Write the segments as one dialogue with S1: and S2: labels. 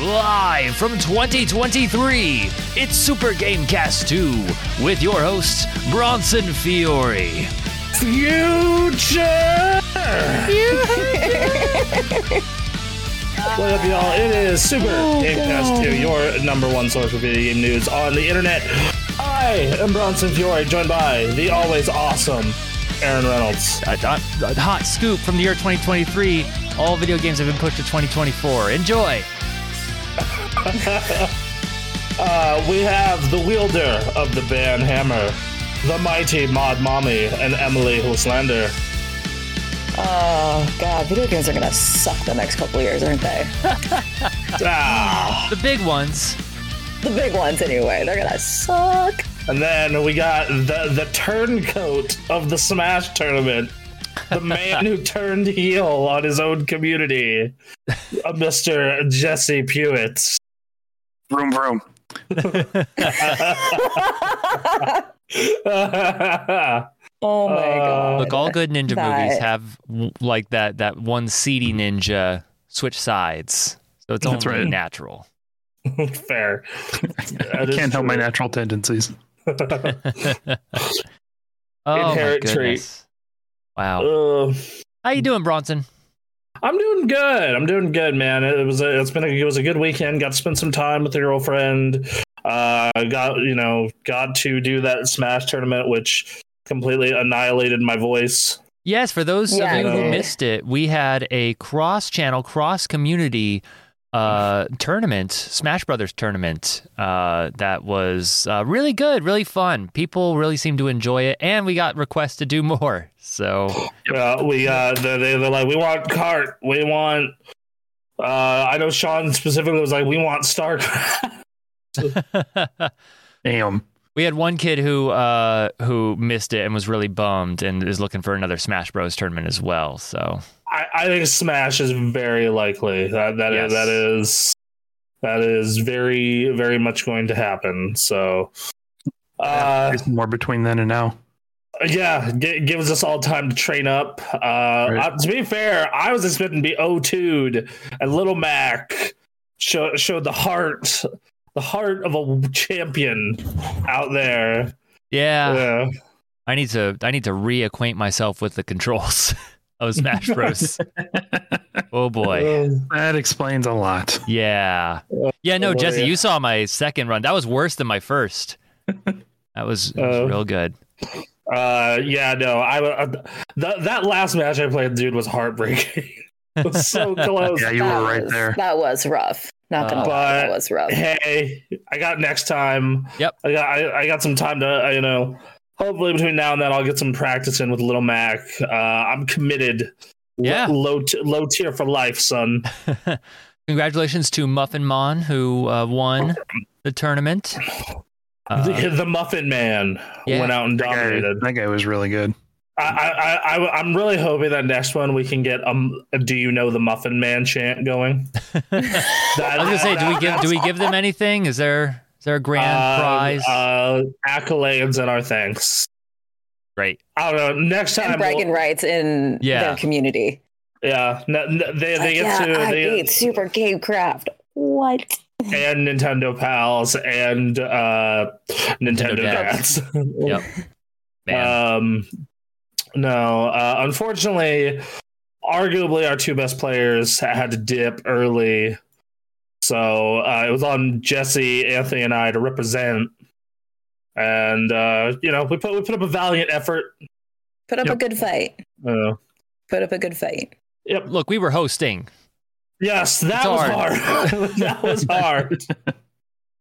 S1: Live from 2023, it's Super Gamecast 2 with your hosts, Bronson Fiore. Future!
S2: What up, y'all? It is Super Gamecast 2, your number one source for video game news on the internet. I am Bronson Fiore, joined by the always awesome Aaron Reynolds.
S1: A, a- a hot scoop from the year 2023. All video games have been pushed to 2024. Enjoy!
S2: Uh, we have the wielder of the band Hammer, the mighty Mod Mommy, and Emily Huslander.
S3: Oh god, video games are gonna suck the next couple years, aren't they?
S2: Ah,
S1: The big ones.
S3: The big ones, anyway. They're gonna suck.
S2: and then we got the, the turncoat of the Smash tournament, the man who turned heel on his own community, uh, Mr. Jesse Pewitt.
S4: Vroom vroom.
S3: Oh my
S2: Uh,
S3: god.
S1: Look, all good ninja movies
S3: That-
S1: have w- like that that one seedy ninja switch sides. So it's
S4: That's
S1: only
S4: right.
S1: natural.
S2: Fair.
S4: I
S2: That is
S4: can't help my
S2: true.
S4: natural tendencies.
S1: Oh
S2: Inherent
S1: my
S2: trait.
S1: goodness. Wow.
S2: Uh,
S1: How you doing, Bronson?
S2: I'm doing good. I'm doing good, man. It was a, it's been a, it was a good weekend. Got to spend some time with the girlfriend. Uh, got you know got to do that Smash tournament, which completely annihilated my voice.
S1: Yes, for those
S3: Yeah,
S1: of you who
S2: yeah.
S1: missed it, we had a cross channel, cross community uh, tournament, Smash Brothers tournament, uh, that was uh, really good, really fun. People really seemed to enjoy it, and we got requests to do more. So,
S2: Uh, we uh, they, they- they're like, we want cart. We want. Uh, I know Sean specifically was like, we want Starcraft.
S4: Damn.
S1: We had one kid who uh, who missed it and was really bummed and is looking for another Smash Bros tournament as well. So
S2: I, I think Smash is very likely. That that
S1: Yes.
S2: is- that is that is very very much going to happen. So, uh,
S4: There's more between then and now.
S2: yeah, g- gives us all time to train up. Uh, uh, to be fair, I was expecting to be O2'd, and Little Mac show, showed the heart, the heart of a champion out there.
S1: yeah,
S2: yeah.
S1: I need to I need to reacquaint myself with the controls of Smash Bros. oh boy,
S4: That explains a lot.
S1: yeah, yeah. No,
S2: boy,
S1: Jesse,
S2: yeah.
S1: you saw my second run. That was worse than my first. That was, it was
S2: Oh.
S1: real good.
S2: Uh, yeah, no, I uh, th- that last match I played, dude, was heartbreaking. it was so close.
S4: Yeah, you were
S3: That
S4: right
S3: was-
S4: there.
S3: That was rough. Not gonna
S1: Uh,
S3: lie,
S2: but-
S3: that was rough.
S2: Hey, I got next time.
S1: Yep.
S2: I got I, I got some time to uh, you know. Hopefully between now and then I'll get some practice in with Little Mac. Uh, I'm committed.
S1: Yeah.
S2: Lo- low t- low tier for life, son.
S1: Congratulations to Muffin Mon who uh, won the tournament. Uh,
S2: the, the Muffin Man
S1: yeah.
S2: went out and
S4: That guy,
S2: dominated.
S4: that guy was really good.
S2: I, I, I, I I'm really hoping that next one we can get um. a Do you know the Muffin Man chant going?
S1: I was gonna say, do we give do we give them anything? Is there is there a grand
S2: Uh,
S1: prize?
S2: uh, accolades and our thanks.
S1: Great.
S2: I don't know. Next
S3: and
S2: time,
S3: bragging
S2: we'll-
S3: rights in
S1: Yeah.
S3: their community.
S2: yeah, n- n- they, they
S3: Like,
S2: get
S3: yeah,
S2: to
S3: I
S2: they
S3: beat Super Game Craft. What?
S2: and Nintendo Pals and uh, Nintendo
S1: Dads.
S2: Dads.
S1: Yep. Man.
S2: Um, no, uh, unfortunately, arguably our two best players had to dip early, so uh, it was on Jesse, Anthony, and I to represent. And uh, you know, we put we put up a valiant effort.
S3: Put up
S4: Yep.
S3: a good fight.
S2: Uh,
S3: Put up a good fight.
S2: yep.
S1: Look, we were hosting.
S2: Yes, that
S1: It's
S2: was
S1: hard.
S2: hard. that was hard.
S1: We,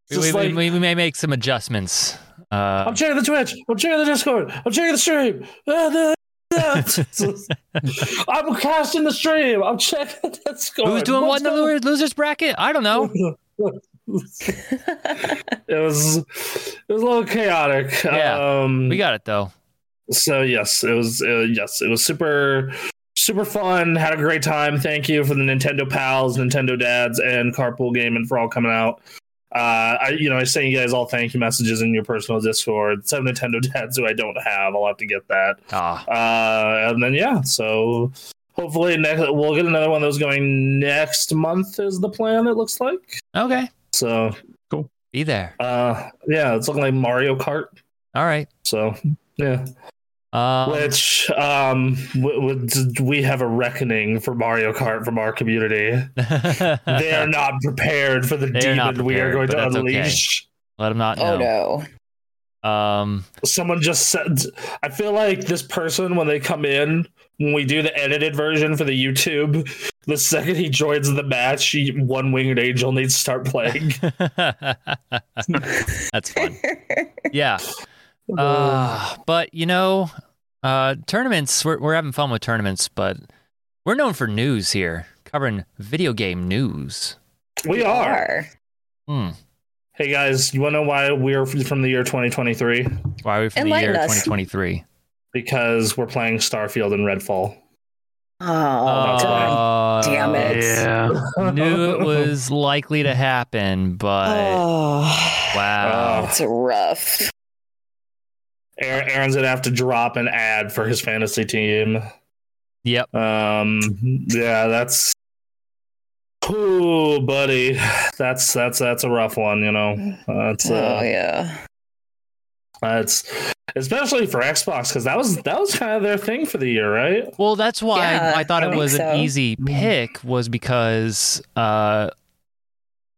S2: Just
S1: we-
S2: like-
S1: we- we may make some adjustments. Uh,
S2: I'm checking the Twitch. I'm checking the Discord. I'm checking the stream. Ah, the- the- I'm casting the stream. I'm checking the Discord.
S1: who's doing what in the lo- losers bracket? I don't know.
S2: It was it was a little chaotic.
S1: Yeah.
S2: Um,
S1: We got it though.
S2: so yes, it was uh, yes, it was super super fun. Had a great time. Thank you for the Nintendo pals, Nintendo dads, and Carpool Gaming for all coming out. Uh, I you know I sent you guys all thank you messages in your personal Discord. Some Nintendo dads who I don't have. I'll have to get that.
S1: Ah,
S2: uh, and then yeah, so Hopefully, next, we'll get another one that was going next month. Is the plan? It looks like.
S1: Okay.
S2: So,
S1: Be there.
S2: uh, yeah, it's looking like Mario Kart.
S1: All right.
S2: So, yeah,
S1: Um,
S2: which um, w- w- we have a reckoning for Mario Kart from our community. They are not prepared for the
S1: They are not
S2: demon we are going
S1: prepared, but
S2: to
S1: that's okay.
S2: unleash.
S1: Let them not
S3: Oh
S1: know.
S3: no.
S1: Um,
S2: Someone just said, I feel like this person, when they come in, when we do the edited version for the YouTube, the second he joins the match, he, one winged angel needs to start playing.
S1: that's fun. Yeah. Uh, but you know, uh, tournaments. We're we're having fun with tournaments, but we're known for news here, covering video game news.
S2: we are.
S1: Hmm.
S2: Hey guys, you want to know why we're from the year 2023?
S1: Why are we from the year
S3: Enlighten us.
S1: 2023?
S2: Because we're playing Starfield and Redfall.
S3: Oh, God.
S1: Uh,
S3: damn it.
S4: Yeah.
S1: Knew it was likely to happen, but
S3: Oh,
S1: wow.
S3: that's rough.
S2: Aaron- Aaron's gonna have to drop an ad for his fantasy team.
S1: Yep.
S2: Um, yeah, that's. Ooh, buddy, that's that's that's a rough one. You know, that's
S3: oh
S2: uh,
S3: yeah.
S2: that's especially for Xbox because that was that was kind of their thing for the year, right?
S1: Well, that's why
S3: Yeah,
S1: I thought
S3: I
S1: it
S3: think
S1: was
S3: so.
S1: an easy pick was because uh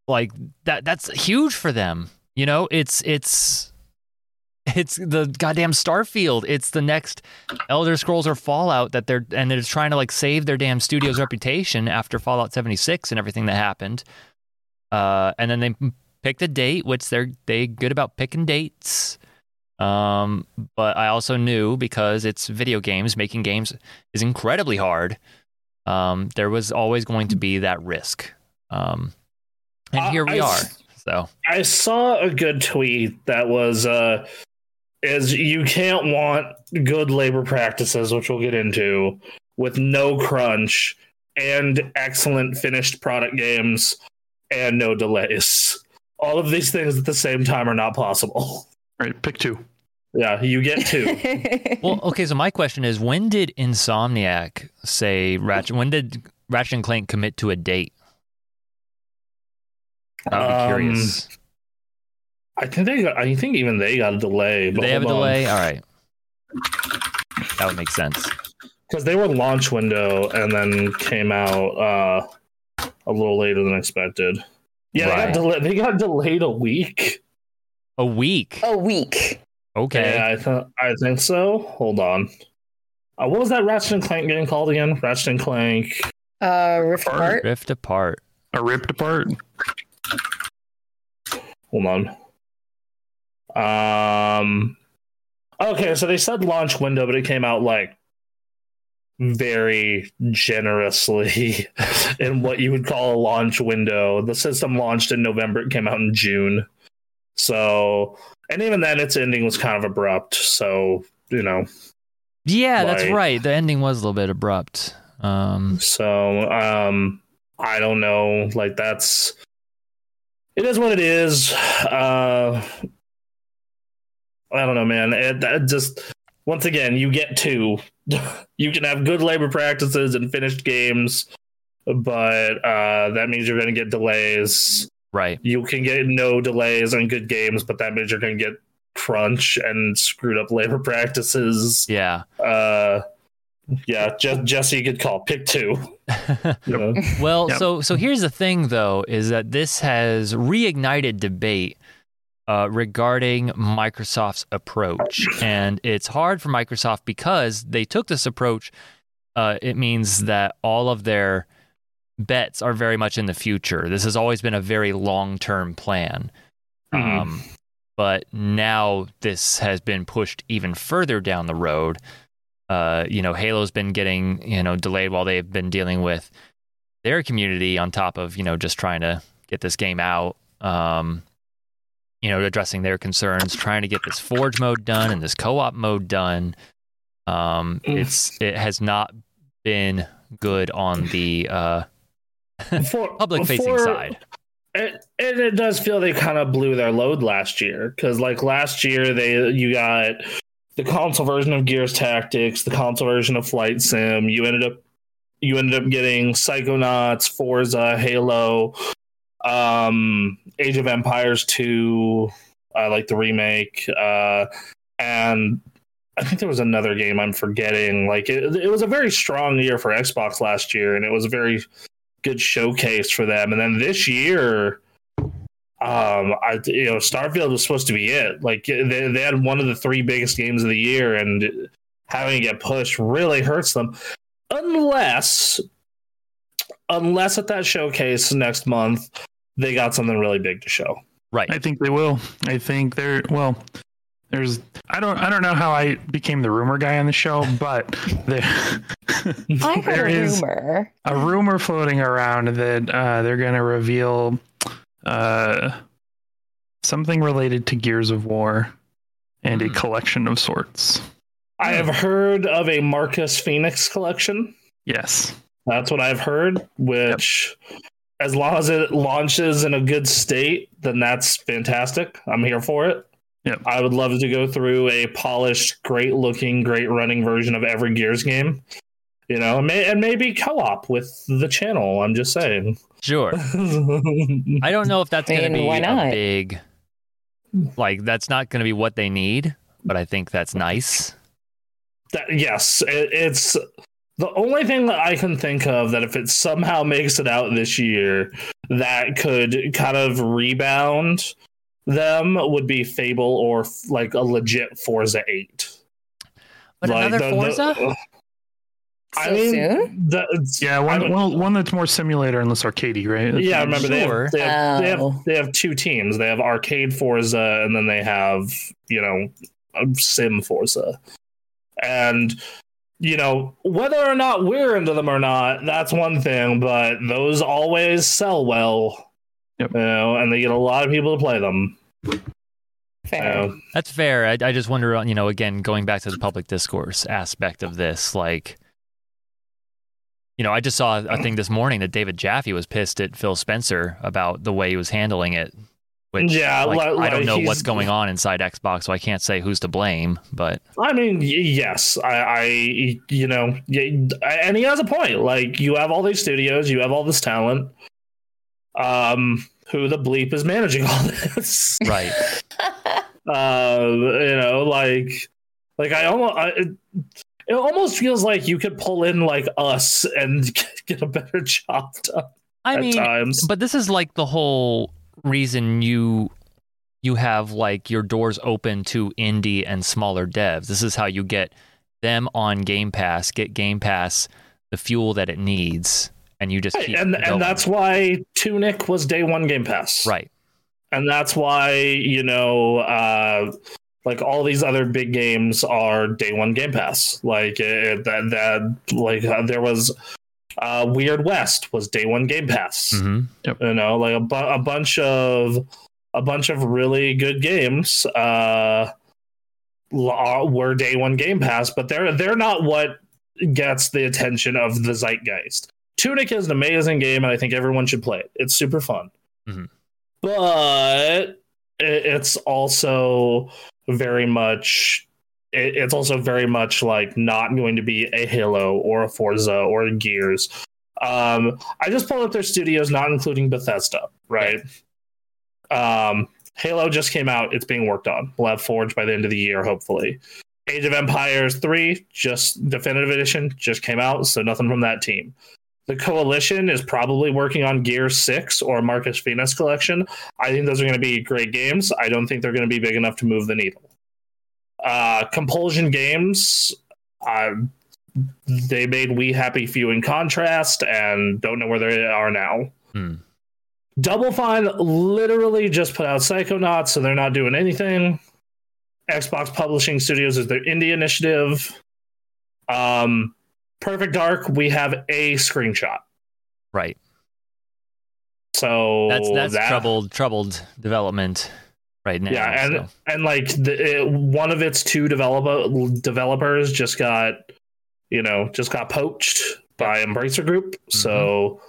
S1: like that that's huge for them. You know, it's it's it's the goddamn Starfield. It's the next Elder Scrolls or Fallout that they're and they're trying to like save their damn studio's reputation after Fallout 76 and everything that happened. Uh and then they picked a date, which they're they good about picking dates. Um but I also knew because it's video games, making games is incredibly hard, um, there was always going to be that risk. Um, and
S2: I-
S1: here we
S2: Uh, I
S1: are.
S2: s-
S1: So,
S2: I saw a good tweet that was uh is you can't want good labor practices, which we'll get into, with no crunch and excellent finished product games and no delays. All of these things at the same time are not possible.
S4: Right. Pick two.
S2: Yeah, you get two.
S1: well, okay. So my question is, when did Insomniac say Ratchet? When did Ratchet and Clank commit to a date? I'd be
S2: Um,
S1: curious.
S2: I think they got, I think even they got a delay.
S1: Did they have a
S2: hold on.
S1: delay? All right, that would make sense.
S2: because they were launch window and then came out uh, a little later than expected. Yeah,
S1: Right.
S2: they, got del- they got delayed a week.
S1: A week.
S3: a week.
S1: Okay.
S2: Yeah, I, th- I think so. Hold on. Uh, what was that Ratchet and Clank game called again? Ratchet and Clank.
S3: Uh, Rift
S4: Or-
S3: Apart.
S1: Rift apart.
S4: A ripped apart.
S2: Hold on. Um. Okay, so they said launch window, but it came out like very generously in what you would call a launch window. The system launched in November, it came out in June. So, and even then, its ending was kind of abrupt. So, you know,
S1: Yeah, that's
S2: Like-
S1: right. The ending was a little bit abrupt. Um,
S2: So um I don't know. Like that's it is what it is. Uh I don't know, man. It, that just once again, you get two. you can have good labor practices and finished games, but uh that means you're gonna get delays.
S1: right.
S2: You can get no delays on good games, but that means you're gonna get crunch and screwed up labor practices.
S1: Yeah.
S2: Uh yeah, Je- Jesse could call pick two. you know?
S1: Well,
S4: Yep.
S1: so so here's the thing though is that this has reignited debate uh, regarding Microsoft's approach, and it's hard for Microsoft because they took this approach. Uh, it means that all of their bets are very much in the future. This has always been a very long term plan.
S2: Mhm.
S1: Um, but now this has been pushed even further down the road. Uh, you know, Halo's been getting you know delayed while they've been dealing with their community on top of you know just trying to get this game out. Um, you know, addressing their concerns, trying to get this Forge mode done and this co-op mode done. Um,
S2: Mm.
S1: it's it has not been good on the uh,
S2: For-
S1: public-facing
S2: for-
S1: side.
S2: It, and it does feel they kind of blew their load last year because, like last year, they you got the console version of Gears Tactics, the console version of Flight Sim. You ended up you ended up getting Psychonauts, Forza, Halo, um, Age of Empires 2, I like the remake, uh, and I think there was another game I'm forgetting. Like it, it was a very strong year for Xbox last year, and it was a very good showcase for them. And then this year, um, I you know Starfield was supposed to be it. Like they, they had one of the three biggest games of the year, and having it get pushed really hurts them. Unless, unless at that showcase next month, they got something really big to show.
S1: Right.
S4: I think they will. I think they're well. There's I don't I don't know how I became the rumor guy on the show, but there
S3: I heard
S4: there
S3: a
S4: is
S3: rumor.
S4: a rumor floating around that uh, they're going to reveal uh, something related to Gears of War and a
S1: Hmm.
S4: collection of sorts.
S2: I have heard of a Marcus Phoenix collection.
S4: Yes.
S2: That's what I've heard. Which, as long as it launches in a good state, then that's fantastic. I'm here for it.
S4: Yep.
S2: I would love to go through a polished, great looking, great running version of every Gears game. You know, and, may, and maybe co op with the channel. I'm just saying.
S1: Sure. I don't know if that's
S3: I
S1: going to
S3: mean,
S1: be
S3: why
S1: a
S3: not?
S1: big, like that's not going to be what they need, but I think that's nice.
S2: That- yes, it, it's the only thing that I can think of that if it somehow makes it out this year, that could kind of rebound them would be Fable or f- like a legit Forza Eight.
S1: But
S2: Like,
S1: another
S2: the- the-
S1: Forza?
S3: So
S2: I mean,
S3: soon?
S2: the- it's-
S4: Yeah,
S2: I
S4: one,
S2: don't-
S4: one, one that's more simulator and less arcadey, right? That's
S2: yeah. I
S4: what
S2: Remember
S1: Sure.
S2: they, have, they, have, they
S3: Oh.
S2: have they have two teams. They have arcade Forza, and then they have you know um, sim Forza, and you know whether or not we're into them or not, that's one thing. But those always sell well,
S4: Yep.
S2: you know, and they get a lot of people to play them. you
S3: Fair.
S2: know.
S1: That's fair. I, I just wonder, you know, again, going back to the public discourse aspect of this, like, you know, I just saw a thing this morning that David Jaffe was pissed at Phil Spencer about the way he was handling it. Which,
S2: Yeah,
S1: like,
S2: li-
S1: I don't
S2: like,
S1: know what's
S2: Uh, he's-
S1: going on inside Xbox, so I can't say who's to blame. But
S2: I mean, y- yes, I, I, you know, y- and he has a point. Like, you have all these studios, you have all this talent. Um, who the bleep is managing all this?
S1: right,
S2: uh, you know, like, like I almost, I, it, it almost feels like you could pull in like us and get a better job done
S1: I
S2: at
S1: mean,
S2: times.
S1: but this is like the whole reason you you have like your doors open to indie and smaller devs. This is how you get them on Game Pass, get Game Pass the fuel that it needs, and you just
S2: Right,
S1: keep
S2: and
S1: going.
S2: and that's why Tunic was day one Game Pass,
S1: right.
S2: and that's why you know uh like all these other big games are day one game pass like it, that that like uh, there was uh weird west was day one game pass
S1: hmm
S2: you know like a, bu- a bunch of a bunch of really good games uh l- are- were day one game pass but they're they're not what gets the attention of the zeitgeist tunic is an amazing game and i think everyone should play it it's super fun
S1: Mhm.
S2: but i- it's also very much it- it's also very much like not going to be a halo or a forza or a gears um I just pulled up their studios, not including Bethesda, right? Um, Halo just came out. It's being worked on. We'll have Forge by the end of the year, hopefully. Age of Empires 3, just definitive edition, just came out, so nothing from that team. The Coalition is probably working on Gear 6 or Marcus Phoenix Collection. I think those are going to be great games. I don't think they're going to be big enough to move the needle. Uh, Compulsion Games, uh, they made We Happy Few in contrast and don't know where they are now.
S1: Hmm.
S2: Double Fine literally just put out Psychonauts, so they're not doing anything. Xbox Publishing Studios is their indie initiative. Um, Perfect Dark, we have a screenshot.
S1: Right.
S2: So
S1: That's that's
S2: that-
S1: troubled troubled development right now.
S2: yeah, and
S1: so.
S2: and like the, it, one of its two developer developers just got, you know, just got poached by Embracer Group. So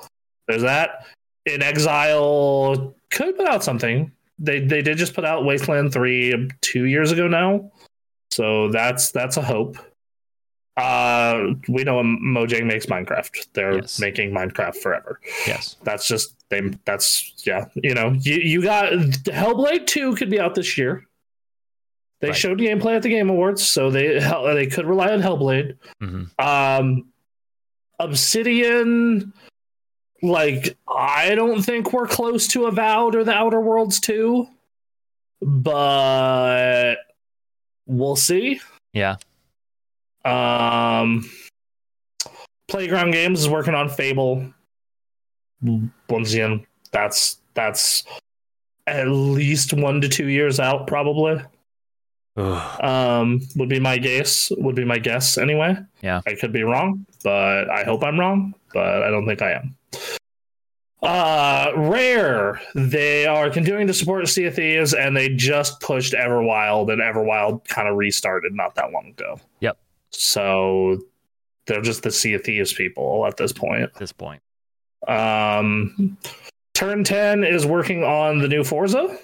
S2: there's that. In Exile could put out something. They they did just put out Wasteland three two years ago now, so that's that's a hope. Uh, we know Mojang makes Minecraft. They're
S1: Yes.
S2: making Minecraft forever.
S1: Yes.
S2: That's just they. That's yeah. You know, you you got Hellblade Two could be out this year. They
S1: Right.
S2: showed gameplay at the Game Awards, so they hell- they could rely on Hellblade.
S1: hmm
S2: Um, Obsidian, like I don't think we're close to Avowed or the Outer Worlds two, but we'll see.
S1: Yeah.
S2: Um, Playground Games is working on Fable. Once again, that's that's at least one to two years out, probably.
S1: Ugh.
S2: Um, would be my guess. Would be my guess anyway.
S1: Yeah.
S2: I could be wrong, but I hope I'm wrong. But I don't think I am. Uh, Rare. They are continuing to support Sea of Thieves, and they just pushed Everwild, and Everwild kind of restarted not that long ago.
S1: Yep.
S2: So they're just the Sea of Thieves people at this point.
S1: At this point.
S2: Um, Turn Ten is working on the new Forza,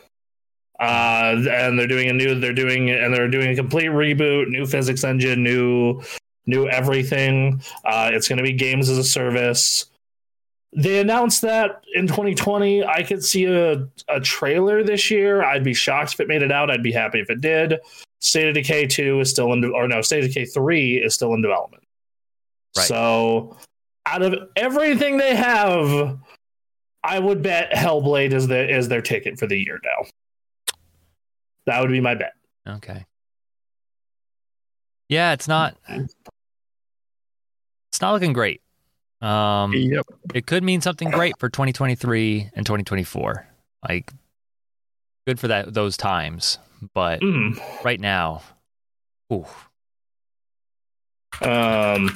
S2: uh, and they're doing a new. They're doing and they're doing a complete reboot, new physics engine, new new everything. Uh, it's going to be games as a service. They announced that in 2020. I could see a, a trailer this year. I'd be shocked if it made it out. I'd be happy if it did. State of Decay 2 is still in, de- or no, State of Decay 3 is still in development.
S1: Right.
S2: So, out of everything they have, I would bet Hellblade is their is their ticket for the year now. That would be my bet.
S1: Okay. Yeah, it's not. It's not looking great. Um,
S4: Yep.
S1: it could mean something great for 2023 and 2024. Like, good for that those times, but
S2: Mm.
S1: right now, ooh,
S2: Um,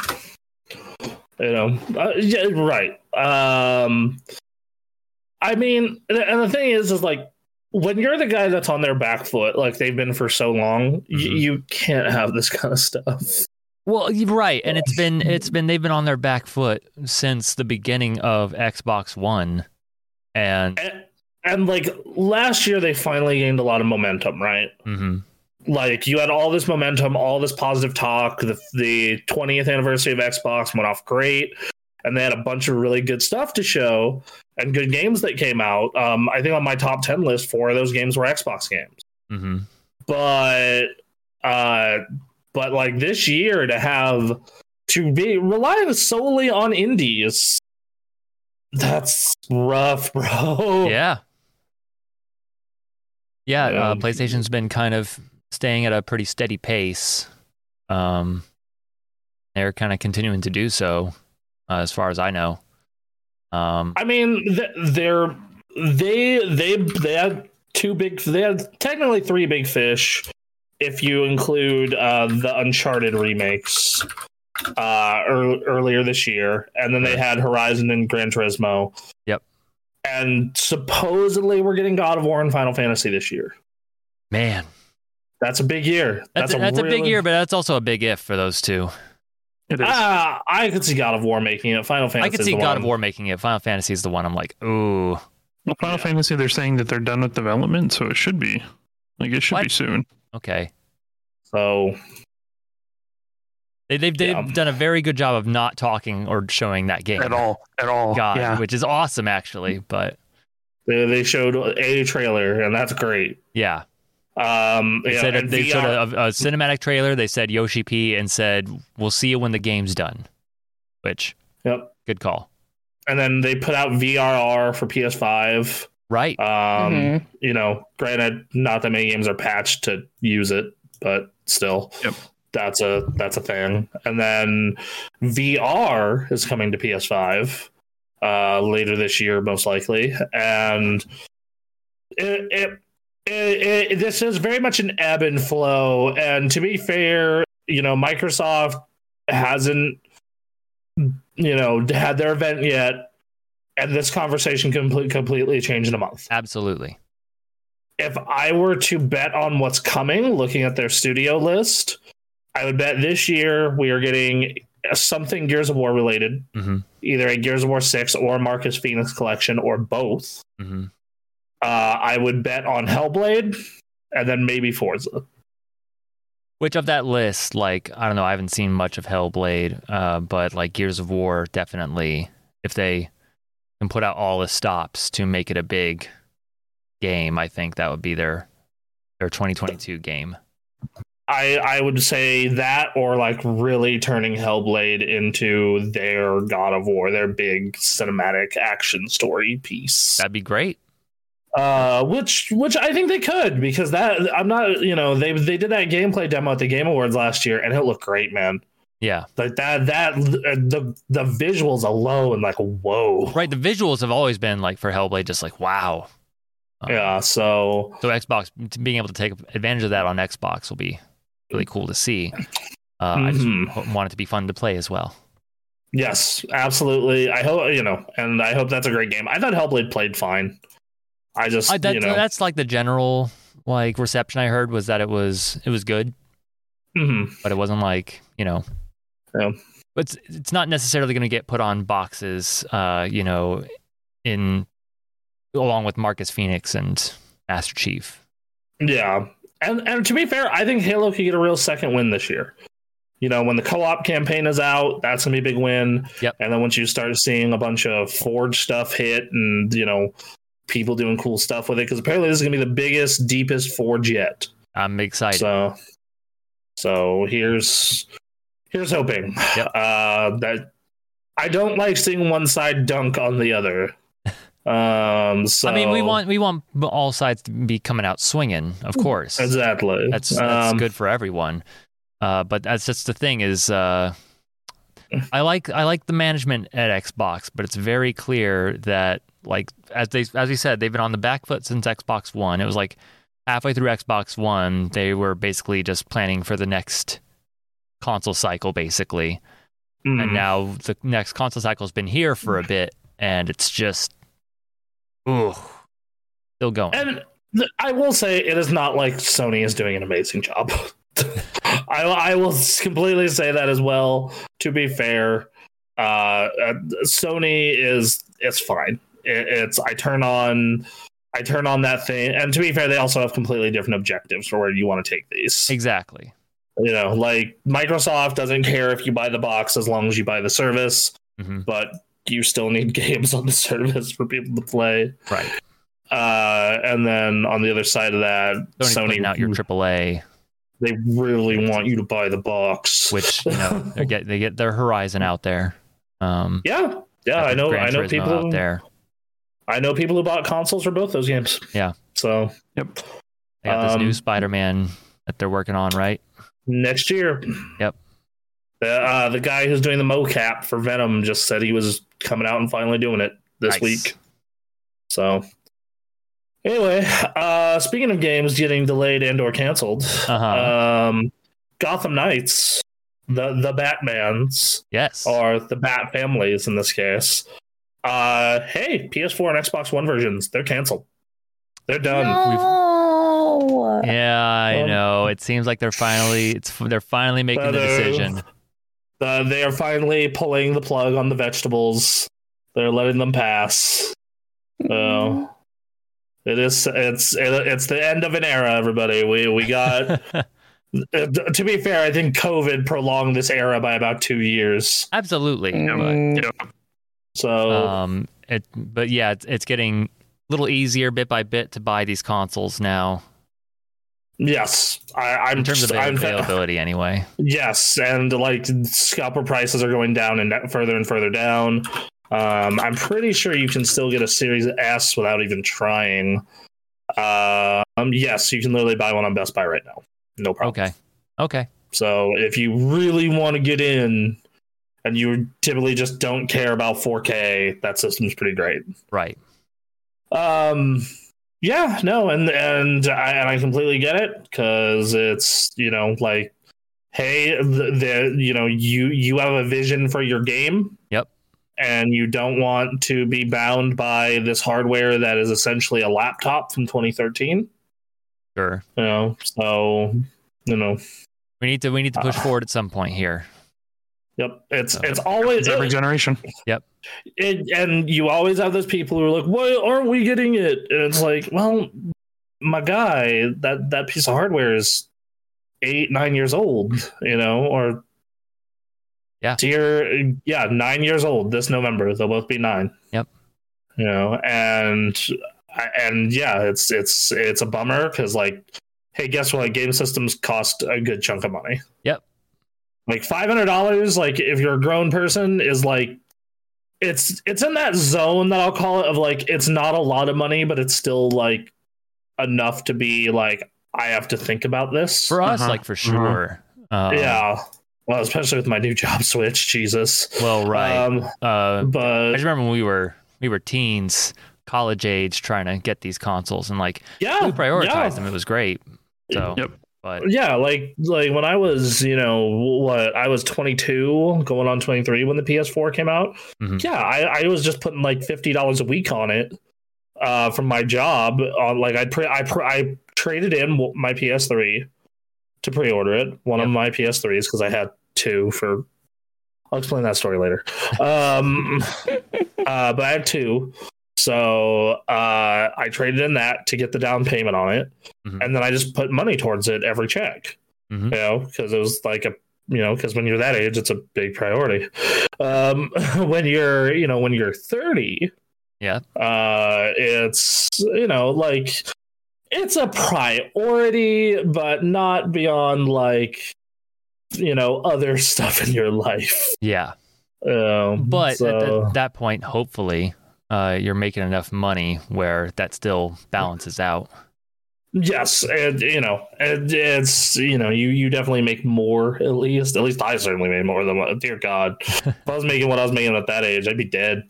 S2: you know, uh, yeah, right. Um, I mean, th- and the thing is, is like when you're the guy that's on their back foot, like they've been for so long, y-
S1: Mhm.
S2: you can't have this kind of stuff.
S1: Well, you're right, and it's been it's been they've been on their back foot since the beginning of Xbox One, and
S2: And, and like last year, they finally gained a lot of momentum, right?
S1: mhm,
S2: Like you had all this momentum, all this positive talk. The the 20th anniversary of Xbox went off great, and they had a bunch of really good stuff to show and good games that came out. Um, I think on my top 10 list, four of those games were Xbox games.
S1: mhm.
S2: But uh, but like this year to have to be relying solely on indies, that's rough, bro.
S1: yeah, yeah. Uh,
S2: Um,
S1: PlayStation's been kind of staying at a pretty steady pace. Um, they're kind of continuing to do so, uh, as far as I know. Um,
S2: I mean, th- they're they they they had two big they had technically three big fish if you include uh, the Uncharted remakes uh, ear earlier this year, and then they had Horizon and Gran Turismo.
S1: Yep.
S2: And supposedly we're getting God of War and Final Fantasy this year.
S1: man,
S2: That's a big year.
S1: that's that's, a, big
S2: really-
S1: year, but that's also a big if for those two.
S4: It is.
S2: Ah, I could see God of War making it. Final Fantasy.
S1: I could see God of War making it. Final Fantasy is the one I'm like, ooh.
S4: Well, Final
S2: yeah.
S4: Fantasy, they're saying that they're done with development, so it should be. Like, it should be
S1: What?
S4: soon.
S1: Okay.
S2: So
S1: They, they've they've
S2: Yeah.
S1: done a very good job of not talking or showing that game
S4: At all. At all.
S1: God,
S4: Yeah.
S1: which is awesome actually. But
S2: they, they showed a trailer, and that's great.
S1: yeah,
S2: Um,
S1: they
S2: yeah,
S1: said
S2: and
S1: they
S2: VR
S1: showed a, a cinematic trailer. They said Yoshi P and said we'll see you when the game's done. Which
S2: Yep.
S1: good call,
S2: and then they put out VRR for PS5.
S1: right?
S2: Um,
S3: Mhm.
S2: You know, granted, not that many games are patched to use it, but still,
S4: Yep.
S2: that's a that's a thing. And then VR is coming to PS5 uh, later this year, most likely, and it. it it, it, this is very much an ebb and flow, and to be fair, you know Microsoft hasn't, you know, had their event yet, and this conversation complete, completely changed in a month
S1: Absolutely.
S2: if I were to bet on what's coming, looking at their studio list, I would bet this year we are getting something Gears of War related,
S1: Mhm.
S2: either a Gears of War six or a Marcus Phoenix collection or both.
S1: hmm
S2: Uh, I would bet on Hellblade and then maybe Forza.
S1: Which of that list, like I don't know, I haven't seen much of Hellblade, uh, but like Gears of War, definitely if they can put out all the stops to make it a big game, I think that would be their their 2022 game.
S2: I I would say that or like really turning Hellblade into their God of War, their big cinematic action story piece.
S1: That'd be great.
S2: Uh, which which I think they could because that I'm not you know they they did that gameplay demo at the Game Awards last year and it looked great, man.
S1: Yeah,
S2: Like that that uh, the the visuals alone, like whoa,
S1: right. The visuals have always been like for Hellblade, just like wow. Um,
S2: yeah. So
S1: So Xbox being able to take advantage of that on Xbox will be really cool to see. Uh, I
S2: Mhm.
S1: just ho- want it to be fun to play as well.
S2: Yes, absolutely. I hope you know, and I hope that's a great game. I thought Hellblade played fine. I just
S1: I, that,
S2: you know,
S1: That's like the general like reception I heard was that it was it was good,
S2: Mhm.
S1: but it wasn't like you know.
S2: Yeah.
S1: But it's, it's not necessarily going to get put on boxes, uh, you know, in along with Marcus Phoenix and Master Chief.
S2: yeah. And and to be fair, I think Halo could get a real second win this year. You know, when the co-op campaign is out, that's gonna be a big win.
S1: Yep.
S2: And then once you start seeing a bunch of Forge stuff hit, and you know, people doing cool stuff with it, because apparently this is gonna be the biggest, deepest Forge yet.
S1: I'm excited.
S2: So, so here's here's hoping
S1: Yep.
S2: uh, that I don't like seeing one side dunk on the other. Um, so Mm.
S1: I mean, we want we want all sides to be coming out swinging, of course.
S2: exactly
S1: that's that's
S2: Um,
S1: good for everyone. Uh, but that's just the thing is, uh, I like I like the management at Xbox, but it's very clear that like as they as we said, they've been on the back foot since Xbox One. It was like halfway through Xbox One, they were basically just planning for the next console cycle, basically
S2: mm,
S1: and now the next console cycle's been here for a bit, and it's just, ooh, still going.
S2: and th- I will say it is not like Sony is doing an amazing job. I I will completely say that as well. To be fair, uh, uh, Sony is it's fine. It, it's I turn on. I turn on that thing, and to be fair, they also have completely different objectives for where you want to take these.
S1: exactly.
S2: You know, like Microsoft doesn't care if you buy the box as long as you buy the service,
S1: Mhm.
S2: but you still need games on the service for people to play.
S1: Right.
S2: Uh, and then on the other side of that,
S1: Sony's
S2: Sony,
S1: putting out your AAA,
S2: they really want you to buy the box.
S1: which you know they get they get their Horizon out there. Um,
S2: yeah, yeah, I
S1: think
S2: know,
S1: Gran
S2: I know
S1: Turismo
S2: people
S1: out there.
S2: I know people who bought consoles for both those games.
S1: Yeah.
S2: So
S1: They got this
S2: um,
S1: new Spider-Man that they're working on, right?
S2: next year.
S1: Yep.
S2: The uh, the guy who's doing the mocap for Venom just said he was coming out and finally doing it this
S1: Nice.
S2: week. So anyway, uh, speaking of games getting delayed and or canceled,
S1: Uh-huh.
S2: um, Gotham Knights, the the Batman's
S1: yes.
S2: or the Bat families in this case. Uh, hey, PS4 and Xbox One versions, they're canceled. They're done.
S3: No.
S1: yeah, I
S2: um,
S1: know. It seems like they're finally it's they're finally making the
S2: Better.
S1: decision.
S2: Uh, they are finally pulling the plug on the vegetables. They're letting them pass. Oh. It is. It's. It, it's the end of an era, everybody. We we got. uh, to be fair, I think COVID prolonged this era by about two years.
S1: Absolutely. but-
S3: Mm.
S2: So
S1: Um, it, but yeah, it's, it's getting a little easier bit by bit to buy these consoles now
S2: yes, I, I'm.
S1: in terms of
S2: I'm,
S1: availability, anyway.
S2: yes, and like scalper prices are going down and down- further and further down. Um, I'm pretty sure you can still get a Series S without even trying. Uh, um, yes, you can literally buy one on Best Buy right now. No problem.
S1: Okay, okay,
S2: So if you really want to get in and you typically just don't care about 4K, that system's pretty great.
S1: right.
S2: Um yeah, no, and and I and I completely get it cuz it's, you know, like hey, the, the you know, you you have a vision for your game.
S1: Yep.
S2: And you don't want to be bound by this hardware that is essentially a laptop from 2013,
S1: Sure.
S2: you know. So, you know,
S1: We need to we need to push
S2: Uh,
S1: forward at some point here.
S2: yep, it's
S1: Uh,
S2: it's always
S4: It's every generation.
S2: it, and you always have those people who are like, "Why aren't we getting it?" And it's like, "Well, my guy, that that piece of hardware is eight, nine years old, you know, or
S1: Yeah.
S2: to your yeah, nine years old this November. They'll both be nine.
S1: Yep.
S2: You know, and I- and yeah, it's it's it's a bummer because like, hey, guess what? Game systems cost a good chunk of money.
S1: Yep.
S2: Like five hundred dollars, like if you're a grown person, is like it's it's in that zone that I'll call it of like it's not a lot of money, but it's still like enough to be like I have to think about this.
S1: for us,
S4: Uh-huh.
S1: like for sure. Uh,
S2: yeah. Well, especially with my new job switch, Jesus.
S1: Well, right.
S2: Um,
S1: uh, I
S2: but
S1: just remember when we were we were teens, college age, trying to get these consoles, and like
S2: yeah,
S1: we prioritized
S2: Ah, yeah.
S1: them. It was great. So,
S4: Yep.
S1: but
S2: yeah like like when i was you know what i was 22 going on 23 when the ps4 came out
S1: Mhm.
S2: yeah I, I was just putting like $50 a week on it uh from my job on like i pre- i pre- i traded in my ps3 to pre-order it one of
S1: Yep.
S2: my ps3s because i had two for i'll explain that story later um uh but i had two so uh i traded in that to get the down payment on it
S1: Mhm.
S2: and then I just put money towards it every check.
S1: Mhm.
S2: You know, because it was like a you know, because when you're that age, it's a big priority. Um, when you're you know when you're 30,
S1: Yeah.
S2: uh, it's you know like it's a priority, but not beyond like you know other stuff in your life.
S1: yeah.
S2: Um,
S1: But at,
S2: so-
S1: th- that point, hopefully, uh, you're making enough money where that still balances out.
S2: Yes, and you know, and it's you know, you you definitely make more at least. At least I certainly made more than what. Dear God, if I was making what I was making at that age, I'd be dead.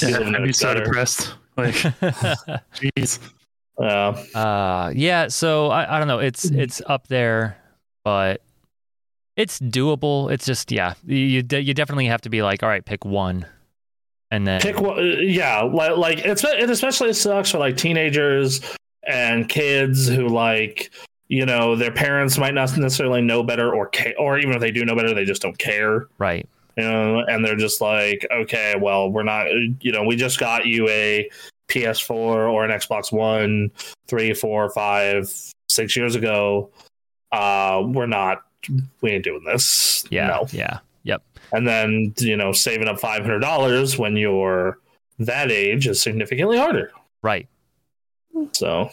S2: Yeah.
S4: I'd be so
S2: Better.
S4: depressed. Like, jeez.
S2: Uh,
S1: uh, yeah. So I, I don't know. It's it's up there, but it's doable. It's just yeah. You you, de- you definitely have to be like, all right, pick one, and then
S2: pick one. Yeah, like like it's it especially sucks for like teenagers and kids who like you know their parents might not necessarily know better or care, or even if they do know better, they just don't care.
S1: right.
S2: you know, and they're just like, okay, well, we're not, you know, we just got you a PS4 or an Xbox One three, four, five, six years ago. Uh, we're not, we ain't doing this.
S1: Yeah.
S2: No.
S1: Yeah.
S2: And then, you know, saving up $500 when you're that age is significantly harder.
S1: Right.
S2: So,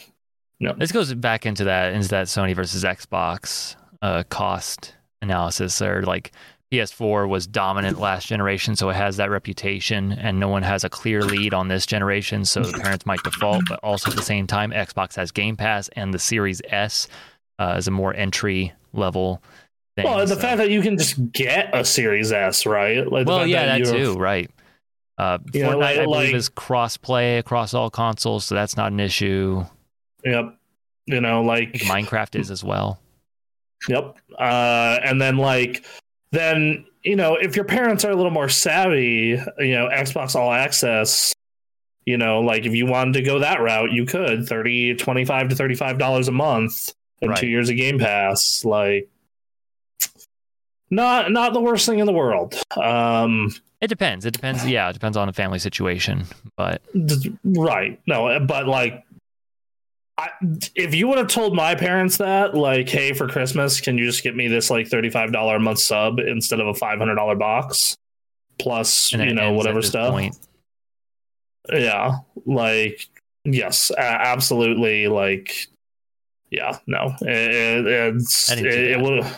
S1: This goes back into that into that Sony versus Xbox uh, cost analysis. There, like PS4 was dominant last generation, so it has that reputation, and no one has a clear lead on this generation, so the parents might default. But also at the same time, Xbox has Game Pass, and the Series S uh, is a more entry level thing.
S2: well, the
S1: so-
S2: fact that you can just get a Series S, right? Like, the
S1: uh, well,
S2: fact
S1: yeah, that
S2: you're-
S1: too, right? Uh,
S2: Yeah,
S1: Fortnite,
S2: like-
S1: I believe,
S2: like-
S1: is cross play across all consoles, so that's not an issue.
S2: Yep. You know, like,
S1: Minecraft is as well.
S2: Yep. Uh, and then like then you know if your parents are a little more savvy, you know Xbox All Access. You know, like if you wanted to go that route, you could 30 25 to 35 dollars a month and
S1: Right.
S2: 2 years of Game Pass like not not the worst thing in the world. Um
S1: It depends. It depends. Yeah, it depends on the family situation. But
S2: D- right no but like I, if you would have told my parents that like hey for christmas can you just get me this like $35 a month sub instead of a $500 box plus
S1: and it
S2: you know
S1: ends at
S2: whatever
S1: this
S2: stuff
S1: point.
S2: yeah like yes a- absolutely like yeah no it, it, it's,
S1: I
S2: it,
S1: didn't do
S2: it
S1: that.
S2: would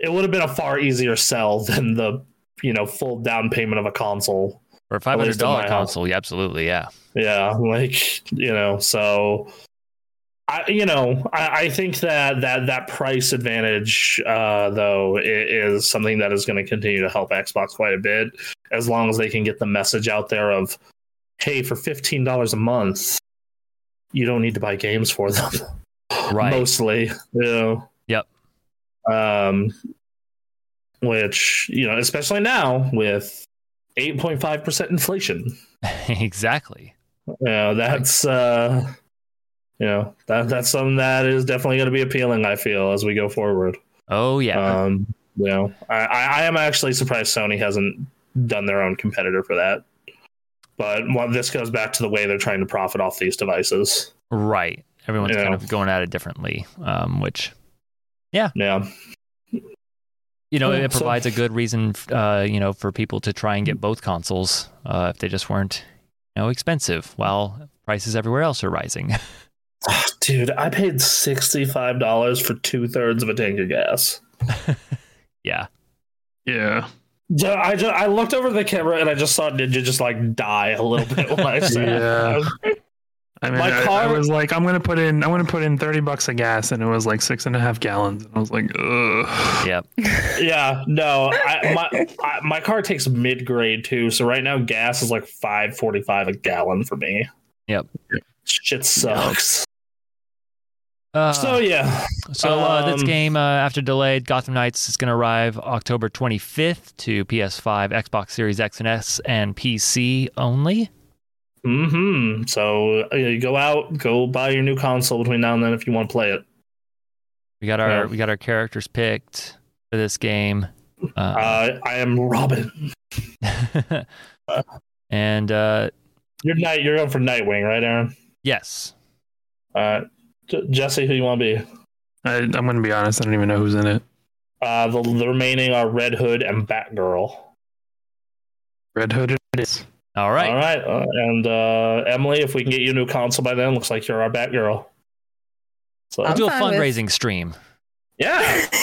S2: it would have been a far easier sell than the you know full down payment of a console
S1: for a five
S2: at
S1: hundred
S2: least in my
S1: dollar
S2: house.
S1: console, yeah, absolutely, yeah.
S2: yeah like you know so i you know i, I think that that that price advantage uh though i- is something that is going to continue to help xbox quite a bit as long as they can get the message out there of hey for $15 a month you don't need to buy games for them
S1: Right.
S2: mostly you know
S1: Yep.
S2: um which you know especially now with 8.5% inflation
S1: exactly.
S2: yeah, that's uh you know, that that's something that is definitely gonna be appealing, I feel, as we go forward.
S1: Oh yeah.
S2: Um you know, I, I, I am actually surprised Sony hasn't done their own competitor for that. But well, this goes back to the way they're trying to profit off these devices.
S1: right. Everyone's
S2: yeah.
S1: kind of going at it differently, um, which
S2: Yeah.
S1: You know,
S2: Yeah,
S1: it
S2: so-
S1: provides a good reason, uh, you know, for people to try and get both consoles uh, if they just weren't, you know, expensive while prices everywhere else are rising.
S2: Dude, I paid $65 for two thirds of a tank of gas.
S1: yeah.
S4: Yeah.
S2: Yeah, I just, I looked over the camera and I just saw Ninja just like die a little bit when I said
S4: Yeah.
S2: that.
S4: I mean,
S2: My
S4: I, I
S2: car-
S4: was like, I'm gonna put in, I'm gonna put in 30 bucks of gas, and it was like six and a half gallons, and I was like, ugh.
S1: Yep.
S2: Yeah, no, I, my I, my car takes mid grade too, so right now gas is like five forty five a gallon for me.
S1: Yep.
S2: shit sucks.
S1: Uh,
S2: so yeah,
S1: So uh, this
S2: Um,
S1: game, uh, after delayed, Gotham Knights is going to arrive October 25th to PS5, Xbox Series X and S, and PC only.
S2: hmm so uh, you go out, go buy your new console between now and then if you want to play it.
S1: We got our
S2: Yeah.
S1: we got our characters picked for this game, uh,
S2: Uh, I am Robin.
S1: and uh,
S2: You're night. You're going for Nightwing, right, Aaron?
S1: yes,
S2: Uh, J- Jesse, who you want to be?
S4: I, I'm gonna be honest, I don't even know who's in it.
S2: Uh, the, the remaining are Red Hood and Batgirl.
S4: Red Hood it is.
S1: all right,
S2: All right, uh, and uh, Emily, if we can get you a new console by then, looks like you're our Batgirl. So
S1: we'll do a
S3: I'm fine with-
S1: fundraising stream.
S2: yeah.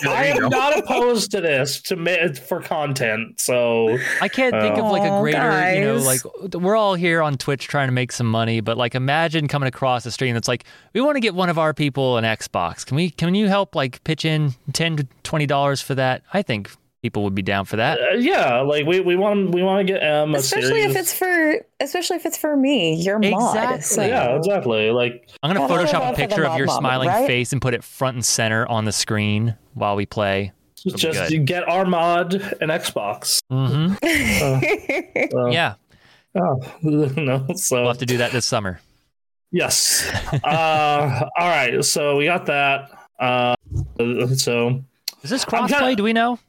S4: There
S2: I
S4: you go.
S2: am not opposed to this to ma- for content. So
S1: I can't think of like a
S3: Aw,
S1: greater, you know,
S3: Oh, guys.
S1: like we're all here on Twitch trying to make some money, but like imagine coming across a stream that's like, we want to get one of our people an Xbox. Can we, can you help like pitch in 10 to $20 for that? I think people would be down for that.
S2: uh, yeah, like we we want we want to get M a
S3: especially if
S2: series-
S3: it's for especially if it's for me, your mod.
S1: Exactly.
S3: So.
S2: yeah exactly like
S1: I'm going to
S3: Well,
S1: Photoshop
S3: hold
S1: a
S3: on for the
S1: picture of
S3: mom
S1: your
S3: moment,
S1: smiling
S3: right?
S1: face and put it front and center on the screen while we play. be
S2: just
S1: good.
S2: you get our mod and Xbox.
S1: hmm
S2: So,
S1: Yeah.
S2: oh, no, so
S1: We'll have to do that this summer.
S2: Yes. uh, all right. So we got that. Uh, so
S1: Is this
S2: I'm kinda-
S1: crossplay? Do we know?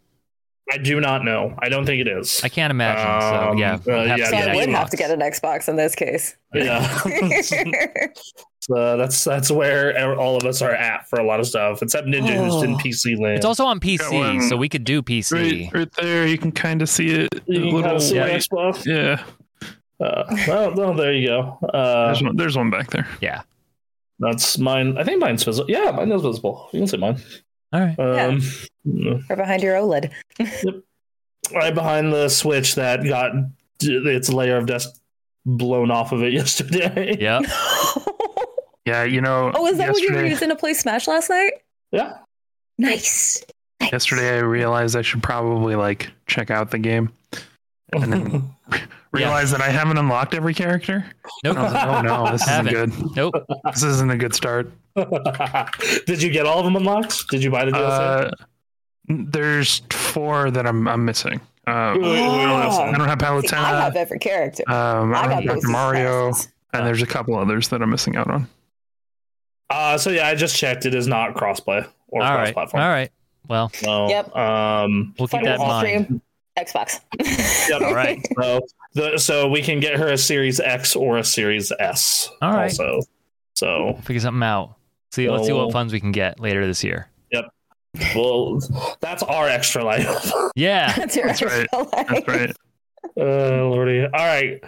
S2: I do not know. I don't think it is.
S1: I can't imagine. So
S2: Um,
S1: yeah,
S2: uh,
S1: we'll have to
S2: yeah,
S3: So
S1: get
S3: I
S1: an
S3: would have to
S1: Xbox.
S3: get an Xbox in this case.
S2: yeah. so Uh, that's that's where all of us are at for a lot of stuff, except Ninja, who's in PC land.
S1: It's also on
S4: Got
S1: PC,
S4: one.
S1: so we could do PC.
S4: Right, right there, you can kind of see it.
S2: you
S4: a
S2: can
S4: little
S2: kinda see
S4: light.
S2: the Xbox.
S4: Yeah.
S2: Uh, well, well, there you go. Uh,
S4: There's one, there's one back there.
S1: Yeah.
S2: that's mine. I think mine's visible. Yeah, mine is visible. You can see mine.
S1: All right.
S2: Um,
S3: or behind your OLED.
S2: Right behind the switch that got its layer of dust blown off of it yesterday.
S1: Yeah.
S3: oh,
S4: Yeah, you know.
S3: is that what you were
S4: yesterday-
S3: using to play Smash last night?
S2: Yeah.
S3: Nice. Nice.
S4: Yesterday, I realized I should probably like check out the game. And then- Realize that I haven't unlocked every character.
S1: Nope.
S2: Uh-huh.
S4: I was like, oh no, this isn't
S1: Haven't.
S4: good.
S1: Nope.
S4: This isn't a good start.
S2: Did you get all of them unlocked? Did you buy the DLC?
S4: Uh, there's four that I'm I'm missing.
S2: Wait,
S4: Um,
S2: wait, wait,
S3: Oh.
S2: listen.
S4: I don't have
S3: See, I have
S4: Palutena.
S3: every character.
S4: Um,
S3: I
S4: I
S3: got
S4: don't have
S3: those
S4: Dr. uh, Mario,
S3: passes.
S4: and there's a couple others that I'm missing out on.
S2: Uh, so yeah, I just checked. It is not crossplay or
S1: All right. All
S2: cross-platform.
S1: right. Well,
S2: No.
S3: Yep.
S2: Um,
S1: we'll keep
S3: Fuck
S1: that in
S2: all
S1: mind.
S3: stream, Xbox.
S2: Yep.
S1: All right.
S2: so, the, so we can get her a Series X or a Series S.
S1: All right.
S2: Also, so
S1: Figure something out. See. Let's see what
S2: Well-
S1: funds we can get later this year.
S2: well, that's our extra life.
S1: Yeah.
S3: That's your
S4: That's right.
S3: OLED.
S4: That's right.
S2: Uh, lordy. All right.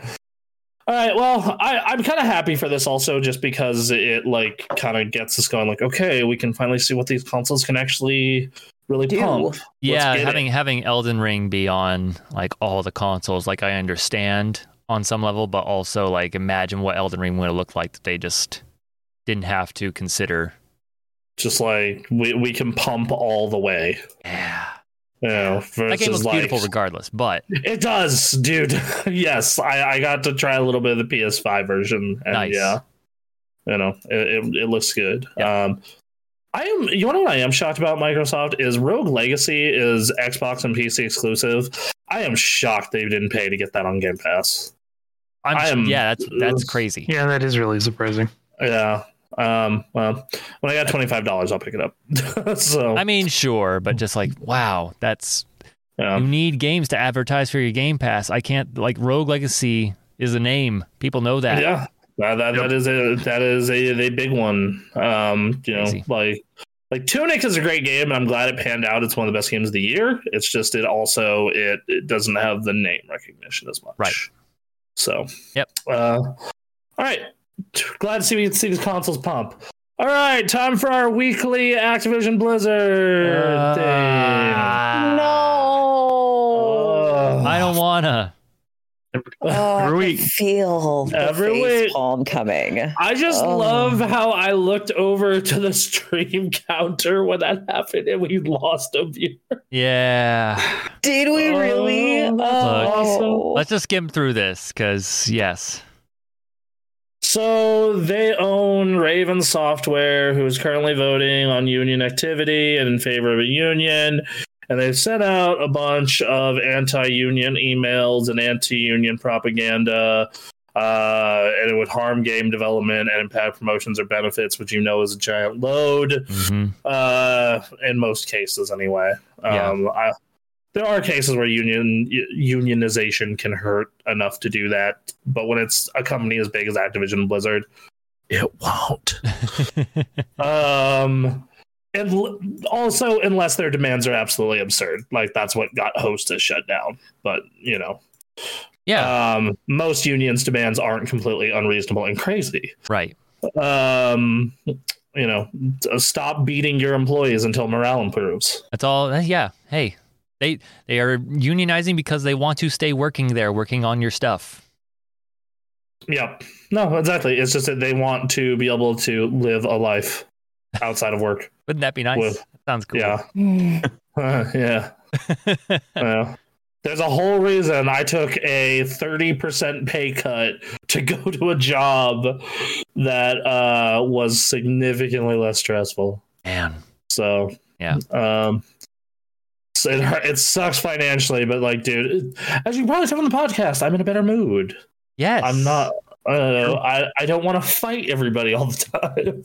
S2: All right. Well, I, I'm kind of happy for this also, just because it like kind of gets us going. Like, okay, we can finally see what these consoles can actually really
S3: Do.
S2: pump.
S1: Yeah.
S2: get it.
S1: Having having Elden Ring be on like all the consoles, like I understand on some level, but also like imagine what Elden Ring would have looked like that they just didn't have to consider.
S2: Just like we, we can pump all the way.
S1: Yeah.
S2: You know,
S1: That game
S2: versus
S1: looks
S2: like
S1: beautiful regardless, but
S2: it does, dude. yes, I, I got to try a little bit of the PS5 version, and
S1: Nice.
S2: yeah, you know, it, it, it looks good. Um, I am. You know what I am shocked about Microsoft is Rogue Legacy is Xbox and PC exclusive. I am shocked they didn't pay to get that on Game Pass.
S1: I'm
S2: I am-
S1: yeah. That's that's crazy.
S4: Yeah, that is really surprising.
S2: Yeah. Um. Well, when I got twenty five dollars, I'll pick it up. so
S1: I mean, sure, but just like wow, that's
S2: yeah.
S1: you need games to advertise for your Game Pass. I can't like Rogue Legacy is a name. People know that.
S2: Yeah. That, that, that is a that is a, a big one. Um, you know,
S1: Crazy.
S2: like like Tunic is a great game, and I'm glad it panned out. It's one of the best games of the year. It's just it also it, it doesn't have the name recognition as much.
S1: Right.
S2: So.
S1: Yep.
S2: Uh, all right. Glad to see we can see these consoles pump. All right, time for our weekly Activision Blizzard
S1: Uh,
S2: thing.
S1: Ah.
S3: No.
S2: Ugh.
S1: I don't wanna.
S3: Oh, I
S4: Every
S3: can
S4: week.
S3: feel the
S2: Every
S3: face
S2: week.
S3: palm coming.
S2: I just
S3: Oh.
S2: love how I looked over to the stream counter when that happened and we lost a view.
S1: Yeah.
S3: Did we
S2: Oh,
S3: really?
S2: that's
S3: Oh.
S1: Let's just skim through this because yes.
S2: So they own Raven Software, who is currently voting on union activity and in favor of a union. And they've sent out a bunch of anti union emails and anti union propaganda. Uh, and it would harm game development and impact promotions or benefits, which you know is a giant load.
S1: Mm-hmm.
S2: uh, in most cases anyway.
S1: Yeah.
S2: Um, I, there are cases where union u- unionization can hurt enough to do that, but when it's a company as big as Activision and Blizzard, it won't. Um, and l- also, unless their demands are absolutely absurd, like that's what got Hostess shut down. But you know,
S1: yeah.
S2: um, most unions' demands aren't completely unreasonable and crazy
S1: right.
S2: um you know t- stop beating your employees until morale improves
S1: That's all. uh, Yeah. Hey, they they are unionizing because they want to stay working there, working on your stuff.
S2: yep no exactly it's just that they want to be able to live a life outside of work
S1: Wouldn't that be nice?
S2: Well,
S1: Sounds cool.
S2: yeah
S3: Mm.
S2: yeah well, there's a whole reason i took a 30% pay cut to go to a job that uh was significantly less stressful
S1: Man.
S2: So
S1: Yeah.
S2: um, so it hurt, it sucks financially, but like, dude, as you can probably tell on the podcast, I'm in a better mood.
S1: Yes.
S2: I'm not. Uh, I I don't want to fight everybody all the time.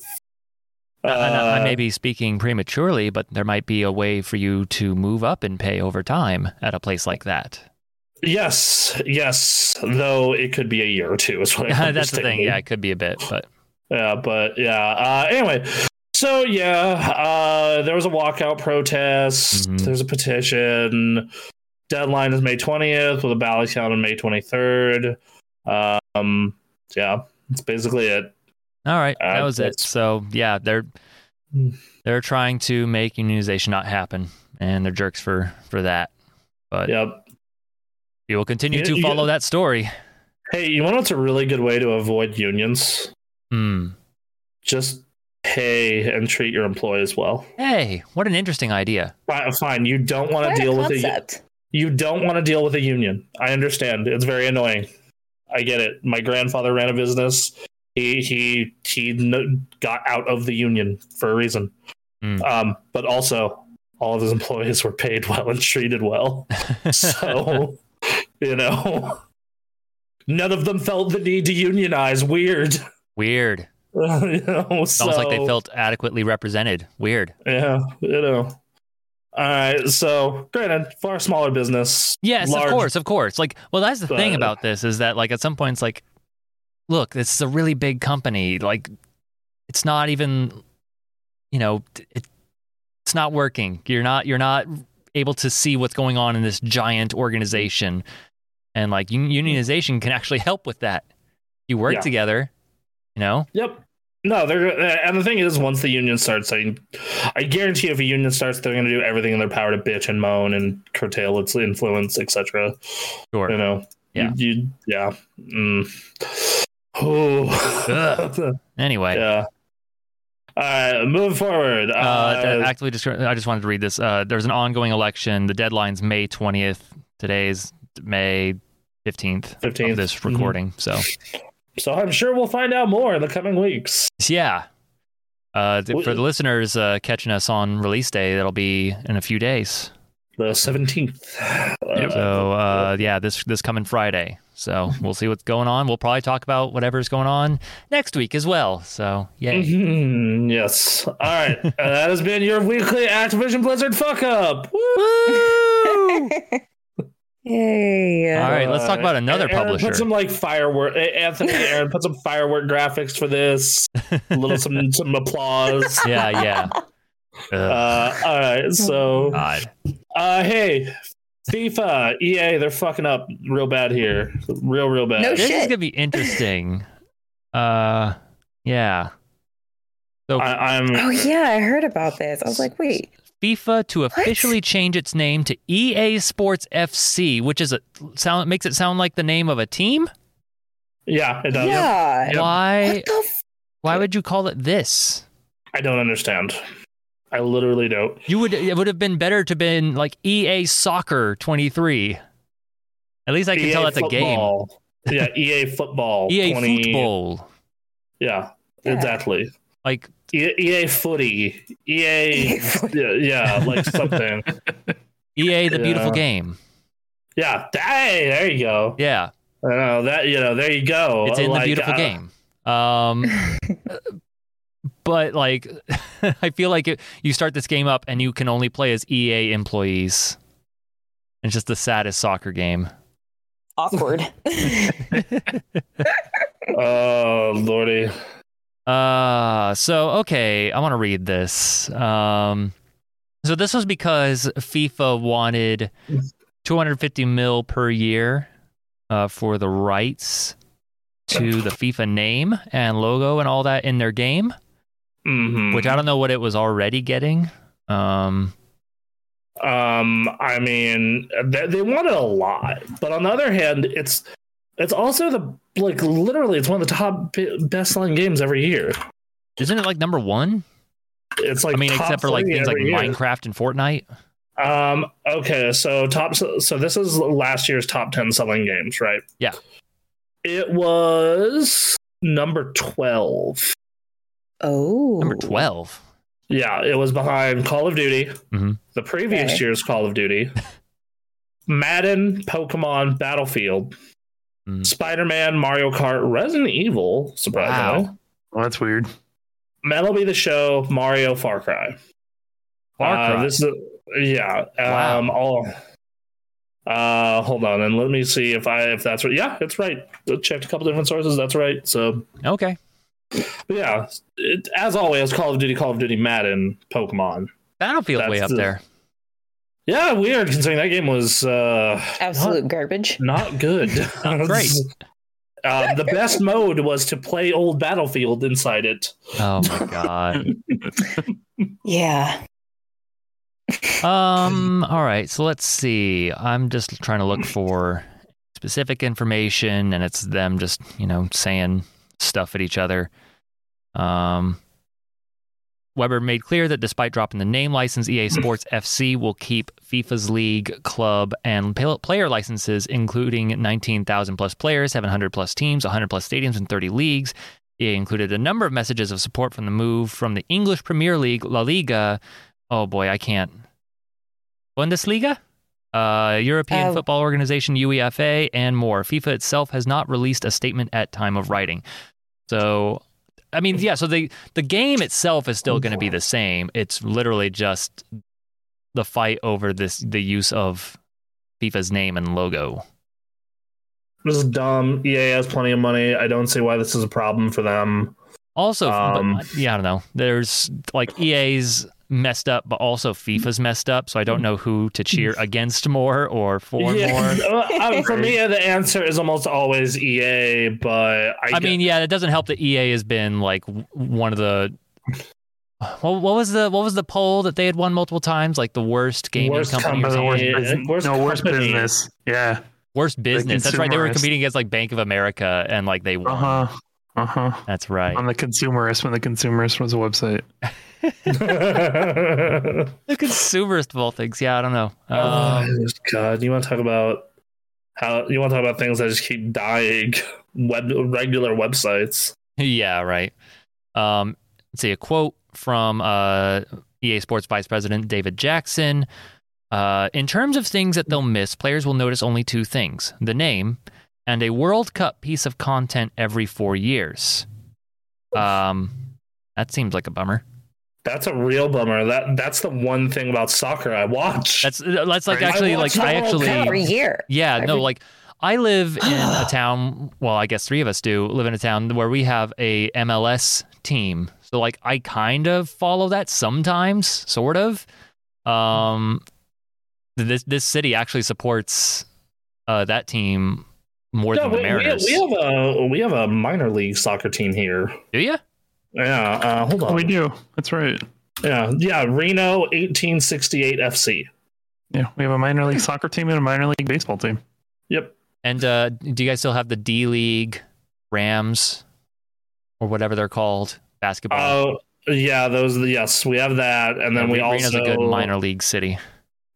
S1: I- I, I
S2: Uh,
S1: may be speaking prematurely, but there might be a way for you to move up in pay over time at a place like that.
S2: Yes, yes. Though it could be a year or two. Is what I
S1: That's the thing.
S2: understand.
S1: Yeah, it could be a bit, but
S2: Yeah, but yeah. Uh, anyway, so yeah, uh, there was a walkout protest.
S1: Mhm.
S2: There's a petition. Deadline is May 20th with a ballot count on May 23rd. Um, yeah, that's basically it.
S1: all right,
S2: Uh,
S1: that was it.
S2: that's-
S1: So yeah, they're they're trying to make unionization not happen, and they're jerks for for that. But
S2: Yep.
S1: we will continue
S2: You-
S1: to
S2: you-
S1: follow that story.
S2: Hey, you want to know what's a really good way to avoid unions?
S1: Hmm.
S2: Just pay and treat your employees well.
S1: Hey, what an interesting idea.
S2: Fi- Fine, you don't want
S3: What
S2: to
S3: a
S2: deal with a
S3: concept.
S2: you don't want to deal with a union. I understand. It's very annoying. I get it. My grandfather ran a business. He he he no, got out of the union for a reason.
S1: Mm.
S2: Um, but also, all of his employees were paid well and treated well. So, you know, none of them felt the need to unionize. Weird.
S1: Weird. It's
S2: you know, so,
S1: almost like they felt adequately represented. Weird.
S2: Yeah, you know. All right. So, granted, far smaller business.
S1: Yes,
S2: large-
S1: of course, of course. Like, well, that's the thing
S2: But-
S1: about this is that like at some point it's like, look, this is a really big company. Like, it's not even, you know, t- it, it's not working. You're not you're not able to see what's going on in this giant organization, and like un- unionization can actually help with that. You work
S2: Yeah.
S1: together, you know.
S2: Yep. No, they're and the thing is, once the union starts, I, I guarantee if a union starts, they're going to do everything in their power to bitch and moan and curtail its influence, etc.
S1: Sure.
S2: You know.
S1: Yeah.
S2: You, you- yeah. Mm. Ooh.
S1: Anyway.
S2: yeah. All right. Moving forward.
S1: Uh, that actively descri- I just wanted to read this. Uh, there's an ongoing election. The deadline's May 20th. Today's May 15th, of
S2: 15th.
S1: this
S2: Mhm.
S1: recording. So,
S2: Mm-hmm. so I'm sure we'll find out more in the coming weeks.
S1: yeah. Uh, th- for the
S2: Well-
S1: listeners uh, catching us on release day, that'll be in a few days.
S2: The 17th.
S1: So, uh, yeah, this this coming Friday. So we'll see what's going on. We'll probably talk about whatever's going on next week as well. So, yay.
S2: Mhm, yes. All right. Uh, that has been your weekly Activision Blizzard fuck up.
S1: Mm-hmm.
S2: Woo!
S3: Yay.
S1: All right, let's talk about
S2: Uh,
S1: another
S2: Aaron,
S1: publisher.
S2: Put some like firework. A- Anthony, Aaron, put some firework graphics for this. A little some some applause.
S1: yeah, yeah. Ugh,
S2: Uh, all right, so
S1: God.
S2: uh, hey, FIFA, EA, they're fucking up real bad here, real, real bad.
S3: No
S1: This is
S3: Oh, shit.
S1: gonna be interesting. Uh, yeah. So
S2: I, I'm
S3: Oh yeah, I heard about this. I was like, wait,
S1: FIFA to officially change its name to EA Sports FC, which is a sound makes it sound like the name of a team.
S2: yeah, it does.
S3: yeah.
S1: Why?
S3: What the f-
S1: Why would you call it this?
S2: I don't understand. I literally don't.
S1: You would it would have been better to been like EA Soccer 23. At least
S3: E
S1: I can tell that's
S2: E football. a game. Yeah, EA football.
S1: E a game. EA
S2: 20
S1: Football.
S2: Yeah,
S3: Yeah.
S2: exactly.
S1: Like
S2: E- EA footy. EA. yeah, yeah, like something.
S1: EA E the beautiful
S2: Yeah.
S1: game.
S2: yeah, that- hey, there you go.
S1: Yeah,
S2: I know that you know. There you go.
S1: it's in the
S2: Like,
S1: beautiful
S2: uh,
S1: game. Um but like I feel like it, you start this game up and you can only play as EA employees. It's just the saddest soccer game.
S3: awkward.
S2: Oh lordy.
S1: Uh, so okay, I want to read this. Um, so this was because FIFA wanted 250 mil per year uh, for the rights to the FIFA name and logo and all that in their game,
S2: hmm
S1: which I don't know what it was already getting. Um,
S2: Um, I mean, they, they wanted a lot, but on the other hand, it's it's also the like literally it's one of the top b- best selling games every year.
S1: isn't it like number one?
S2: It's like
S1: I mean,
S2: top
S1: except for like
S2: three
S1: things like
S2: every year.
S1: Minecraft and Fortnite.
S2: Um, okay, so top so, so this is last year's top 10 selling games, right?
S1: Yeah.
S2: It was number 12.
S3: oh,
S1: Number twelve.
S2: Yeah, it was behind Call of Duty,
S1: Mhm.
S2: the previous
S3: Okay.
S2: year's Call of Duty, Madden, Pokemon, Battlefield,
S1: Mm.
S2: Spider Man, Mario Kart, Resident Evil, surprisingly,
S1: Wow.
S4: Well, that's weird.
S2: Metal Be the Show, Mario, Far Cry.
S1: Far
S2: Uh,
S1: Cry.
S2: this is yeah.
S1: Wow.
S2: Um, all. Uh, hold on, and let me see if I if that's right. Yeah, it's right. I checked a couple different sources. That's right. So
S1: Okay,
S2: but yeah, it, as always, Call of Duty, Call of Duty, Madden, Pokemon.
S1: Battlefield way
S2: That's
S1: up
S2: the-
S1: there.
S2: Yeah, weird considering that game was uh,
S3: absolute garbage.
S2: not, not good.
S1: Not great.
S2: Uh, the best mode was to play old Battlefield inside it.
S1: Oh my god.
S3: Yeah.
S1: Um. All right. So let's see. I'm just trying to look for specific information, and it's them just you know saying stuff at each other. Um. Weber made clear that despite dropping the name license, EA Sports FC will keep FIFA's league, club, and pal- player licenses, including 19,000 plus players, 700 plus teams, 100 plus stadiums, and 30 leagues. EA included a number of messages of support from the move from the English Premier League, La Liga. Oh boy, I can't. Bundesliga, uh, European
S3: Oh.
S1: Football Organization (UEFA), and more. FIFA itself has not released a statement at time of writing. So, I mean, yeah. So the the game itself is still going to be the same. It's literally just the fight over this the use of FIFA's name and logo.
S2: This is dumb. EA has plenty of money. I don't see why this is a problem for them.
S1: Also,
S2: Um,
S1: but, yeah, I don't know. There's like EA's messed up, but also FIFA's messed up. So I don't know who to cheer against more or for more.
S2: Uh, for me, the answer is almost always EA, but I,
S1: I
S2: get-
S1: mean, yeah, it doesn't help that EA has been like w- one of the. What, what was the what was the poll that they had won multiple times? Like the worst gaming
S2: Worst
S1: company, or
S2: company.
S1: something?
S4: worst
S2: Yeah,
S4: business.
S2: worst
S4: no, worst
S2: company.
S4: business. Yeah.
S1: worst business. That's right. They were
S4: consumerist.
S1: competing against like Bank of America, and like they won.
S4: Uh
S2: Uh-huh.
S4: huh. Uh huh.
S1: That's right.
S2: Um,
S4: On the consumerist, when the consumerist was a website.
S1: the consumerist of all things. Yeah, I don't know. Um,
S2: Oh, God, you want to talk about how you want to talk about things that just keep dying? Web regular websites.
S1: Yeah, right. Um, let's see a quote from uh, EA Sports Vice President David Jackson. Uh, in terms of things that they'll miss, players will notice only two things the name and a World Cup piece of content every four years. Um, that seems like a bummer.
S2: That's a real bummer. That that's the one thing about soccer I watch.
S1: That's that's like
S4: Right.
S1: actually
S2: I
S1: like
S2: watch
S1: I
S2: the World
S1: actually
S2: Cup.
S3: Every year.
S1: Yeah, no,
S3: Every-
S1: like I live in a town. Well, I guess three of us do live in a town where we have a MLS team. So like I kind of follow that sometimes, sort of. Um, this this city actually supports uh, that team more
S2: Yeah,
S1: than
S2: we,
S1: the
S2: we-
S1: Mariners.
S2: we have a we have a minor league soccer team here.
S1: Do you?
S2: Yeah, uh, hold on.
S4: we do. That's right.
S2: Yeah, yeah, Reno 1868 FC.
S4: Yeah, we have a minor league soccer team and a minor league baseball team.
S2: Yep.
S1: And uh, do you guys still have the D League Rams or whatever they're called basketball?
S2: Oh, yeah, those are the yes, we have that and then we
S1: Reno's
S2: also
S1: a good minor league city.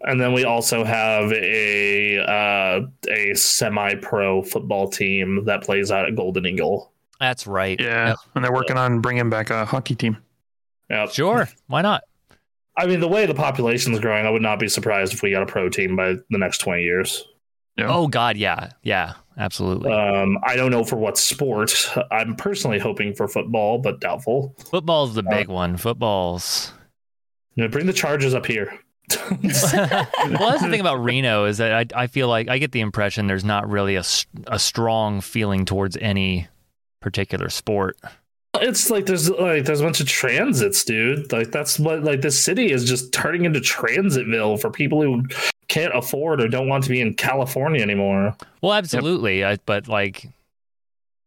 S2: and then we also have a uh, a semi-pro football team that plays out at Golden Eagle.
S1: That's right.
S4: Yeah,
S1: Yep.
S4: and they're working on bringing back a hockey team.
S2: Yep.
S1: Sure. Why not?
S2: I mean, the way the population's growing, I would not be surprised if we got a pro team by the next 20 years.
S4: Yeah.
S1: Oh God, yeah, yeah, absolutely.
S2: Um, I don't know for what sport. I'm personally hoping for football, but doubtful.
S1: Football's the big one. Football's.
S2: You know, bring the Chargers up here.
S1: well, that's the thing about Reno is that I, I feel like I get the impression there's not really a, s- a strong feeling towards any particular sport.
S2: It's like there's like there's a bunch of transits, dude. Like that's what like this city is just turning into Transitville for people who can't afford or don't want to be in California anymore.
S1: Well, absolutely, I, but like,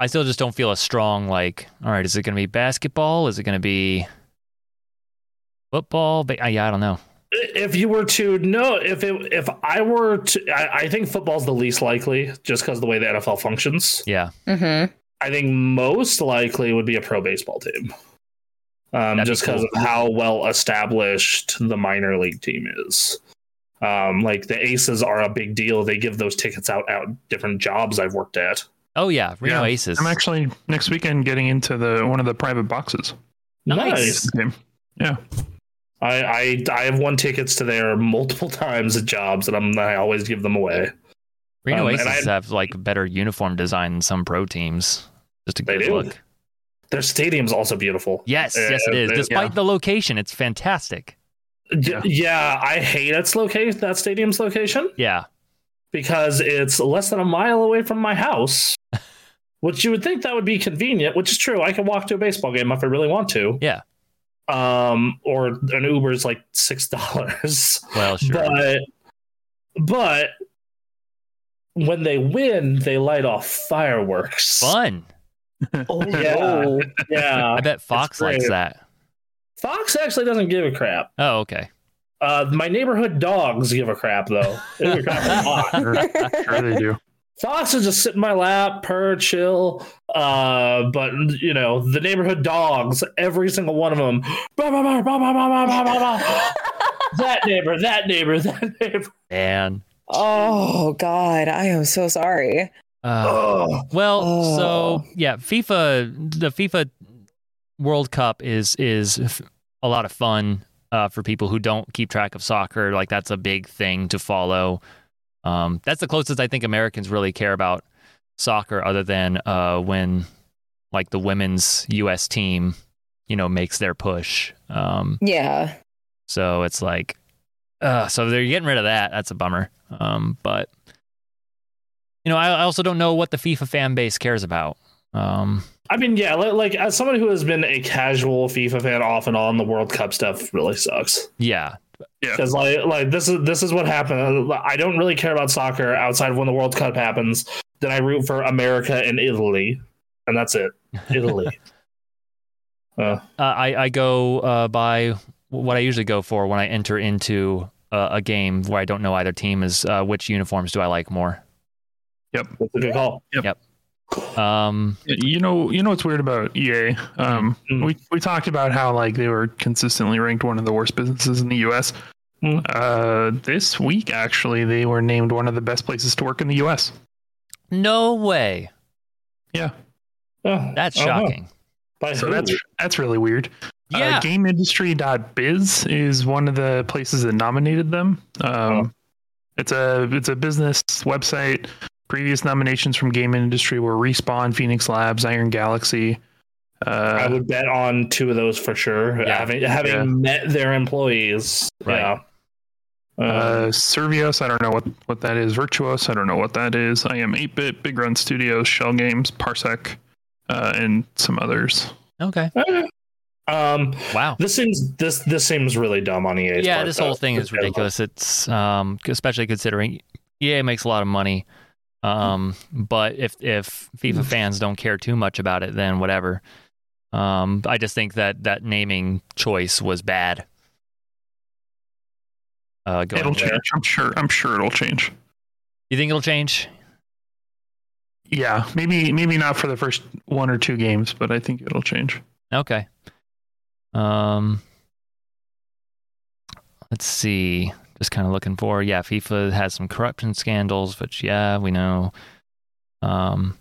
S1: I still just don't feel a strong like. All right, is it going to be basketball? Is it going to be football? Ba- yeah, I don't know.
S2: If you were to no, if it, if I were to, I, I think football's the least likely, just because the way the NFL functions.
S1: Yeah,
S3: Mm-hmm.
S2: I think most likely would be a pro baseball team. Um,
S1: That'd be
S2: just because
S1: cool.
S2: of how well established the minor league team is. Um, like the aces are a big deal. They give those tickets out at different jobs I've worked at.
S1: Oh yeah, Reno
S4: Yeah.
S1: Aces.
S4: I'm actually next weekend getting into the one of the private boxes.
S1: Nice.
S4: Game.
S2: I, I I have won tickets to there multiple times at jobs, and I'm I always give them away.
S1: Reno
S2: um, and
S1: Aces
S2: I-
S1: have like better uniform design than some pro teams. Just a
S2: They
S1: good
S2: do.
S1: look.
S2: Their stadium's also beautiful.
S1: Yes, yes, it
S2: Uh,
S1: is.
S2: yeah.
S1: Despite the location, it's fantastic.
S2: Yeah, yeah I hate its location, that stadium's location.
S1: Yeah,
S2: because it's less than a mile away from my house, which you would think that would be convenient, which is true. I can walk to a baseball game if I really want to.
S1: Yeah.
S2: Um, or an Uber is like six dollars.
S1: well, sure.
S2: But but when they win, they light off fireworks.
S1: Fun.
S3: Oh,
S2: Yeah.
S1: I
S2: Yeah.
S1: bet Fox likes
S2: great.
S1: that.
S2: Fox actually doesn't give a crap.
S1: Oh, okay.
S2: Uh, my neighborhood dogs give a crap though. They give a crap a lot.
S4: Sure, sure they do.
S2: Fox is just sit in my lap, purr, chill. Uh, but you know, the neighborhood dogs, every single one of them. Bah, bah, bah, bah, bah, bah, bah, bah, bah, bah. that neighbor, that neighbor, that neighbor.
S1: And
S3: oh God, I am so sorry.
S1: uh,
S2: Oh,
S1: well,
S3: Oh.
S1: so yeah, FIFA. The FIFA World Cup is is f- a lot of fun uh, for people who don't keep track of soccer. Like that's a big thing to follow. Um, that's the closest I think Americans really care about soccer, other than uh, when like the women's U.S. team, you know, makes their push. Um,
S3: Yeah.
S1: So it's like, uh, so they're getting rid of that. That's a bummer. Um, but you know, I, I also don't know what the FIFA fan base cares about. Um,
S2: I mean, yeah, like, like as someone who has been a casual FIFA fan off and on, the World Cup stuff really sucks.
S1: yeah,
S2: Because like, like this is this is what happened. I don't really care about soccer outside of when the World Cup happens. Then I root for America and Italy, and that's it. Italy.
S1: uh, I I go uh, by what I usually go for when I enter into uh, a game where I don't know either team is uh, which uniforms do I like more.
S2: that's a good call.
S1: Um,
S4: You know, you know what's weird about EA? Um,
S2: Mm.
S4: we we talked about how like they were consistently ranked one of the worst businesses in the U.S.
S2: Mm.
S4: Uh, this week actually, they were named one of the best places to work in the U.S.
S1: no way.
S4: Yeah,
S2: Oh,
S1: That's
S2: oh, huh.
S1: shocking.
S2: By
S4: so
S2: who?
S4: that's that's really weird.
S1: Yeah.
S4: Uh, GameIndustry.biz is one of the places that nominated them. Um,
S2: Oh.
S4: It's a it's a business website. Previous nominations from Game Industry were Respawn, Phoenix Labs, Iron Galaxy.
S2: I
S4: Uh,
S2: would bet on two of those for sure.
S1: Yeah.
S2: Having having
S4: Yeah.
S2: met their employees,
S1: Right.
S2: Yeah. Uh,
S4: uh, Servios, I don't know what, what that is. Virtuos, I don't know what that is. I am 8 bit, Big Run Studios, Shell Games, Parsec, uh, and some others.
S1: Okay.
S2: okay. eh. Um,
S1: Wow.
S2: this seems this this seems really dumb on E EA.
S1: yeah, this whole thing is ridiculous. It's um, especially considering EA makes a lot of money. Um, but if if
S4: Mm.
S1: FIFA fans don't care too much about it, then whatever. Um, I just think that that naming choice was bad. Uh, going
S4: it'll
S1: there.
S4: change. I'm sure. I'm sure it'll change.
S1: You think it'll change?
S4: Yeah, maybe maybe not for the first one or two games, but I think it'll change.
S1: Okay. Um, let's see. Just kind of looking for yeah. FIFA has some corruption scandals, which yeah, we know. Um,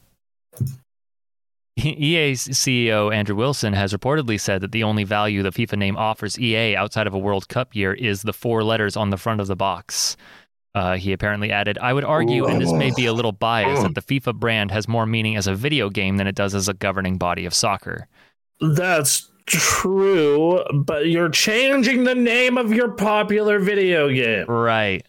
S1: E-, EA's CEO Andrew Wilson has reportedly said that the only value the FIFA name offers EA outside of a World Cup year is the four letters on the front of the box. Uh, he apparently added, I would argue, and this may be a little biased, that the FIFA brand has more meaning as a video game than it does as a governing body of soccer.
S2: That's true, but you're changing the name of your popular video game.
S1: Right.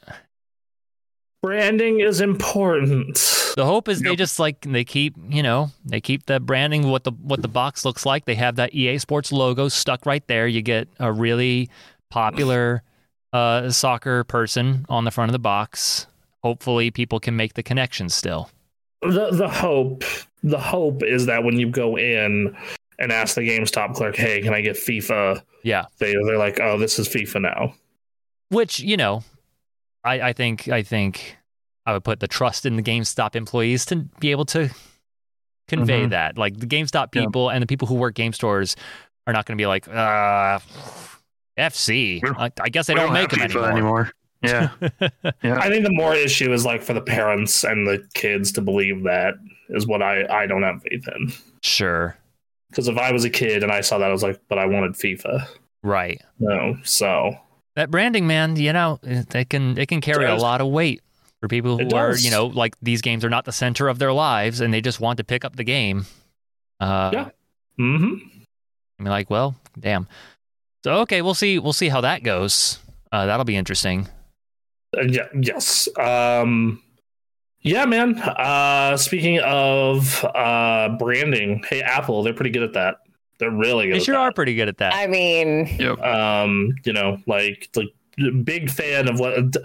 S2: Branding is important.
S1: The hope is they
S4: Yep.
S1: just like they keep, you know, they keep the branding what the what the box looks like. They have that EA Sports logo stuck right there. You get a really popular uh, soccer person on the front of the box. Hopefully, people can make the connection still.
S2: The the hope the hope is that when you go in and ask the GameStop clerk, "Hey, can I get FIFA?"
S1: Yeah,
S2: They they're like, "Oh, this is FIFA now."
S1: which you know, I, I think I think I would put the trust in the GameStop employees to be able to convey
S4: Mhm.
S1: that. Like the GameStop
S4: Yeah.
S1: people and the people who work game stores are not going to be like, uh, FC.
S4: We're-
S1: I, I guess they
S4: We
S1: don't, make
S4: have
S1: them
S4: FIFA
S1: anymore.
S4: Yeah,
S2: I think the more issue is like for the parents and the kids to believe that is what I I don't have faith in.
S1: sure,
S2: Because if I was a kid and I saw that, I was like, "But I wanted FIFA."
S1: right.
S2: No, so
S1: That branding, man, you know, it it can it can carry a
S2: does.
S1: lot of weight for people who
S2: It
S1: are,
S2: does.
S1: you know, like these games are not the center of their lives and they just want to pick up the game. Uh,
S2: Yeah. hmm
S1: I mean, like, well, damn. So okay, we'll see. We'll see how that goes. Uh, that'll be interesting.
S2: Uh, yeah, yes. Um, yeah, man. Uh, speaking of uh, branding, hey Apple, they're pretty good at that. They're really good.
S1: They
S2: at
S1: sure are
S2: that.
S1: pretty good at that.
S3: I mean,
S1: Uh,
S2: Um, you know, like like big fan of what.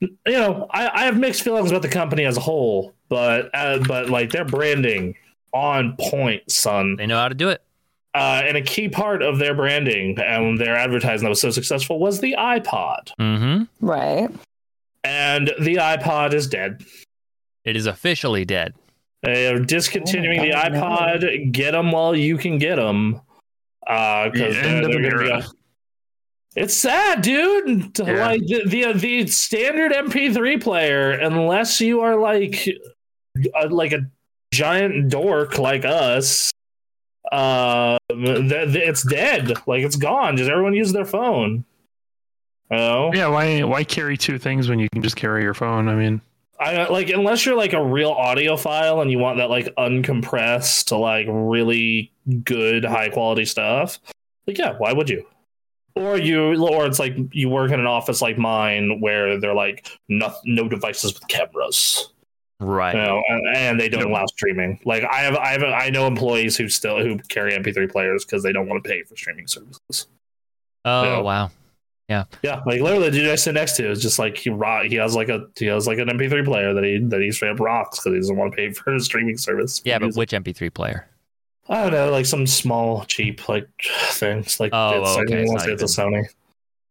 S2: You know, I, I have mixed feelings about the company as a whole, but uh, but like their branding on point, son.
S1: they know how to do it.
S2: Uh, and a key part of their branding and their advertising that was so successful was the iPod,
S1: Mm-hmm.
S3: right.
S2: and the iPod is dead.
S1: It is officially dead.
S2: They are discontinuing
S3: Oh
S2: the
S3: my God,
S2: iPod. Get 'em Get them while you can get them. Uh,
S4: The
S2: because
S4: end of an era.
S2: it's sad, dude.
S4: Yeah.
S2: Like the, the the standard MP3 player, unless you are like a, like a giant dork like us, uh, th- th- it's dead. Like it's gone. Just everyone uses their phone. Oh,
S4: yeah. Why why carry two things when you can just carry your phone? I mean,
S2: I like unless you're like a real audiophile and you want that like uncompressed, like really good high quality stuff. Like yeah, why would you? Or you, or it's like you work in an office like mine where they're like no, no devices with cameras,
S1: Right.
S2: you know, and, and they don't
S4: Yep.
S2: allow streaming. Like I have, I have, I know employees who still who carry MP3 players because they don't want to pay for streaming services.
S1: oh
S2: yeah.
S1: wow.
S2: Yeah, like literally, the dude I sit next to is just like he rock. He has like a he has like an MP3 player that he that he straight up rocks because he doesn't want to pay for his streaming service.
S1: Yeah, but
S2: He's-
S1: which MP3 player?
S2: I don't know, like some small cheap like things like
S1: Oh,
S2: it's,
S1: okay,
S2: I
S1: it's
S2: think
S1: not
S2: it's, it's a Sony.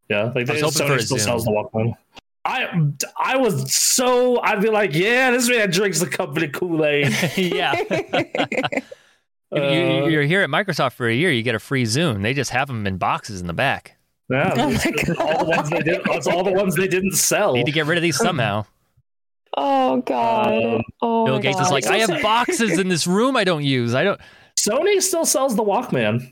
S2: Yeah, like
S1: I
S2: they,
S1: was hoping for
S2: Sony
S1: a
S2: still
S1: Zoom.
S2: sells the Walkman. I I was so I'd be like, yeah, this man drinks the company Kool Aid.
S1: yeah. If
S3: Uh,
S1: you,
S2: Uh,
S1: you're here at Microsoft for a year, you get a free Zoom. They just have them in boxes in the back.
S2: yeah,
S3: Oh
S2: that's
S3: my
S2: all the ones they
S3: God.
S2: did. That's all the ones they didn't sell.
S1: Need to get rid of these somehow.
S3: Oh God.
S2: Um,
S3: oh
S1: Bill
S3: my
S1: Gates
S3: God.
S1: is like, I have boxes in this room I don't use. I don't.
S2: Sony still sells the Walkman.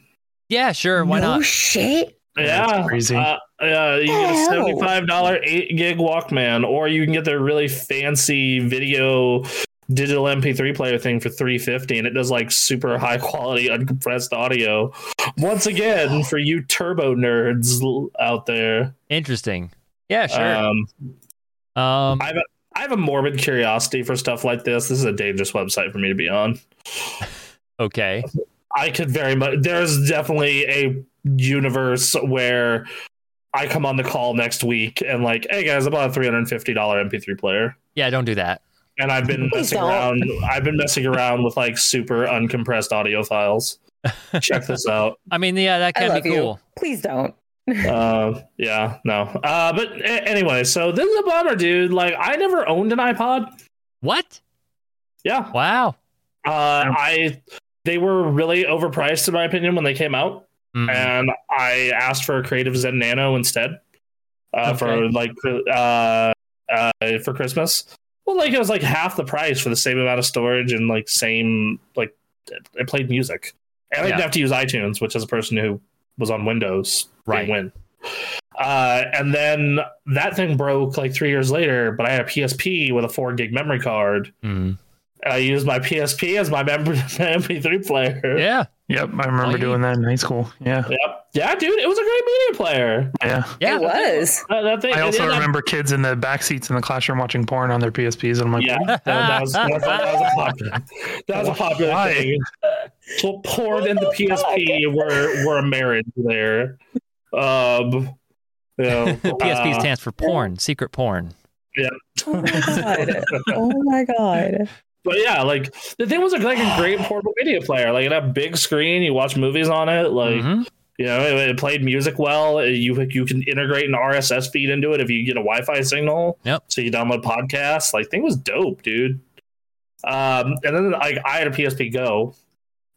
S1: Yeah, sure. Why
S3: no
S1: not?
S3: shit.
S4: Yeah,
S2: Yeah,
S4: it's crazy.
S2: Uh, uh, you get a
S3: Hell.
S2: seventy-five dollar eight gig Walkman, or you can get their really fancy video digital MP3 player thing for three fifty, and it does like super high quality uncompressed audio. Once again, for you turbo nerds l- out there,
S1: Interesting. Yeah, sure.
S2: um,
S3: Uh,
S1: um,
S2: I have a, I have a morbid curiosity for stuff like this. This is a dangerous website for me to be on.
S1: okay.
S2: I could very much. There's definitely a universe where I come on the call next week and like, hey guys, I bought a three hundred and fifty dollar MP3 player.
S1: Yeah, don't do that.
S2: And I've been
S3: Please
S2: messing
S3: don't.
S2: around I've been messing around with like super uncompressed audio files. Check this out.
S1: I mean, yeah, that
S3: I
S1: can
S3: love
S1: be
S3: you.
S1: cool.
S3: Please don't.
S2: Uh, yeah, no. Uh, but a- anyway, so this is a bummer, dude. Like, I never owned an iPod.
S1: What?
S2: Yeah,
S1: Wow.
S2: uh, I they were really overpriced in my opinion when they came out,
S1: Mm.
S2: and I asked for a Creative Zen Nano instead uh, for
S1: Okay.
S2: like uh, uh, for Christmas. Well, like it was like half the price for the same amount of storage and like same like it- it played music, and I didn't
S1: Yeah.
S2: have to use iTunes, which as a person who was on Windows
S1: Right.
S2: didn't win. Uh, and then that thing broke like three years later, but I had a PSP with a four gig memory card.
S1: Mm.
S2: And I used my PSP as my mem- MP3 player.
S1: Yeah.
S4: Yep, I remember
S1: Sweet.
S4: doing that in high school. Yeah,
S2: Yep. Yeah, dude, it was a great media player.
S4: yeah.
S1: Yeah.
S3: It was.
S2: That, Uh, that thing,
S4: I
S2: it
S4: also
S2: didn't have-
S4: remember kids in the back seats in the classroom watching porn on their PSPs, and I'm like,
S2: Yeah, that, that was, that, was- that was a popular, that was a popular
S4: Why?
S2: thing. So porn and the
S3: Oh my
S2: PSP were were a marriage there. Um, you know,
S1: PSP
S2: uh,
S1: stands for porn, secret porn.
S3: Oh my god. oh my god.
S2: But yeah, like the thing was like, like a great portable media player. Like it had a big screen, you watch movies on it. Like
S1: Mhm.
S2: you know, it, it played music well. You you can integrate an RSS feed into it if you get a Wi-Fi signal.
S1: Yep.
S2: So you download podcasts. Like thing was dope, dude. Um, and then like I had a PSP Go,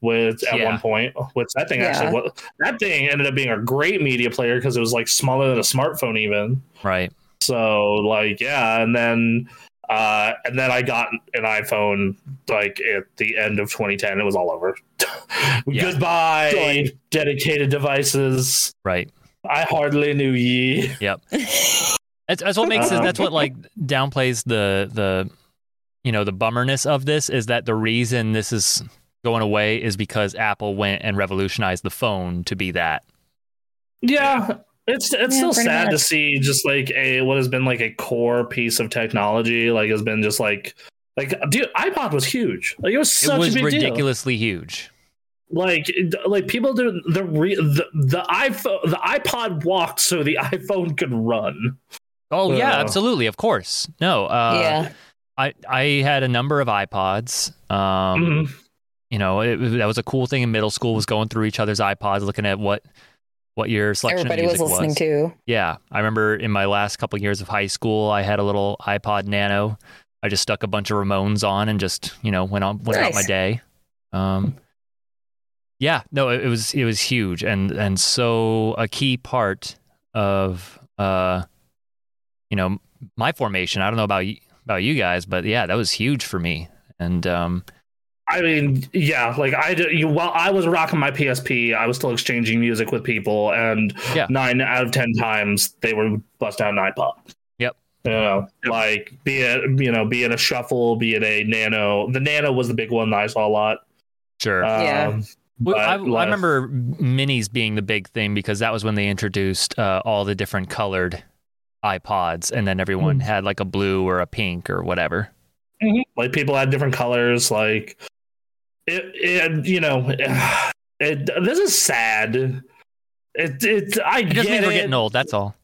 S2: with at
S1: Yeah.
S2: one point, which that thing
S3: Yeah.
S2: actually was, that thing ended up being a great media player because it was like smaller than a smartphone even.
S1: Right.
S2: So like yeah, and then uh and then I got an iPhone like at the end of 2010. It was all over.
S1: Yeah.
S2: Goodbye,
S3: Joy.
S2: dedicated devices.
S1: Right.
S2: I hardly knew ye.
S1: That's, that's what makes it,
S2: Um,
S1: that's what like downplays the the you know the bummerness of this is that the reason this is going away is because Apple went and revolutionized the phone to be that.
S2: Yeah, it's it's
S3: Yeah,
S2: still
S3: pretty
S2: sad to
S3: much.
S2: see just like a what has been like a core piece of technology like has been just like like dude iPod was huge. Like it was such
S1: it was
S2: a big deal.
S1: ridiculously huge.
S2: like like people do the re, the the iPhone the iPod walked so the iPhone could run.
S1: Oh yeah,
S2: Uh,
S1: absolutely, of course. No, uh,
S3: yeah.
S1: I I had a number of iPods. Um,
S2: Mhm.
S1: You know, it, that was a cool thing in middle school was going through each other's iPods, looking at what what your selection of
S3: Everybody was
S1: music
S3: listening
S1: was.
S3: to.
S1: Yeah, I remember in my last couple years of high school, I had a little iPod Nano. I just stuck a bunch of Ramones on and just you know went on went out
S3: Nice.
S1: my day. Um, yeah, no, it, it was it was huge and and so a key part of uh, you know my formation. I don't know about you, about you guys, but yeah, that was huge for me. And um,
S2: I mean, yeah, like I did, you, while I was rocking my PSP, I was still exchanging music with people, and
S1: Yeah.
S2: nine out of ten times they would bust out an iPod.
S1: Yep.
S2: You know, like be it you know, be it a shuffle, be it a nano. The nano was the big one that I saw a lot.
S1: sure,
S3: Yeah.
S2: Um,
S1: Well, I,
S2: but,
S1: I
S2: like-
S1: remember minis being the big thing because that was when they introduced uh, all the different colored iPods, and then everyone
S2: Hmm.
S1: had like a blue or a pink or whatever.
S2: like people had different colors like it, it you know it, this is sad it it i
S1: It just
S2: get
S1: means we're
S2: it.
S1: getting old. That's all.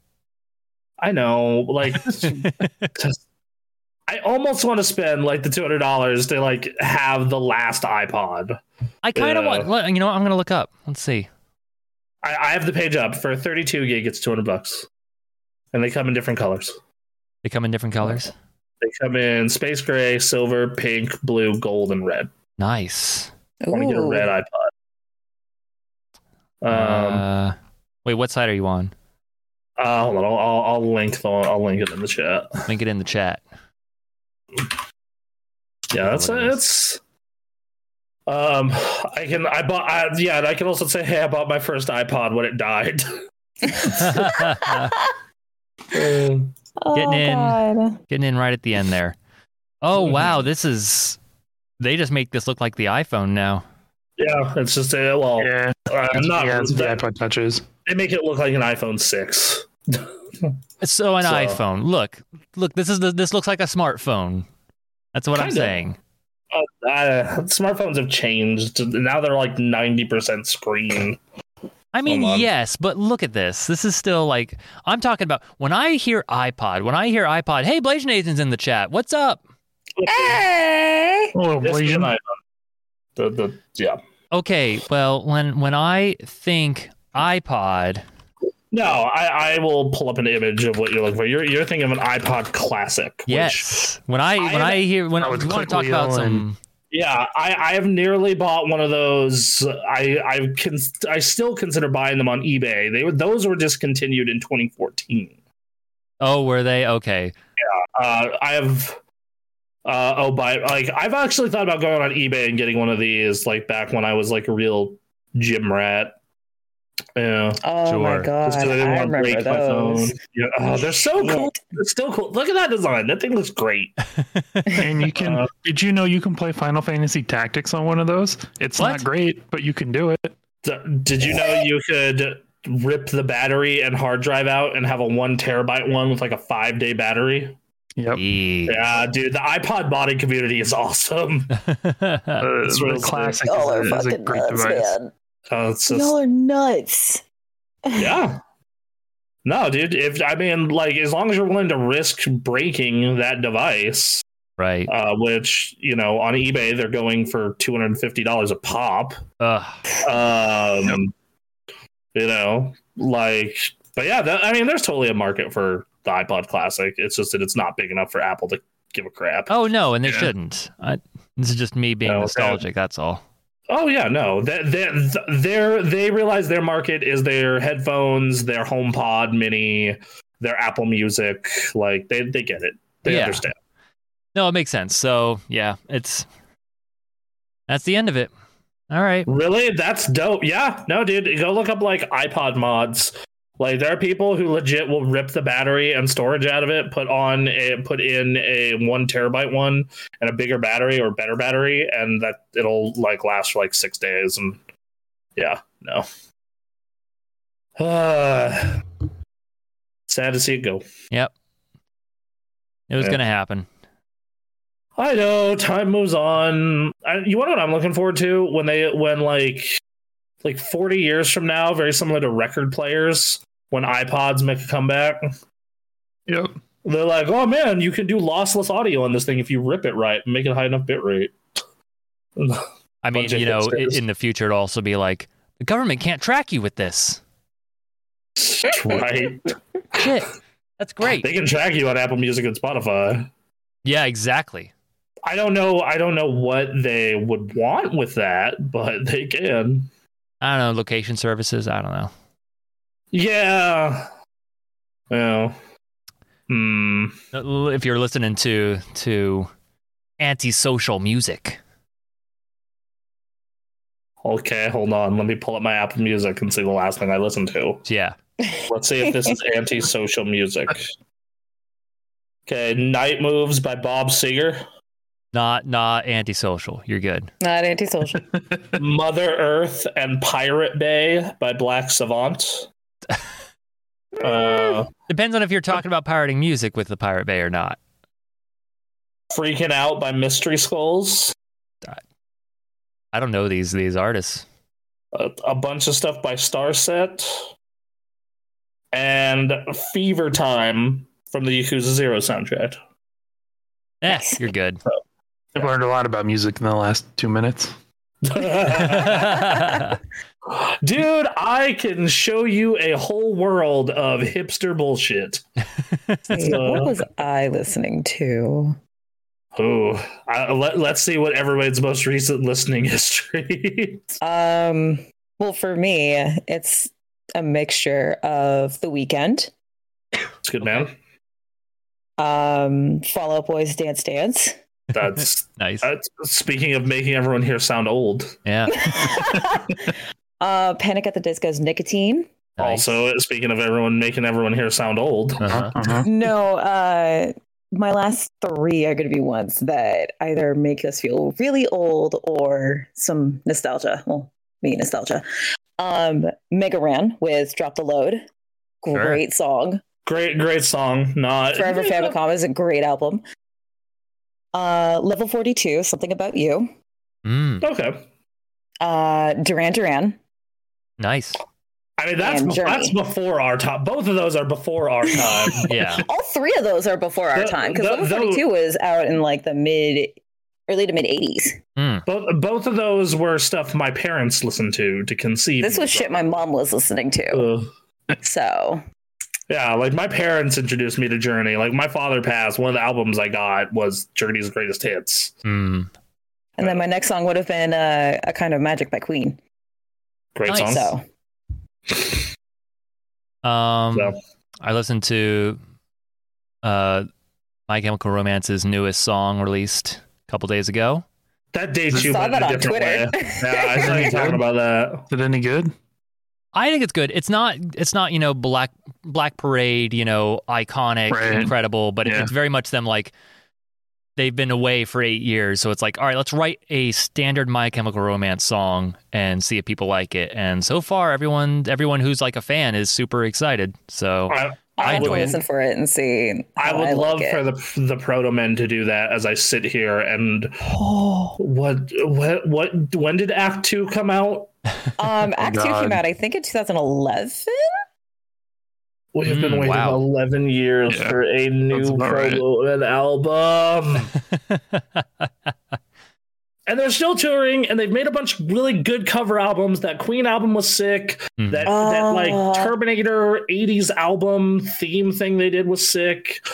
S2: i know like just- i almost want to spend like the $200 to like have the last ipod
S1: I kind of
S2: Yeah.
S1: want. look, You know, what? I'm gonna look up. Let's see.
S2: I, I have the page up for 32 gig it's 200 bucks and they come in different colors
S1: They come in different colors.
S2: they come in space gray silver pink blue gold and red
S1: Nice.
S2: i want to get a
S3: Ooh.
S2: red ipod um
S1: uh, wait, what side are you on?
S2: Uh, hold on, I'll, I'll, I'll link the I'll link it in the chat.
S1: Link it in the chat.
S2: Yeah, that's
S1: Look at
S2: it's. Um, I can I bought I, yeah, and I can also say hey, I bought my first iPod when it died. Um,
S3: oh
S1: Getting in.
S3: god.
S1: Getting in right at the end there. Oh wow, this is. They just make this look like the iPhone now.
S2: yeah, it's just a well,
S4: yeah,
S2: uh,
S4: that's
S2: not
S4: yeah, that's what the
S2: that-
S4: iPod touches.
S2: they make it look like an iPhone six.
S1: So an
S2: So-
S1: iPhone. Look, look. This is the, this looks like a smartphone. That's what I'm
S2: Kinda.
S1: saying.
S2: Uh, uh, smartphones have changed. Now they're like ninety percent screen.
S1: I mean,
S5: Hold on.
S1: yes, but look at this. This is still like I'm talking about when I hear iPod, when I hear iPod, hey Blazing Nathan's in the chat. What's up?
S3: Hey!
S4: Oh,
S2: This is an
S4: Blasian.
S2: item. The the yeah.
S1: Okay, well, when when I think iPod,
S2: No, I, I will pull up an image of what you're looking for. You're you're thinking of an iPod Classic. Which,
S1: yes. When I when
S2: I-
S1: I hear when
S4: I would
S1: we want
S4: click
S1: to talk about
S4: wheel
S1: some
S2: yeah, I, I have nearly bought one of those. I I can I still consider buying them on eBay. They were those were discontinued in 2014.
S1: Oh, were they? Okay.
S2: uh, I have. Uh, oh, by like I've actually thought about going on eBay and getting one of these. Like back when I was like a real gym rat. Yeah,
S3: Oh my
S1: Sure.
S3: god,
S2: Just 'cause didn't
S3: I
S2: wanna
S3: remember those.
S2: Yeah, oh, they're so
S3: Shit.
S2: cool. They're still cool. Look at that design. That thing looks great.
S4: And you can.
S2: Uh,
S4: did you know you can play Final Fantasy Tactics on one of those? It's
S1: What?
S4: not great, but you can do it.
S2: D- Did you know you could rip the battery and hard drive out and have a one terabyte one with like a five day battery?
S4: Yep.
S1: Yee.
S2: Yeah, dude. The iPod modding community is awesome.
S4: Uh,
S2: It's
S4: the
S2: really
S4: classic
S3: Y'all are
S4: is, a- is a
S3: fucking
S4: great
S3: nuts,
S4: device.
S3: man.
S2: Uh, it's just-
S3: Y'all are nuts.
S2: Yeah. No, dude. If I mean, like, as long as you're willing to risk breaking that device,
S1: right.
S2: uh, which you know on eBay they're going for two hundred and fifty dollars a pop.
S1: Ugh.
S2: Um, You know, like, but yeah, that, I mean, there's totally a market for the iPod Classic. It's just that it's not big enough for Apple to give a crap.
S1: Oh no, and they
S4: Yeah.
S1: shouldn't. I, this is just me being
S2: No,
S1: nostalgic. That's all.
S2: Oh yeah, no. That that their they realize their market is their headphones, their HomePod Mini, their Apple Music. Like they they get it. They
S1: Yeah.
S2: understand.
S1: No, it makes sense. So yeah, it's that's the end of it. All right.
S2: Really? That's dope. Yeah. No, dude, go look up like iPod mods. Like there are people who legit will rip the battery and storage out of it, put on a, put in a one terabyte one and a bigger battery or better battery, and that it'll like last for like six days. And yeah, no. Uh, sad to see it go.
S1: It was
S2: Yeah.
S1: gonna happen.
S2: I know time moves on. I, you want what I'm looking forward to when they when like like 40 years from now, very similar to record players when iPods make a comeback.
S4: Yep.
S2: They're like, oh man, you can do lossless audio on this thing if you rip it right and make it high enough bit rate.
S1: I mean,
S2: Bunch of
S1: you know, i-
S2: hipsters.
S1: in the future, it'll also be like the government can't track you with this.
S2: right?
S1: Shit, that's great.
S2: They can track you on Apple Music and Spotify.
S1: Yeah, exactly.
S2: I don't know. I don't know what they would want with that, but they can.
S1: I don't know location services. I don't know.
S2: Yeah. Well. Hmm.
S1: L- If you're listening to to antisocial music,
S2: Okay, hold on. Let me pull up my Apple Music and see the last thing I listened to.
S1: yeah.
S2: Let's see if this is anti-social music. Okay, Night Moves by Bob Seger.
S1: Not not antisocial. You're good.
S3: Not antisocial.
S2: Mother Earth and Pirate Bay by Black Savant. Uh,
S1: Depends on if you're talking about pirating music with the Pirate Bay or not.
S2: Freaking Out by Mystery Skulls.
S1: I don't know these these artists.
S2: A, a bunch of stuff by Starset. And Fever Time from the Yakuza Zero soundtrack.
S1: Eh,
S3: Nice.
S1: you're good.
S4: I've learned a lot about music in the last two minutes.
S1: yeah,
S2: Dude, I can show you a whole world of hipster bullshit.
S3: Wait, what was I listening to?
S2: Oh, I, let, let's see what everybody's most recent listening history.
S3: Um, well, for me, it's a mixture of The Weekend,
S2: It's good, man.
S3: um, Fall Out Boys, Dance Dance.
S2: That's
S1: nice.
S2: uh, speaking of making everyone here sound old.
S1: Yeah.
S3: uh, Panic at the Disco's Nicotine.
S1: Nice.
S2: Also, speaking of everyone making everyone here sound old.
S1: Uh-huh.
S4: Uh-huh.
S3: No, uh, my last three are going to be ones that either make us feel really old or some nostalgia. Well, me nostalgia. Um, Mega Ran with Drop the Load.
S1: Sure.
S3: Great song.
S2: Great, great song. Not
S3: Forever Famicom is a great album. Uh, Level 42, Something About You.
S1: Mm,
S2: Okay.
S3: Uh, Duran Duran.
S1: nice.
S2: I mean, that's
S3: And Journey.
S2: that's before our time. Both of those are before our time.
S1: Yeah.
S3: All three of those are before our
S2: Tho-
S3: time because
S2: tho-
S3: level
S2: tho-
S3: 42 was out in like the mid, early to mid 80s.
S2: both both of those were stuff my parents listened to to conceive.
S3: This
S2: me
S3: was shit my mom was listening to.
S2: from. Ugh.
S3: So
S2: Yeah, like my parents introduced me to Journey. Like my father passed. One of the albums I got was Journey's Greatest Hits.
S1: Mm.
S3: And then my next song would have been uh, A Kind of Magic by Queen.
S2: Great
S1: Nice.
S2: song.
S3: So,
S1: Um,
S2: So.
S1: I listened to uh, My Chemical Romance's newest song released a couple days ago.
S2: That dates you but
S3: saw
S2: in
S3: that
S2: a
S3: on
S2: different
S3: Twitter.
S2: way. Yeah, I saw you talking about that.
S4: Is it any good?
S1: I think it's good. It's not. It's not you know black black parade. You know iconic,
S4: Right.
S1: incredible. But it's
S4: Yeah.
S1: it's very much them like they've been away for eight years. So it's like all right, let's write a standard My Chemical Romance song and see if people like it. And so far, everyone everyone who's like a fan is super excited. So
S2: I,
S3: I'll
S1: I
S3: have to
S1: would-
S3: listen for it and see.
S2: I
S3: how
S2: would
S3: like
S2: love
S3: it.
S2: for the the proto men to do that as I sit here and what what what when did Act Two come out?
S3: Um,
S2: Oh
S3: Act Two
S4: God.
S3: came out, I think, in 2011.
S2: We have been
S1: Mm,
S2: waiting
S1: wow.
S2: eleven years
S4: Yeah,
S2: for a
S4: sounds
S2: new
S4: about right.
S2: proto men album.
S1: Hmm.
S2: and they're still touring and they've made a bunch of really good cover albums that queen album was sick
S1: Mhm.
S2: that that like
S3: Uh.
S2: terminator 80s album theme thing they did was sick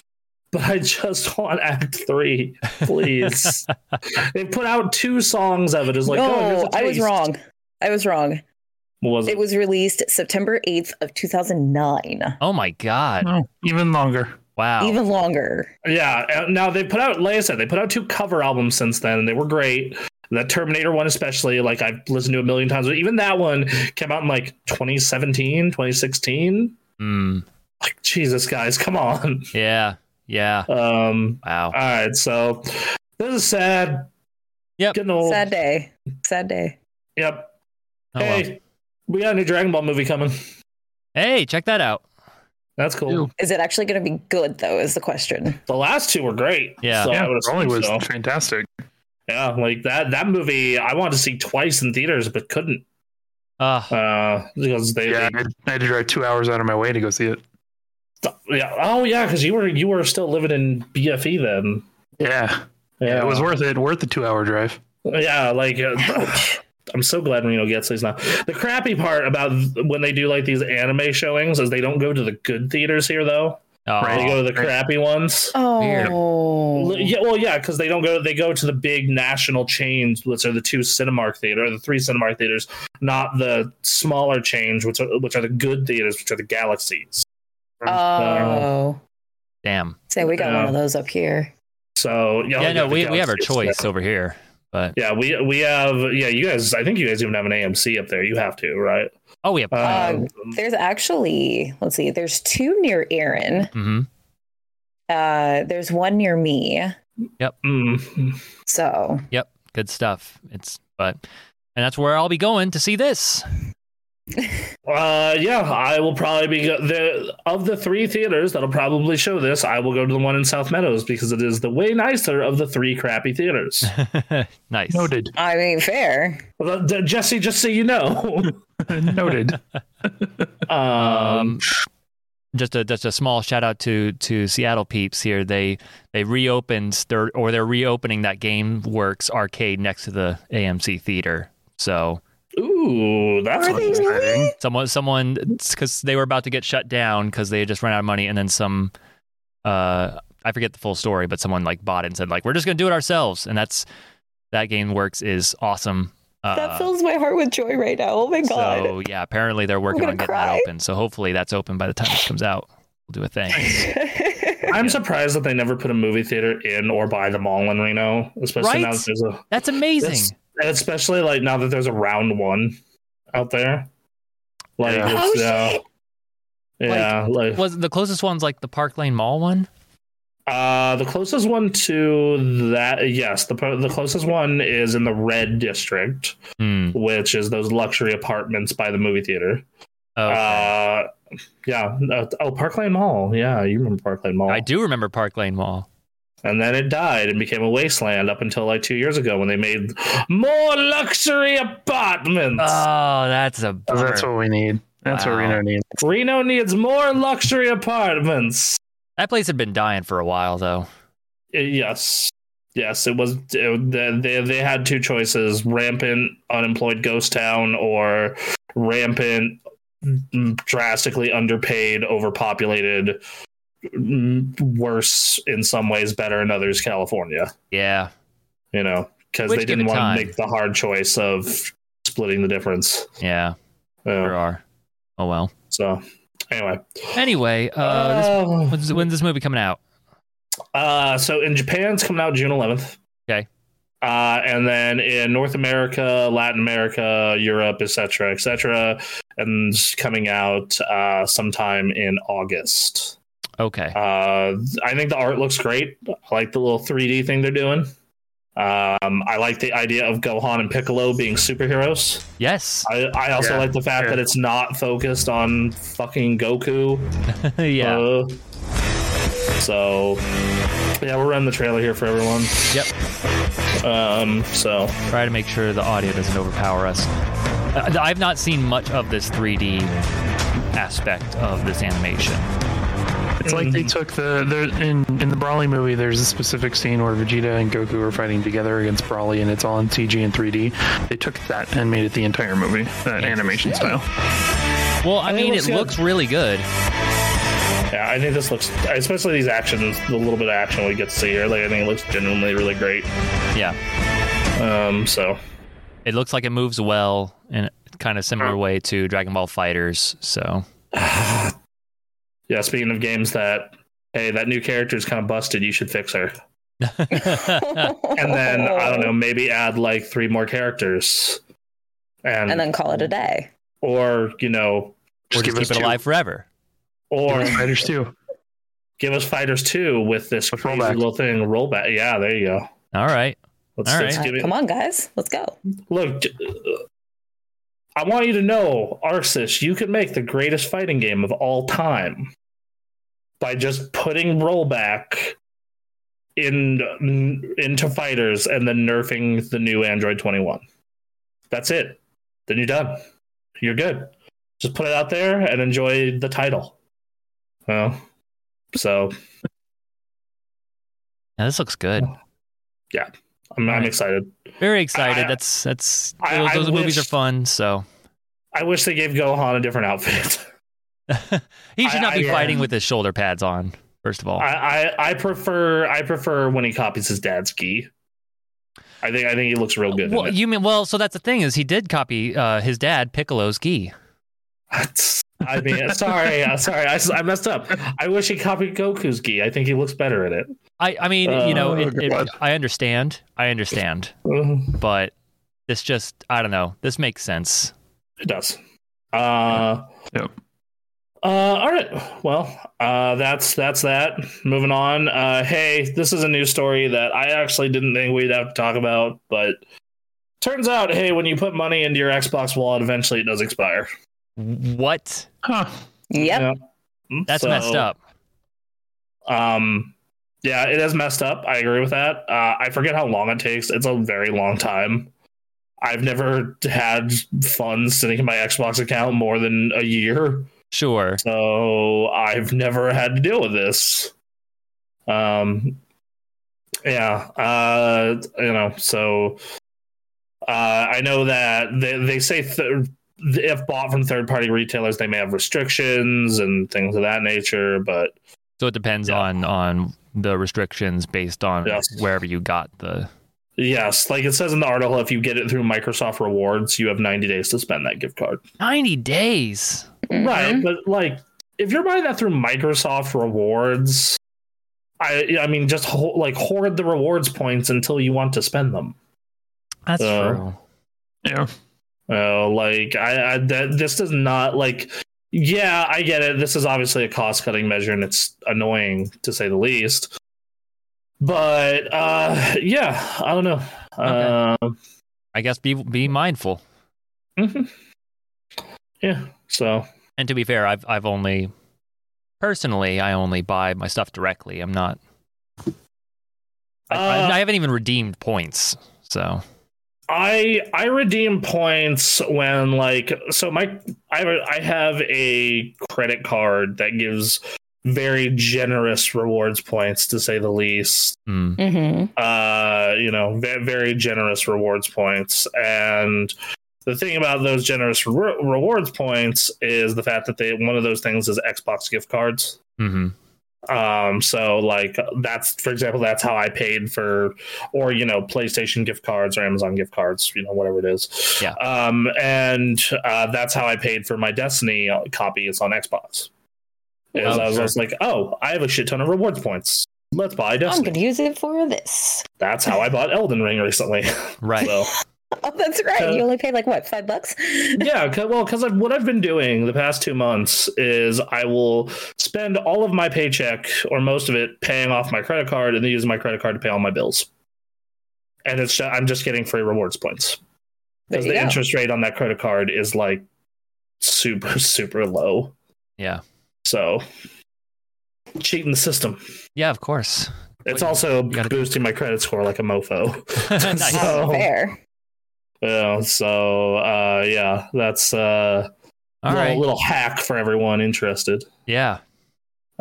S2: but i just want act three please they put out two songs of it it's like oh, here's
S3: no,
S2: a
S3: I was
S2: taste.
S3: wrong. I was wrong.
S2: What was
S3: It
S2: it?
S3: was released September 8th of 2009.
S1: oh my god!
S4: No, even longer.
S1: Wow.
S3: Even longer.
S2: yeah uh, now they put out like i said they put out two cover albums since then and they were great that terminator one especially like i've listened to a million times but even that one came out in like 2017 2016
S1: Mm.
S2: like jesus guys come on
S1: Yeah. Yeah.
S2: Um.
S1: Wow.
S2: All right. So this is sad.
S1: Yep.
S2: Getting old.
S3: Sad day. Sad day.
S2: Yep.
S1: Oh, well.
S2: hey, we got a new Dragon Ball movie coming.
S1: Hey, check that out.
S2: That's cool.
S4: Ew.
S3: Is it actually going to be good though? Is the question.
S2: The last two were great.
S1: Yeah.
S2: So I
S4: yeah,
S2: would assume
S4: Broly was
S2: so.
S4: fantastic.
S2: Yeah. Like that. That movie I wanted to see twice in theaters, but couldn't.
S1: Uh,
S2: Uh, because they.
S4: Yeah,
S2: Yeah.
S4: I had, I had to drive two hours out of my way to go see it.
S2: yeah. Oh yeah. Because you were you were still living in BFE then.
S4: Yeah, yeah, it was worth it. Worth the two hour drive.
S2: Yeah, like uh, I'm so glad Reno gets these now. The crappy part about when they do like these anime showings is they don't go to the good theaters here though. They
S1: aw.
S2: go to the
S4: right.
S2: crappy ones.
S1: Weird.
S3: Oh.
S2: L- Yeah, well, yeah, because they don't go. They go to the big national chains, which are the two Cinemark theater, the three Cinemark theaters, not the smaller chains, which are which are the good theaters, which are the galaxies.
S3: Oh.
S1: Damn.
S3: Say we got
S2: uh, Yeah.
S3: one of those up here.
S2: So yeah,
S1: Yeah. No,
S2: the
S1: we we have our
S2: Galaxy
S1: choice
S2: Cinema.
S1: over here, but
S2: Yeah, we we have yeah. You guys, I think you guys even have an AMC up there. You have to, right?
S1: oh, we have.
S2: Um,
S3: There's actually, let's see, there's two near Aaron.
S1: hmm
S3: Uh, there's one near me.
S2: mm.
S3: So
S1: good stuff. It's but and that's where I'll be going to see this.
S2: Uh, yeah, I will probably be go- the of the three theaters that'll probably show this. I will go to the one in South Meadows because it is the way nicer of the three crappy theaters.
S1: nice.
S4: Noted.
S3: I mean, fair.
S2: Well, uh, Jesse, just so you know.
S4: Noted.
S2: Um,
S1: Um, just a just a small shout out to to Seattle peeps here. They they reopened their or they're reopening that GameWorks arcade next to the AMC theater. So
S2: ooh, that's
S3: Are they
S2: cool.
S3: really?
S1: someone someone because they were about to get shut down because they had just ran out of money and then some uh i forget the full story but someone like bought it and said like we're just gonna do it ourselves and that's that game works is awesome uh,
S3: that fills my heart with joy right now. Oh my God.
S1: so yeah apparently they're working
S3: gonna
S1: on getting
S3: cry.
S1: that open so hopefully that's open by the time this comes out we'll do a thing
S2: I'm surprised that they never put a movie theater in or by the mall in Reno, especially now
S1: Right?
S2: that there's a,
S1: that's amazing
S2: That's- especially like now that there's a round one out there. Like,
S4: Yeah.
S2: yeah,
S3: Oh,
S2: it's, uh,
S3: shit.
S2: yeah, like,
S1: was the closest one's like the park lane mall one
S2: uh, the closest one to that, yes, the pro- the closest one is in the red district,
S1: Hmm.
S2: which is those luxury apartments by the movie theater.
S1: okay.
S2: Uh, yeah. Uh, oh, Park Lane Mall. Yeah, you remember Park Lane Mall.
S1: i do remember park lane mall
S2: And then it died and became a wasteland up until like two years ago when they made more luxury apartments.
S1: oh that's a bummer.
S4: That's what we need. That's
S1: Wow.
S4: what Reno needs.
S2: Reno needs more luxury apartments.
S1: That place had been dying for a while though.
S2: Uh, Yes. Yes, it was. It, they- they they had two choices: rampant unemployed ghost town or rampant, mm, drastically underpaid, overpopulated, mm, worse in some ways, better in others. California,
S1: Yeah.
S2: you know, because
S1: Which
S2: they
S1: give it
S2: didn't want
S1: time.
S2: to make the hard choice of splitting the difference.
S1: Yeah.
S2: Yeah.
S1: There are. Oh well.
S2: So, anyway,
S1: Anyway, uh, this,
S2: Uh,
S1: when's, when's this movie coming out?
S2: Uh, so in Japan, it's coming out June 11th.
S1: Okay.
S2: Uh, and then in North America, Latin America, Europe, etc., etc., and it's coming out uh, sometime in August.
S1: Okay.
S2: Uh, I think the art looks great. I like the little 3D thing they're doing. Um, I like the idea of Gohan and Piccolo being superheroes.
S1: yes.
S2: I, I also
S4: Yeah,
S2: like the fact
S4: yeah.
S2: that it's not focused on fucking Goku.
S1: yeah.
S2: Uh, so yeah, we're running the trailer here for everyone.
S1: Yep.
S2: Um. So
S1: Try to make sure the audio doesn't overpower us. Uh, I've not seen much of this 3D aspect of this animation.
S4: It's like they took the there in in the Brawly movie. There's a specific scene where Vegeta and Goku are fighting together against Brawly, and it's all in CG and 3D. They took that and made it the entire movie, that animation style.
S1: Well, I
S2: I
S1: mean,
S2: will
S1: it
S2: see it.
S1: looks really good.
S2: yeah, I think this looks, especially these actions, the little bit of action we get to see here, like I think it looks genuinely really great.
S1: Yeah.
S2: Um. So
S1: It looks like it moves well in a kind of
S2: Mm.
S1: similar way to Dragon Ball Fighters. So,
S2: yeah, speaking of games that. Hey, that new character is kind of busted. You should fix her. And then, I don't know, maybe add like three more characters. And,
S3: And then call it a day.
S2: or, you know,
S1: or just
S4: Just give
S1: keep
S4: us
S1: it
S4: two.
S1: alive forever.
S2: or
S4: Fighters too.
S2: give us Fighters 2 with this
S4: With
S2: crazy
S4: rollback.
S2: little thing. Rollback. Yeah, there you go.
S1: All right.
S2: Let's,
S1: All
S2: let's
S1: right.
S2: give it,
S3: Uh, Come on, guys, let's go.
S2: Look, j- I want you to know, Arxis, you can make the greatest fighting game of all time by just putting rollback in into fighters and then nerfing the new Android 21. That's it. Then you're done. You're good. Just put it out there and enjoy the title. Well, so
S1: Now, this looks good.
S2: I'm, I'm
S1: Right.
S2: excited.
S1: Very excited.
S2: I-
S1: that's that's
S2: I-
S1: those,
S2: I
S1: those movies are
S2: wish-
S1: fun. So
S2: I wish they gave Gohan a different outfit.
S1: he should
S2: I-
S1: not be
S2: I,
S1: fighting
S2: um,
S1: with his shoulder pads on. First of all,
S2: I, I I prefer I prefer when he copies his dad's gi. I think I think he looks real good.
S1: well,
S2: in it.
S1: you mean well? So that's the thing is he did copy uh, his dad Piccolo's gi.
S2: I mean, sorry, uh, sorry, I, s- I messed up. I wish he copied Goku's gi. I think he looks better in it.
S1: I I mean you know
S4: Oh,
S1: it, it,
S4: God.
S1: I understand I understand,
S2: Uh,
S1: but this just I don't know. This makes sense.
S2: It does. Uh,
S4: Yep.
S2: Uh, all right. Well, uh, that's that's that. Moving on. Uh, hey, this is a new story that I actually didn't think we'd have to talk about, but turns out, hey, when you put money into your Xbox wallet, eventually it does expire.
S1: What?
S4: Huh.
S3: Yep.
S2: Yeah.
S1: That's
S2: So-
S1: messed up.
S2: Um, yeah, it is messed up. I agree with that. Uh, I forget how long it takes. It's a very long time. I've never had funds sitting in my Xbox account more than a year,
S1: Sure.
S2: so I've never had to deal with this. Um, yeah, uh, you know, so uh, I know that they they say th- if bought from third party retailers, they may have restrictions and things of that nature, but
S1: So it depends
S2: Yeah.
S1: on on the restrictions based on
S2: Yes.
S1: wherever you got the.
S2: Yes, like it says in the article, if you get it through Microsoft Rewards, you have 90 days to spend that gift card.
S1: Ninety days.
S3: Mm-hmm.
S2: Right, but like if you're buying that through Microsoft Rewards, I I mean just ho- like hoard the rewards points until you want to spend them.
S1: That's
S2: So-
S1: true.
S4: Yeah.
S2: Oh, like I, I that, this does not like. Yeah, I get it. This is obviously a cost cutting measure, and it's annoying to say the least. But uh, yeah, I don't know.
S1: Okay.
S2: Um,
S1: I guess be be mindful.
S2: mhm. yeah, so
S1: And to be fair, I've I've only personally I only buy my stuff directly. I'm not. I, I,
S2: Uh,
S1: I haven't even redeemed points, so
S2: I I redeem points when like so my I I have a credit card that gives very generous rewards points to say the least.
S1: Mm.
S3: Mm-hmm.
S2: Uh, you know, ve- very generous rewards points and the thing about those generous re- rewards points is the fact that they one of those things is Xbox gift cards.
S1: hmm
S2: Um, so like that's for example, that's how I paid for or you know, PlayStation gift cards or Amazon gift cards, you know, whatever it is.
S1: Yeah.
S2: Um, and uh, that's how I paid for my Destiny copy. It's on Xbox. Is
S1: Oh,
S2: I was
S1: sure.
S2: just like, oh, I have a shit ton of rewards points. Let's buy
S3: I'm
S2: Destiny.
S3: going to use it for this.
S2: That's how I bought Elden Ring recently.
S1: Right.
S2: so.
S3: Oh, that's right.
S2: Uh,
S3: you only paid like what, five bucks?
S2: yeah, 'cause- well, because what I've been doing the past two months is I will spend all of my paycheck or most of it paying off my credit card and then using my credit card to pay all my bills. And it's ju- I'm just getting free rewards points
S3: There
S2: because
S3: you
S2: the
S3: go.
S2: interest rate on that credit card is like super super low.
S1: Yeah.
S2: So cheating the system.
S1: Yeah, of course.
S2: It's
S1: Wait,
S2: also
S1: you gotta-
S2: boosting my credit score like a mofo.
S1: nice.
S2: So-
S3: That's Oh, fair.
S2: Yeah, so uh, yeah, that's uh, a
S1: All
S2: little,
S1: right.
S2: little hack for everyone interested.
S1: Yeah.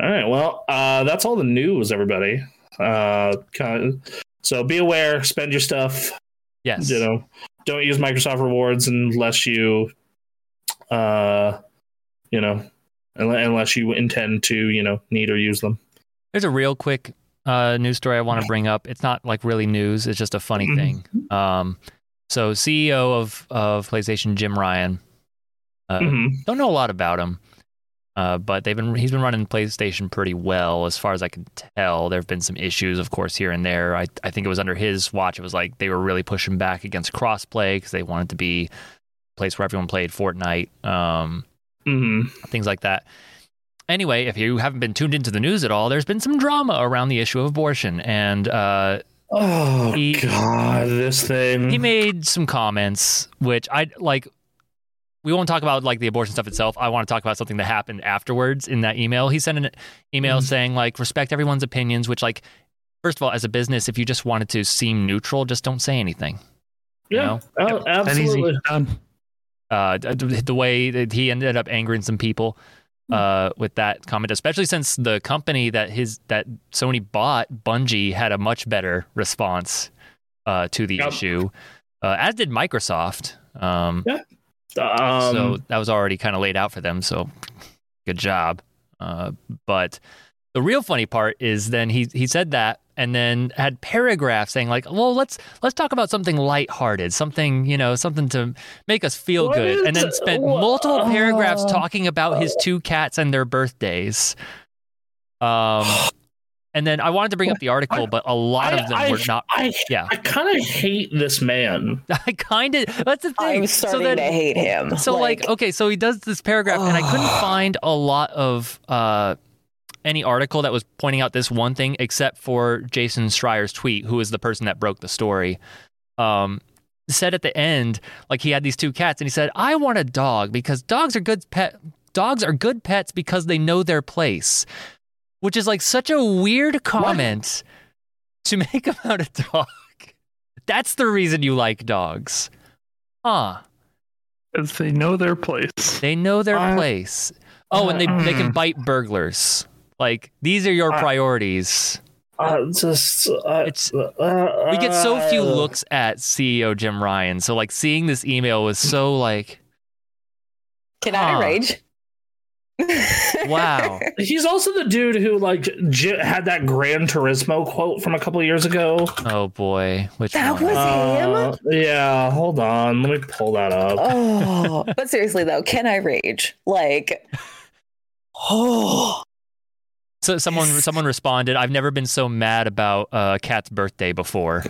S2: All right. Well, uh, that's all the news, everybody. Uh, kind so be aware, spend your stuff.
S1: Yes.
S2: You know, don't use Microsoft rewards unless you, uh, you know, unle- unless you intend to, you know, need or use them.
S1: There's a real quick uh, news story I want to bring up. It's not like really news. It's just a funny thing. Um, so CEO of of PlayStation, Jim Ryan. Uh,
S2: Mhm.
S1: Don't know a lot about him, uh, but they've been he's been running PlayStation pretty well as far as I can tell. There have been some issues, of course, here and there. I I think it was under his watch. It was like they were really pushing back against crossplay because they wanted to be a place where everyone played Fortnite. Um,
S2: Mhm.
S1: things like that. Anyway, if you haven't been tuned into the news at all, there's been some drama around the issue of abortion, and uh,
S2: Oh
S1: He-
S2: God, this thing.
S1: he made some comments which I like. We won't talk about like the abortion stuff itself. I want to talk about something that happened afterwards in that email. He sent an email
S2: Mhm.
S1: saying like respect everyone's opinions, which like first of all, as a business, if you just wanted to seem neutral, just don't say anything. you
S2: yeah,
S1: know?
S2: oh,
S4: That easy.
S2: absolutely.
S4: Done.
S1: uh, the the way that he ended up angering some people uh, with that comment, especially since the company that his that Sony bought, Bungie, had a much better response uh, to the
S2: Yep.
S1: issue, uh, as did Microsoft. Um,
S2: Um,
S1: so that was already kind of laid out for them. So good job. Uh, but the real funny part is then he he said that and then had paragraphs saying like, well, let's let's talk about something lighthearted, something you know, something to make us feel
S2: What
S1: good, and then
S2: is-
S1: spent
S2: wha-
S1: multiple paragraphs
S2: uh,
S1: talking about his two cats and their birthdays. Um. And then I wanted to bring up the article, but a lot
S2: I-
S1: of them
S2: I-
S1: were not.
S2: I
S1: Yeah,
S2: I kind of hate this man.
S1: I kind of. That's the thing.
S3: I'm
S1: So
S3: starting
S1: then-
S3: to hate him.
S1: so like, okay so he does this paragraph and i couldn't find a lot of uh any article that was pointing out this one thing except for jason schreier's tweet who is the person that broke the story um said at the end like he had these two cats and he said i want a dog because dogs are good pet dogs are good pets because they know their place which is like such a weird comment to make about a dog that's the reason you like dogs huh
S4: If they know their place.
S1: they know their
S2: Uh,
S1: place. Oh, and they they can bite burglars. Like these are your
S2: Uh,
S1: priorities.
S2: Uh, just uh,
S1: It's-
S2: uh,
S1: We get so few
S2: uh,
S1: looks at CEO Jim Ryan. So like seeing this email was so like
S3: Can
S1: huh.
S3: I rage?
S1: wow.
S2: He's also the dude who like j- had that Gran Turismo quote from a couple years ago.
S1: oh boy, which
S3: That
S1: one?
S3: was-
S2: Uh, yeah, hold on, let me pull that up.
S3: oh, but seriously though, can I rage? Like, oh,
S1: so someone someone responded, "I've never been so mad about uh, cat's birthday before."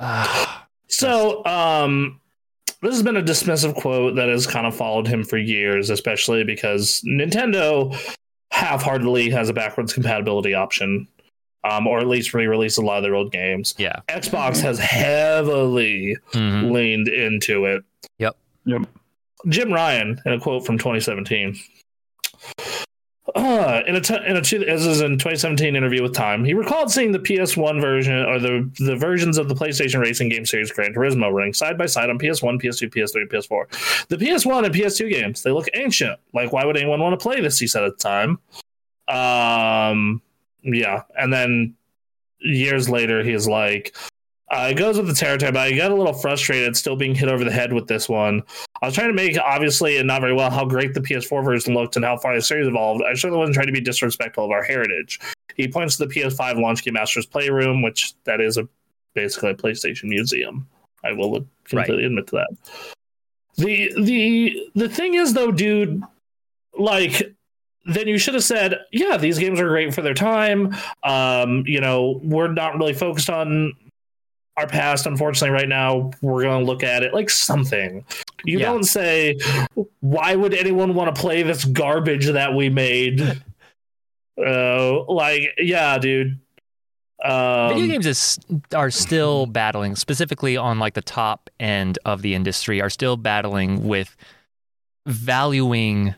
S1: Ah,
S2: so, um, this has been a dismissive quote that has kind of followed him for years, especially because Nintendo half-heartedly has a backwards compatibility option, um, or at least re-release a lot of their old games.
S1: yeah.
S2: Xbox has heavily
S1: Mhm.
S2: leaned into it.
S1: Yep.
S4: Yep.
S2: Jim Ryan, in a quote from 2017, Uh, in a t- in a two, as is in 2017 interview with Time, he recalled seeing the PS1 version or the the versions of the PlayStation racing game series Gran Turismo running side by side on PS1, PS2, PS3, PS4. The PS1 and PS2 games they look ancient. Like, why would anyone want to play this? He said at the time. Um, yeah, and then years later, he's like, uh, it goes with the territory, but I got a little frustrated still being hit over the head with this one. I was trying to make, obviously, and not very well, how great the PS4 version looked and how far the series evolved. I certainly wasn't trying to be disrespectful of our heritage. He points to the PS5 launch game Masters Playroom, which that is a basically a PlayStation museum. I will completely
S1: Right.
S2: admit to that. The the the thing is though, dude, like then you should have said, yeah, these games are great for their time. Um, you know, we're not really focused on our past, unfortunately, right now. We're going to look at it like something. You
S1: Yeah.
S2: don't say, why would anyone want to play this garbage that we made? uh, like, yeah, dude. Um,
S1: Video games is, are still battling, specifically on like the top end of the industry, are still battling with valuing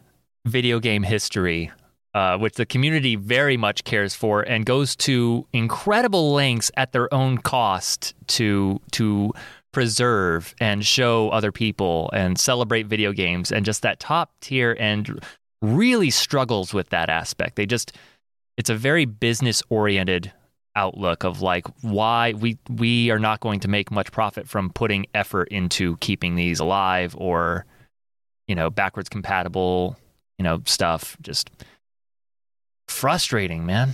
S1: video game history, uh, which the community very much cares for and goes to incredible lengths at their own cost to to preserve and show other people and celebrate video games and just that top tier and really struggles with that aspect. They just it's a very business oriented outlook of like why we we are not going to make much profit from putting effort into keeping these alive or you know backwards compatible you know stuff just frustrating man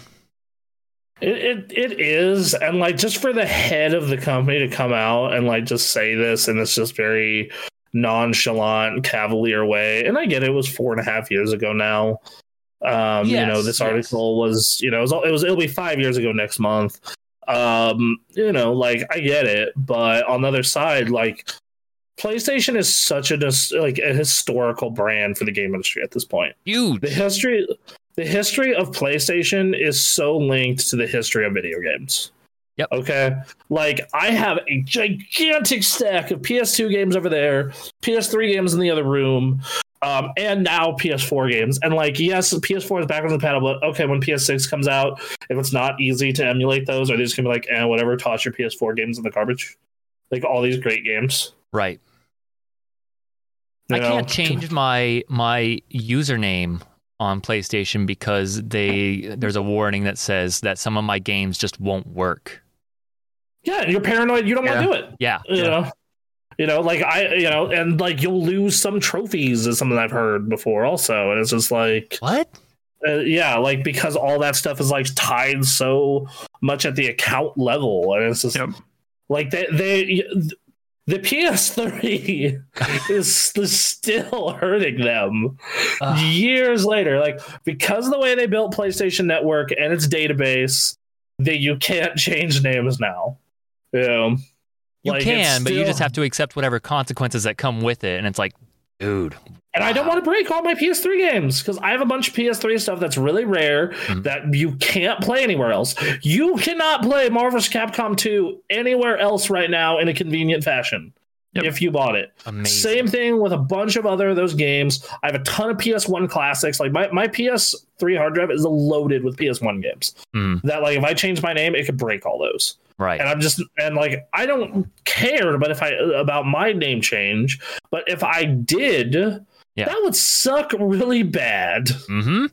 S2: It, it it is, and like just for the head of the company to come out and like just say this in this just very nonchalant, cavalier way. And I get it was four and a half years ago now. Um, you know,
S1: Yes, yes.
S2: this article was, you know, it was, it was it'll be five years ago next month. Um, you know, like I get it, but on the other side, like PlayStation is such a dis- like a historical brand for the game industry at this point the
S1: huge
S2: history the history of PlayStation is so linked to the history of video games.
S1: Yep.
S2: Okay. Like I have a gigantic stack of PS2 games over there, PS3 games in the other room, um, and now PS4 games. And like, yes, PS4 is backwards compatible. But okay, when PS6 comes out, if it's not easy to emulate those, are they just gonna be like, eh, whatever, toss your PS4 games in the garbage? Like all these great games.
S1: right
S2: you
S1: i can't
S2: know?
S1: change my my username on PlayStation because they there's a warning that says that some of my games just won't work
S2: Yeah, you're paranoid. You don't want
S4: Yeah.
S2: to do it.
S1: yeah
S2: you know you know like i you know and like you'll lose some trophies is something i've heard before also and it's just like
S1: what
S2: uh, yeah like because all that stuff is like tied so much at the account level and it's just
S4: Yep.
S2: like they they the ps3 is is still hurting them
S1: Ugh.
S2: years later like because of the way they built playstation network and its database that you can't change names now yeah
S1: You
S2: Like, it's
S1: can, but you
S2: still-
S1: just have to accept whatever consequences that come with it. And it's like, dude,
S2: And I don't
S1: Wow.
S2: want to break all my PS3 games because I have a bunch of PS3 stuff that's really rare
S1: Mhm.
S2: that you can't play anywhere else. You cannot play Marvel's Capcom 2 anywhere else right now in a convenient fashion
S4: Yep.
S2: if you bought it.
S1: amazing.
S2: Same thing with a bunch of other of those games. I have a ton of PS1 classics. Like my, my PS3 hard drive is loaded with PS1 games
S1: Mm,
S2: that, like, if I change my name, it could break all those
S1: right.
S2: and I'm just and like I don't care about if I about my name change, but if I did,
S1: Yeah.
S2: that would suck really bad.
S1: hmm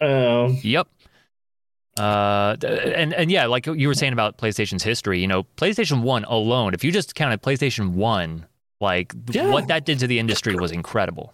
S2: Um,
S1: Yep. Uh, th- and and yeah, like you were saying about PlayStation's history, you know, PlayStation One alone, if you just counted PlayStation One, like th-
S2: Yeah.
S1: what that did to the industry was incredible.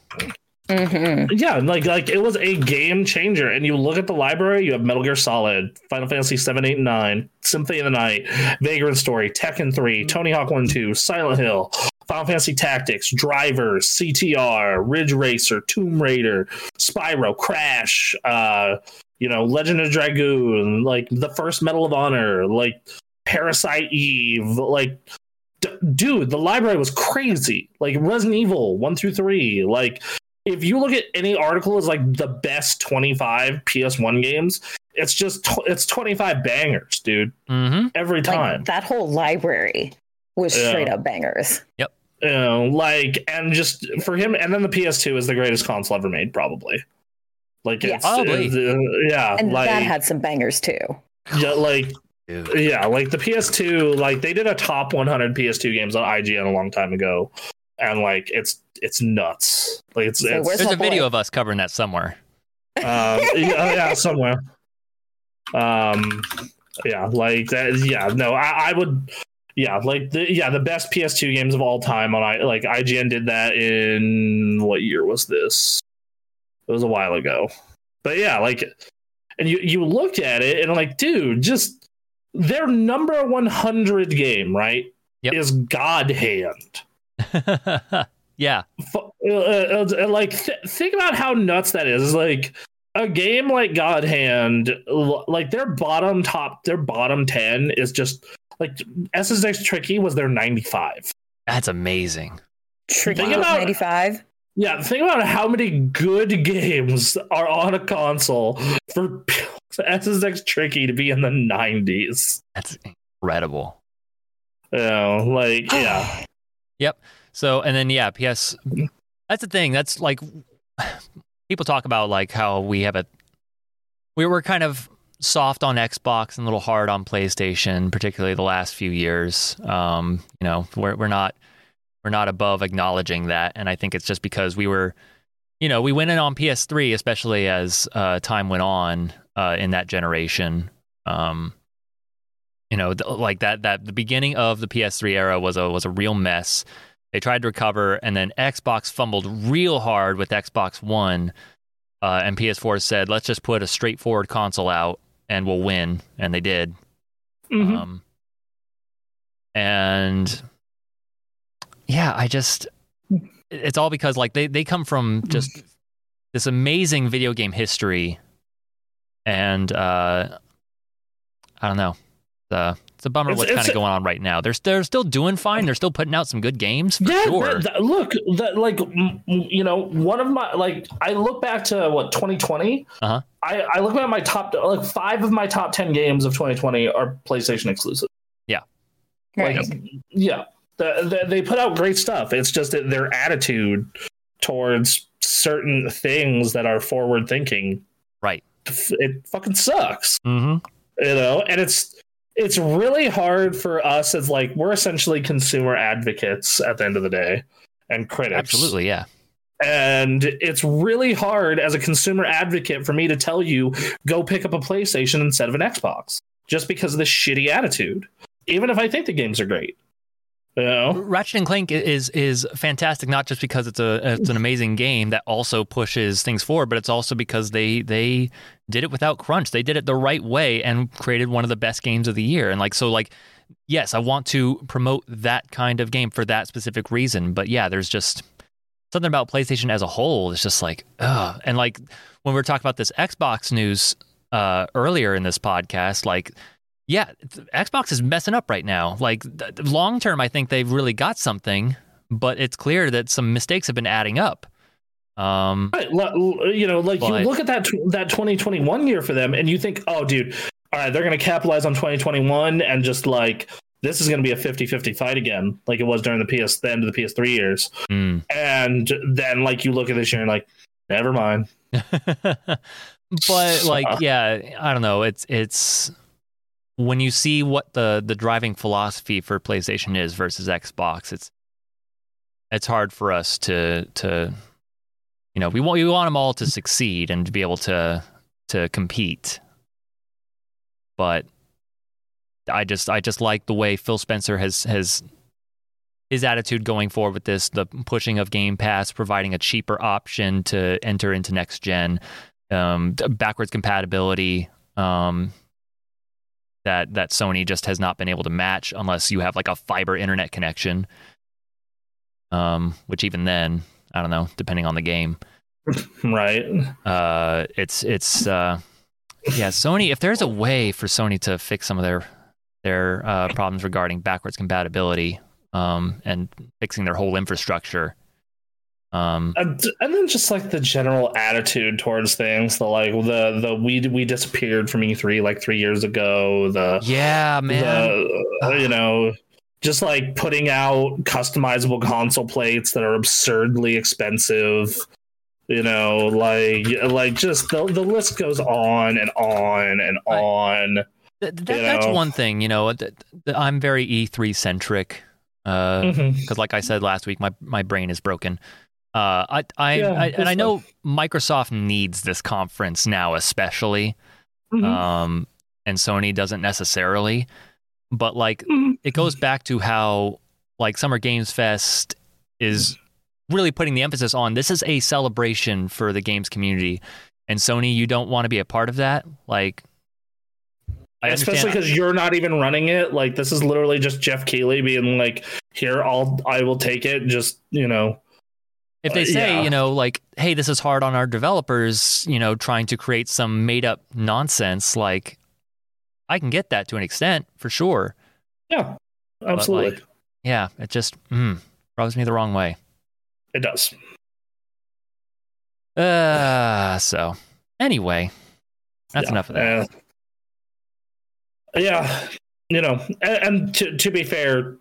S3: Mhm.
S2: yeah, like like it was a game changer. And you look at the library, you have Metal Gear Solid, Final Fantasy 7, 8, and 9, Symphony of the Night, Vagrant Story, Tekken 3, Tony Hawk 1 2, Silent Hill, Final Fantasy Tactics, Driver, CTR, Ridge Racer, Tomb Raider, Spyro, Crash, uh, you know, Legend of Dragoon, like the first Medal of Honor, like Parasite Eve, like d- dude, the library was crazy. Like Resident Evil 1 through 3, like if you look at any article as like the best 25 PS1 games, it's just tw- it's 25 bangers, dude,
S1: hmm
S2: every time.
S3: Like, that whole library was
S2: Yeah.
S3: straight up bangers.
S2: you know, like and just for him and then the PS2 is the greatest console ever made probably. Like
S3: Yeah.
S2: it's,
S1: Probably.
S2: it's, uh, yeah,
S3: and
S2: like
S3: that had some bangers too.
S2: yeah, like
S1: Dude.
S2: yeah, like the PS2, like they did a top 100 PS2 games on IGN a long time ago, and like it's it's nuts. Like it's,
S3: So
S2: it's
S3: where's
S2: um,
S1: There's
S3: my
S1: a video
S3: boy?
S1: of us covering that somewhere.
S2: yeah, oh, yeah, somewhere. Um, yeah, like that. Yeah, no, I, I would. Yeah, like the yeah the best PS2 games of all time on I like IGN did that in what year was this? It was a while ago, but yeah, like, and you you looked at it and like, dude, just their number one hundred game right
S1: Yep.
S2: is God Hand.
S1: yeah.
S2: Fu- uh, uh, uh, like th- think about how nuts that is It's like a game like god hand l- like their bottom top their bottom 10 is just like ssx tricky was their 95
S1: That's amazing.
S3: Tricky
S2: Think about-
S3: ninety five.
S2: yeah think about how many good games are on a console for ssx tricky to be in the 90s
S1: That's incredible.
S2: you know, like yeah
S1: So and then yeah, PS. That's the thing. That's like people talk about like how we have a we were kind of soft on Xbox and a little hard on PlayStation, particularly the last few years. Um, you know, we're we're not we're not above acknowledging that, and I think it's just because we were, you know, we went in on PS3, especially as uh, time went on uh, in that generation. Um, you know, th- like that that the beginning of the PS3 era was a was a real mess. They tried to recover, and then Xbox fumbled real hard with Xbox One, uh, and PS4 said, "Let's just put a straightforward console out, and we'll win." And they did.
S2: Mhm.
S1: Um, and yeah, I just it's all because like they they come from
S2: Mm-hmm.
S1: just this amazing video game history, and uh, I don't know, uh, it's a bummer
S2: It's-
S1: what's
S2: it's
S1: kind
S2: a-
S1: of going on right now. They're they're still doing fine. They're still putting out some good games for
S2: Yeah,
S1: sure.
S2: that- that- look, that, like m- m- you know, one of my like I look back to what 2020.
S1: Uh-huh.
S2: I I look at my top like five of my top ten games of 2020 are PlayStation exclusive.
S3: Right.
S2: Like, yeah, the, the, they put out great stuff. It's just that their attitude towards certain things that are forward thinking,
S1: Right.
S2: It fucking sucks
S1: Mm-hmm.
S2: you know and it's it's really hard for us as like we're essentially consumer advocates at the end of the day and critics
S1: Absolutely, yeah.
S2: and it's really hard as a consumer advocate for me to tell you go pick up a playstation instead of an xbox just because of this shitty attitude even if i think the games are great you know
S1: Ratchet and Clank is is fantastic, not just because it's a it's an amazing game that also pushes things forward, but it's also because they they did it without crunch. They did it the right way and created one of the best games of the year. And like so, like yes, I want to promote that kind of game for that specific reason. But yeah, there's just something about PlayStation as a whole. It's just like ugh. And like when we were talking about this Xbox news uh, earlier in this podcast, like yeah, th- Xbox is messing up right now. Like th- th- long term, I think they've really got something, but it's clear that some mistakes have been adding up. Um,
S2: Right, lo- you know like
S1: But-
S2: you look at that tw- that 2021 year for them and you think oh dude all right they're going to capitalize on 2021 and just like this is going to be a 50-50 fight again like it was during the ps the end of the ps3 years
S1: mm.
S2: and then like you look at this year and like never mind
S1: but like yeah i don't know it's it's when you see what the the driving philosophy for playstation is versus xbox it's it's hard for us to to you know we want we want them all to succeed and to be able to to compete but i just i just like the way phil spencer has has his attitude going forward with this the pushing of game pass providing a cheaper option to enter into next gen um, d- backwards compatibility um, that that Sony just has not been able to match unless you have like a fiber internet connection. Um, which even then, I don't know, depending on the game,
S2: right
S1: uh, it's it's uh, yeah, Sony. If there's a way for Sony to fix some of their their uh, problems regarding backwards compatibility um, and fixing their whole infrastructure, um,
S2: and, and then just like the general attitude towards things the like the the we we disappeared from e3 like three years ago Uh, the
S1: yeah, man.
S2: the uh, you know just like putting out customizable console plates that are absurdly expensive You know, like like just the the list goes on and on and
S1: Right.
S2: on.
S1: Th- th- that-
S2: You
S1: that's
S2: know.
S1: one thing, you know. th- th- I'm very E3 centric uh, because,
S2: Mhm.
S1: like I said last week, my my brain is broken. Uh, I, I,
S2: Yeah,
S1: I and I
S2: good
S1: know Microsoft needs this conference now, especially,
S2: Mhm.
S1: um, and Sony doesn't necessarily. But like,
S2: Mhm.
S1: it goes back to how like Summer Games Fest is really putting the emphasis on this is a celebration for the games community, and Sony, you don't want to be a part of that. Like, I
S2: Especially
S1: understand.
S2: because you're not even running it. Like this is literally just Jeff Keeley being like, "Here, I'll I will take it." Just you know,
S1: if they
S2: Uh,
S1: say
S2: yeah.
S1: you know like hey this is hard on our developers you know trying to create some made up nonsense like i can get that to an extent for sure
S2: yeah, absolutely,
S1: like- yeah it just mm, rubs me the wrong way
S2: it does.
S1: uh so anyway that's
S2: Yeah.
S1: enough of that
S2: Uh, yeah, you know, and, and to to be fair,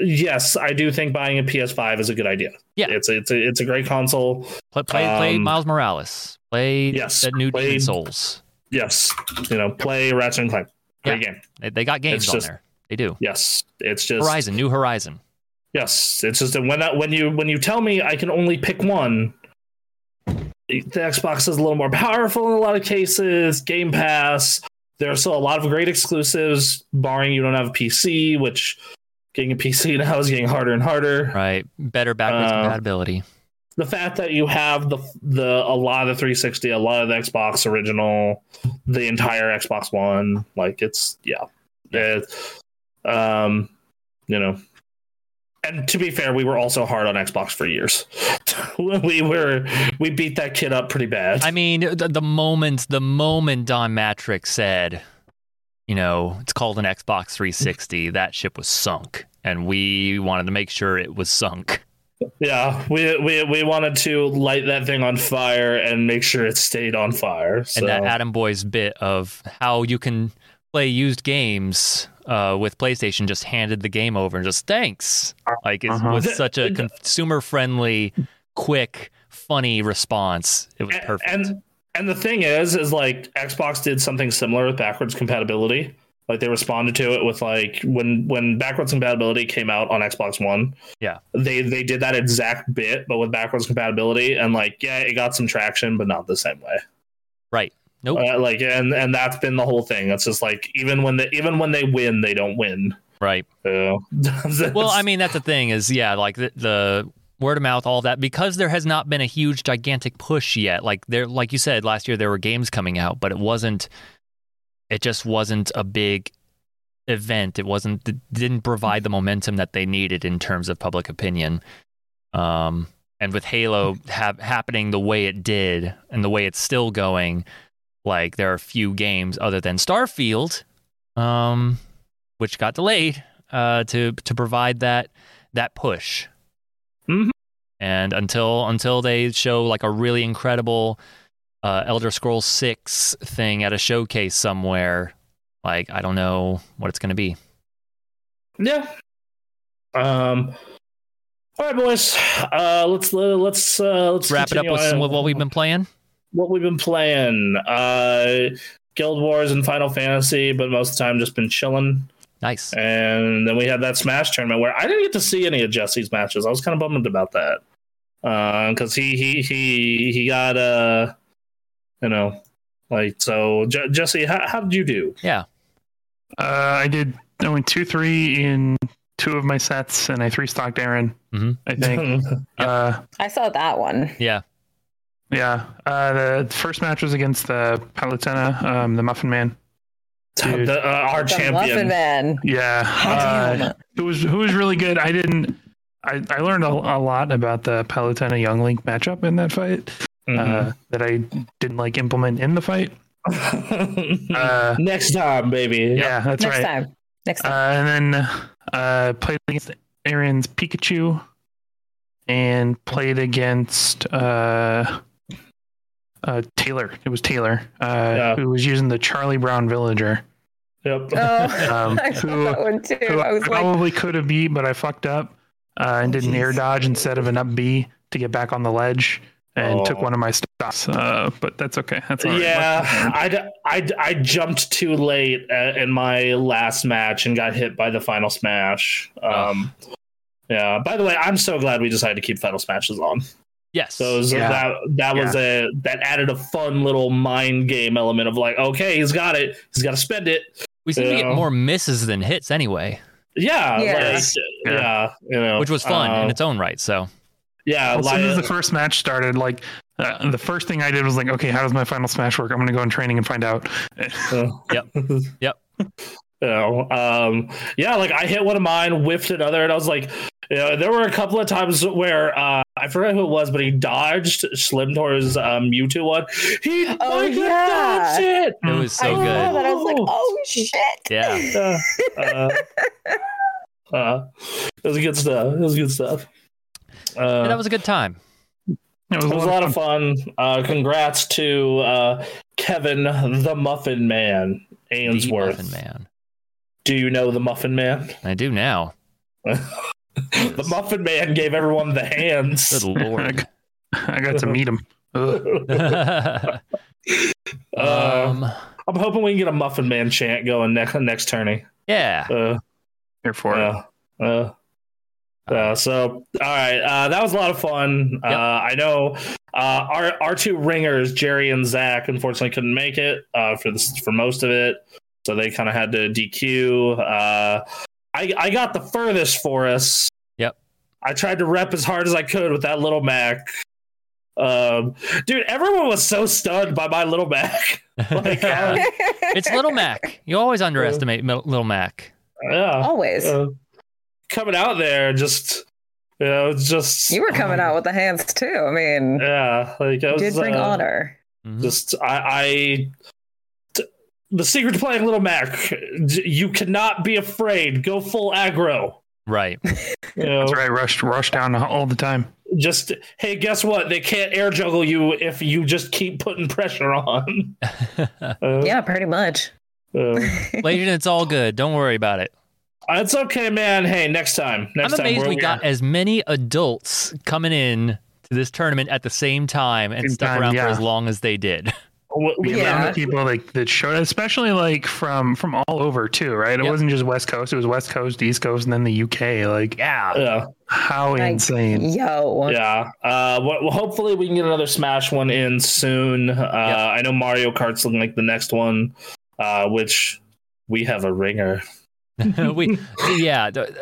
S2: yes, I do think buying a PS5 is a good idea.
S1: Yeah.
S2: it's it's a, it's a great console.
S1: play play, play
S2: um,
S1: miles morales play
S2: Yes,
S1: that new
S2: play-
S1: Demon souls
S2: Yes, you know, play Ratchet and Clank. Great game.
S1: they, they got games
S2: It's
S1: on
S2: just-
S1: there they do
S2: Yes, it's just
S1: horizon new horizon
S2: Yes, it's just that when I, when you when you tell me I can only pick one, the Xbox is a little more powerful in a lot of cases. Game Pass, there are still a lot of great exclusives, barring you don't have a PC, which getting a PC now is getting harder and harder.
S1: right better backwards
S2: Uh,
S1: compatibility
S2: The fact that you have the the a lot of the 360, a lot of the Xbox original, the entire Xbox One, like it's yeah, It- um, you know. And to be fair, we were also hard on Xbox for years. we were we beat that kid up pretty bad.
S1: I mean, the, the moment the moment Don Matrick said, you know, it's called an Xbox 360, that ship was sunk, and we wanted to make sure it was sunk.
S2: yeah, we, we we wanted to light that thing on fire and make sure it stayed on fire. So.
S1: And that Adam Boy's bit of how you can play used games uh, with PlayStation just handed the game over and just thanks, like it
S4: Uh-huh.
S1: was such a consumer friendly, quick, funny response. It was
S2: A-
S1: perfect.
S2: And and the thing is, is like Xbox did something similar with backwards compatibility. Like they responded to it with like when when backwards compatibility came out on Xbox One.
S1: Yeah.
S2: They they did that exact bit, but with backwards compatibility, and like yeah, it got some traction, but not the same way.
S1: Right. Nope.
S2: Uh, like and and that's been the whole thing. It's just like even when they even when they win, they don't win. Uh,
S1: right.
S2: So,
S1: Well, I mean, that's the thing is, yeah, like the, the word of mouth, all that, because there has not been a huge, gigantic push yet. Like there, like you said, last year there were games coming out, but it wasn't. It just wasn't a big event. It wasn't it didn't provide the momentum that they needed in terms of public opinion. Um, and with Halo ha- happening the way it did and the way it's still going, like there are few games other than Starfield, um, which got delayed uh, to to provide that that push.
S2: Mhm.
S1: And until until they show like a really incredible uh, Elder Scrolls Six thing at a showcase somewhere, like I don't know what it's going to be.
S2: Yeah. Um. All right, boys. Uh, let's let's uh, let's
S1: Wrap it up
S2: continue
S1: with some,
S2: on-
S1: with what we've been playing.
S2: what we've been playing. Uh, Guild Wars and Final Fantasy, but most of the time just been chilling.
S1: Nice.
S2: And then we had that Smash tournament where I didn't get to see any of Jesse's matches. I was kind of bummed about that because he he he he got uh you know like so Je- Jesse, how, how did you do?
S4: Uh, I did. I went two three in two of my sets, and I three stocked Aaron.
S1: Mhm.
S4: I think. Uh,
S3: I saw that one.
S1: Yeah.
S4: yeah. Uh, the first match was against the Palutena, um, the Muffin Man. Dude.
S2: The, uh, our
S3: The Muffin
S2: champion.
S3: Man.
S4: Yeah.
S3: Damn.
S4: Uh, who was who was really good. I didn't. I, I learned a, a lot about the Palutena Young Link matchup in that fight uh, that I didn't like implement in the fight.
S2: Mhm.
S4: Uh,
S2: Next time, baby.
S4: yeah, that's
S3: Next
S4: right.
S3: time. Next
S4: Uh,
S3: time.
S4: and then uh, played against Aaron's Pikachu, and played against uh, uh, Taylor. It was Taylor uh,
S2: Yeah.
S4: who was using the Charlie Brown Villager,
S2: Yep.
S3: oh,
S4: um,
S3: I saw
S4: who-
S3: that one too.
S4: who
S3: I
S4: I
S3: was like,
S4: probably could have beat, but I fucked up uh, and
S3: Oh,
S4: did an air
S3: jeez.
S4: dodge instead of an up B to get back on the ledge, and
S2: Oh.
S4: took one of my stops. Uh, but that's okay. That's all right.
S2: yeah,
S4: Left hand.
S2: I, d- I d- I jumped too late uh, in my last match and got hit by the final smash. Um, yeah. By the way, I'm so glad we decided to keep final smashes on.
S1: Yes.
S2: Those
S4: Yeah.
S2: that that was a that added a fun little mind game element of like, okay, he's got it, he's got to spend it.
S1: we seem to
S2: yeah.
S1: get more misses than hits anyway,
S2: Yeah,
S3: Yes.
S2: like,
S4: Yeah.
S2: yeah. you know,
S1: which was fun
S2: Uh,
S1: in its own right. So
S2: yeah,
S4: Well, as soon as the
S2: like,
S4: first match started, like uh, the first thing I did was like, okay, how does my final smash work? I'm gonna go in training and find out.
S1: Yep. Yep.
S2: You know, um, yeah, like I hit one of mine, whiffed another, and I was like, you know, there were a couple of times where uh, I forgot who it was, but he dodged Slimtor's um, Mewtwo one. He
S3: Oh,
S2: oh,
S3: yeah.
S2: dodged it.
S1: it was
S3: I
S1: so
S3: saw
S1: good.
S3: that. I was like,
S2: Oh.
S3: oh shit.
S1: Yeah.
S2: Uh, uh, uh, it was good stuff. It was good stuff. Uh,
S1: Yeah, that was a good time.
S4: It was,
S2: It was a lot of fun. Uh, congrats to uh, Kevin the Muffin Man
S1: The
S2: Ainsworth.
S1: Muffin Man.
S2: Do you know the Muffin Man?
S1: I do now.
S2: The Muffin Man gave everyone the
S1: Good
S2: hands.
S1: lord.
S4: I got to meet him. Ugh.
S2: Uh,
S1: um,
S2: I'm hoping we can get a Muffin Man chant going next next tourney.
S1: yeah.
S2: Uh,
S4: Here for it.
S2: yeah. Uh, uh, so, all right, uh, that was a lot of fun. Uh,
S1: Yep.
S2: I know uh, our our two ringers, Jerry and Zach, unfortunately couldn't make it uh, for this for most of it, so they kind of had to DQ. Uh, I I got the furthest for us.
S1: Yep.
S2: I tried to rep as hard as I could with that little Mac. Um, dude, everyone was so stunned by my little Mac. like, uh,
S1: It's Little Mac. You always underestimate Mil- Little Mac.
S2: yeah.
S3: Always.
S2: Uh, coming out there just you know just
S3: you were coming out with the hands too. I mean,
S2: yeah like I
S3: you
S2: Um, was,
S3: did bring
S2: uh,
S3: honor.
S1: Mhm.
S2: just i i t- the secret to playing little mac d- you cannot be afraid go full aggro
S1: Right.
S2: you know
S4: That's right. Rush, rush down all the time.
S2: just hey guess what they can't air juggle you if you just keep putting pressure on Uh,
S3: Yeah, pretty much.
S2: uh,
S1: Legion, it's all good. Don't worry about it.
S2: it's okay man hey next time next
S1: I'm
S2: time
S1: amazed
S2: we're-
S1: we got as many adults coming in to this tournament at the same time and
S4: Same
S1: stuck
S4: time,
S1: around for
S4: yeah.
S1: as long as they did.
S2: we, we-
S4: The
S3: Yeah.
S4: amount of people like that showed, especially like from from all over too, right? It
S1: Yep.
S4: wasn't just West Coast; it was West Coast, East Coast, and then the UK. Like,
S1: Yeah.
S2: yeah
S4: how
S3: Like,
S4: insane!
S3: Yo.
S2: uh, Yeah. Uh, well, well, hopefully we can get another Smash one in soon. Uh, I know Mario Kart's looking like the next one, uh, which we have a ringer.
S1: we, yeah. th- th-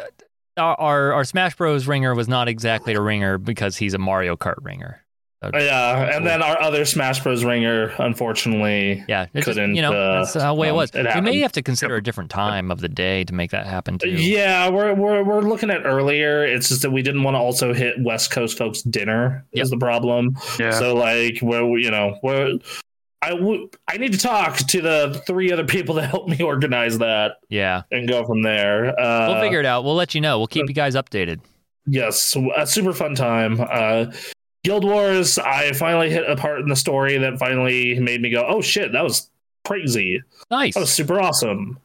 S1: our, our our Smash Bros ringer was not exactly a ringer because he's a Mario Kart ringer.
S2: Oh, Yeah, and then our other Smash Bros. ringer, unfortunately.
S1: Yeah, it just,
S2: Couldn't,
S1: you know
S2: uh,
S1: that's how way it
S2: um,
S1: was.
S2: it
S1: we may
S2: happened.
S1: have to consider a different time of the day to make that happen too.
S2: Yeah, we're, we're we're looking at earlier. It's just that we didn't want to also hit West Coast folks' dinner
S1: Yep.
S2: is the problem.
S4: Yeah,
S2: So like, we're you know we're. I, w- I need to talk to the three other people that helped me organize that
S1: Yeah.
S2: and go from there. Uh,
S1: We'll figure it out. We'll let you know. We'll keep you guys updated.
S2: yes a super fun time uh guild wars i finally hit a part in the story that finally made me go oh shit that was crazy
S1: Nice.
S2: that was Oh, super awesome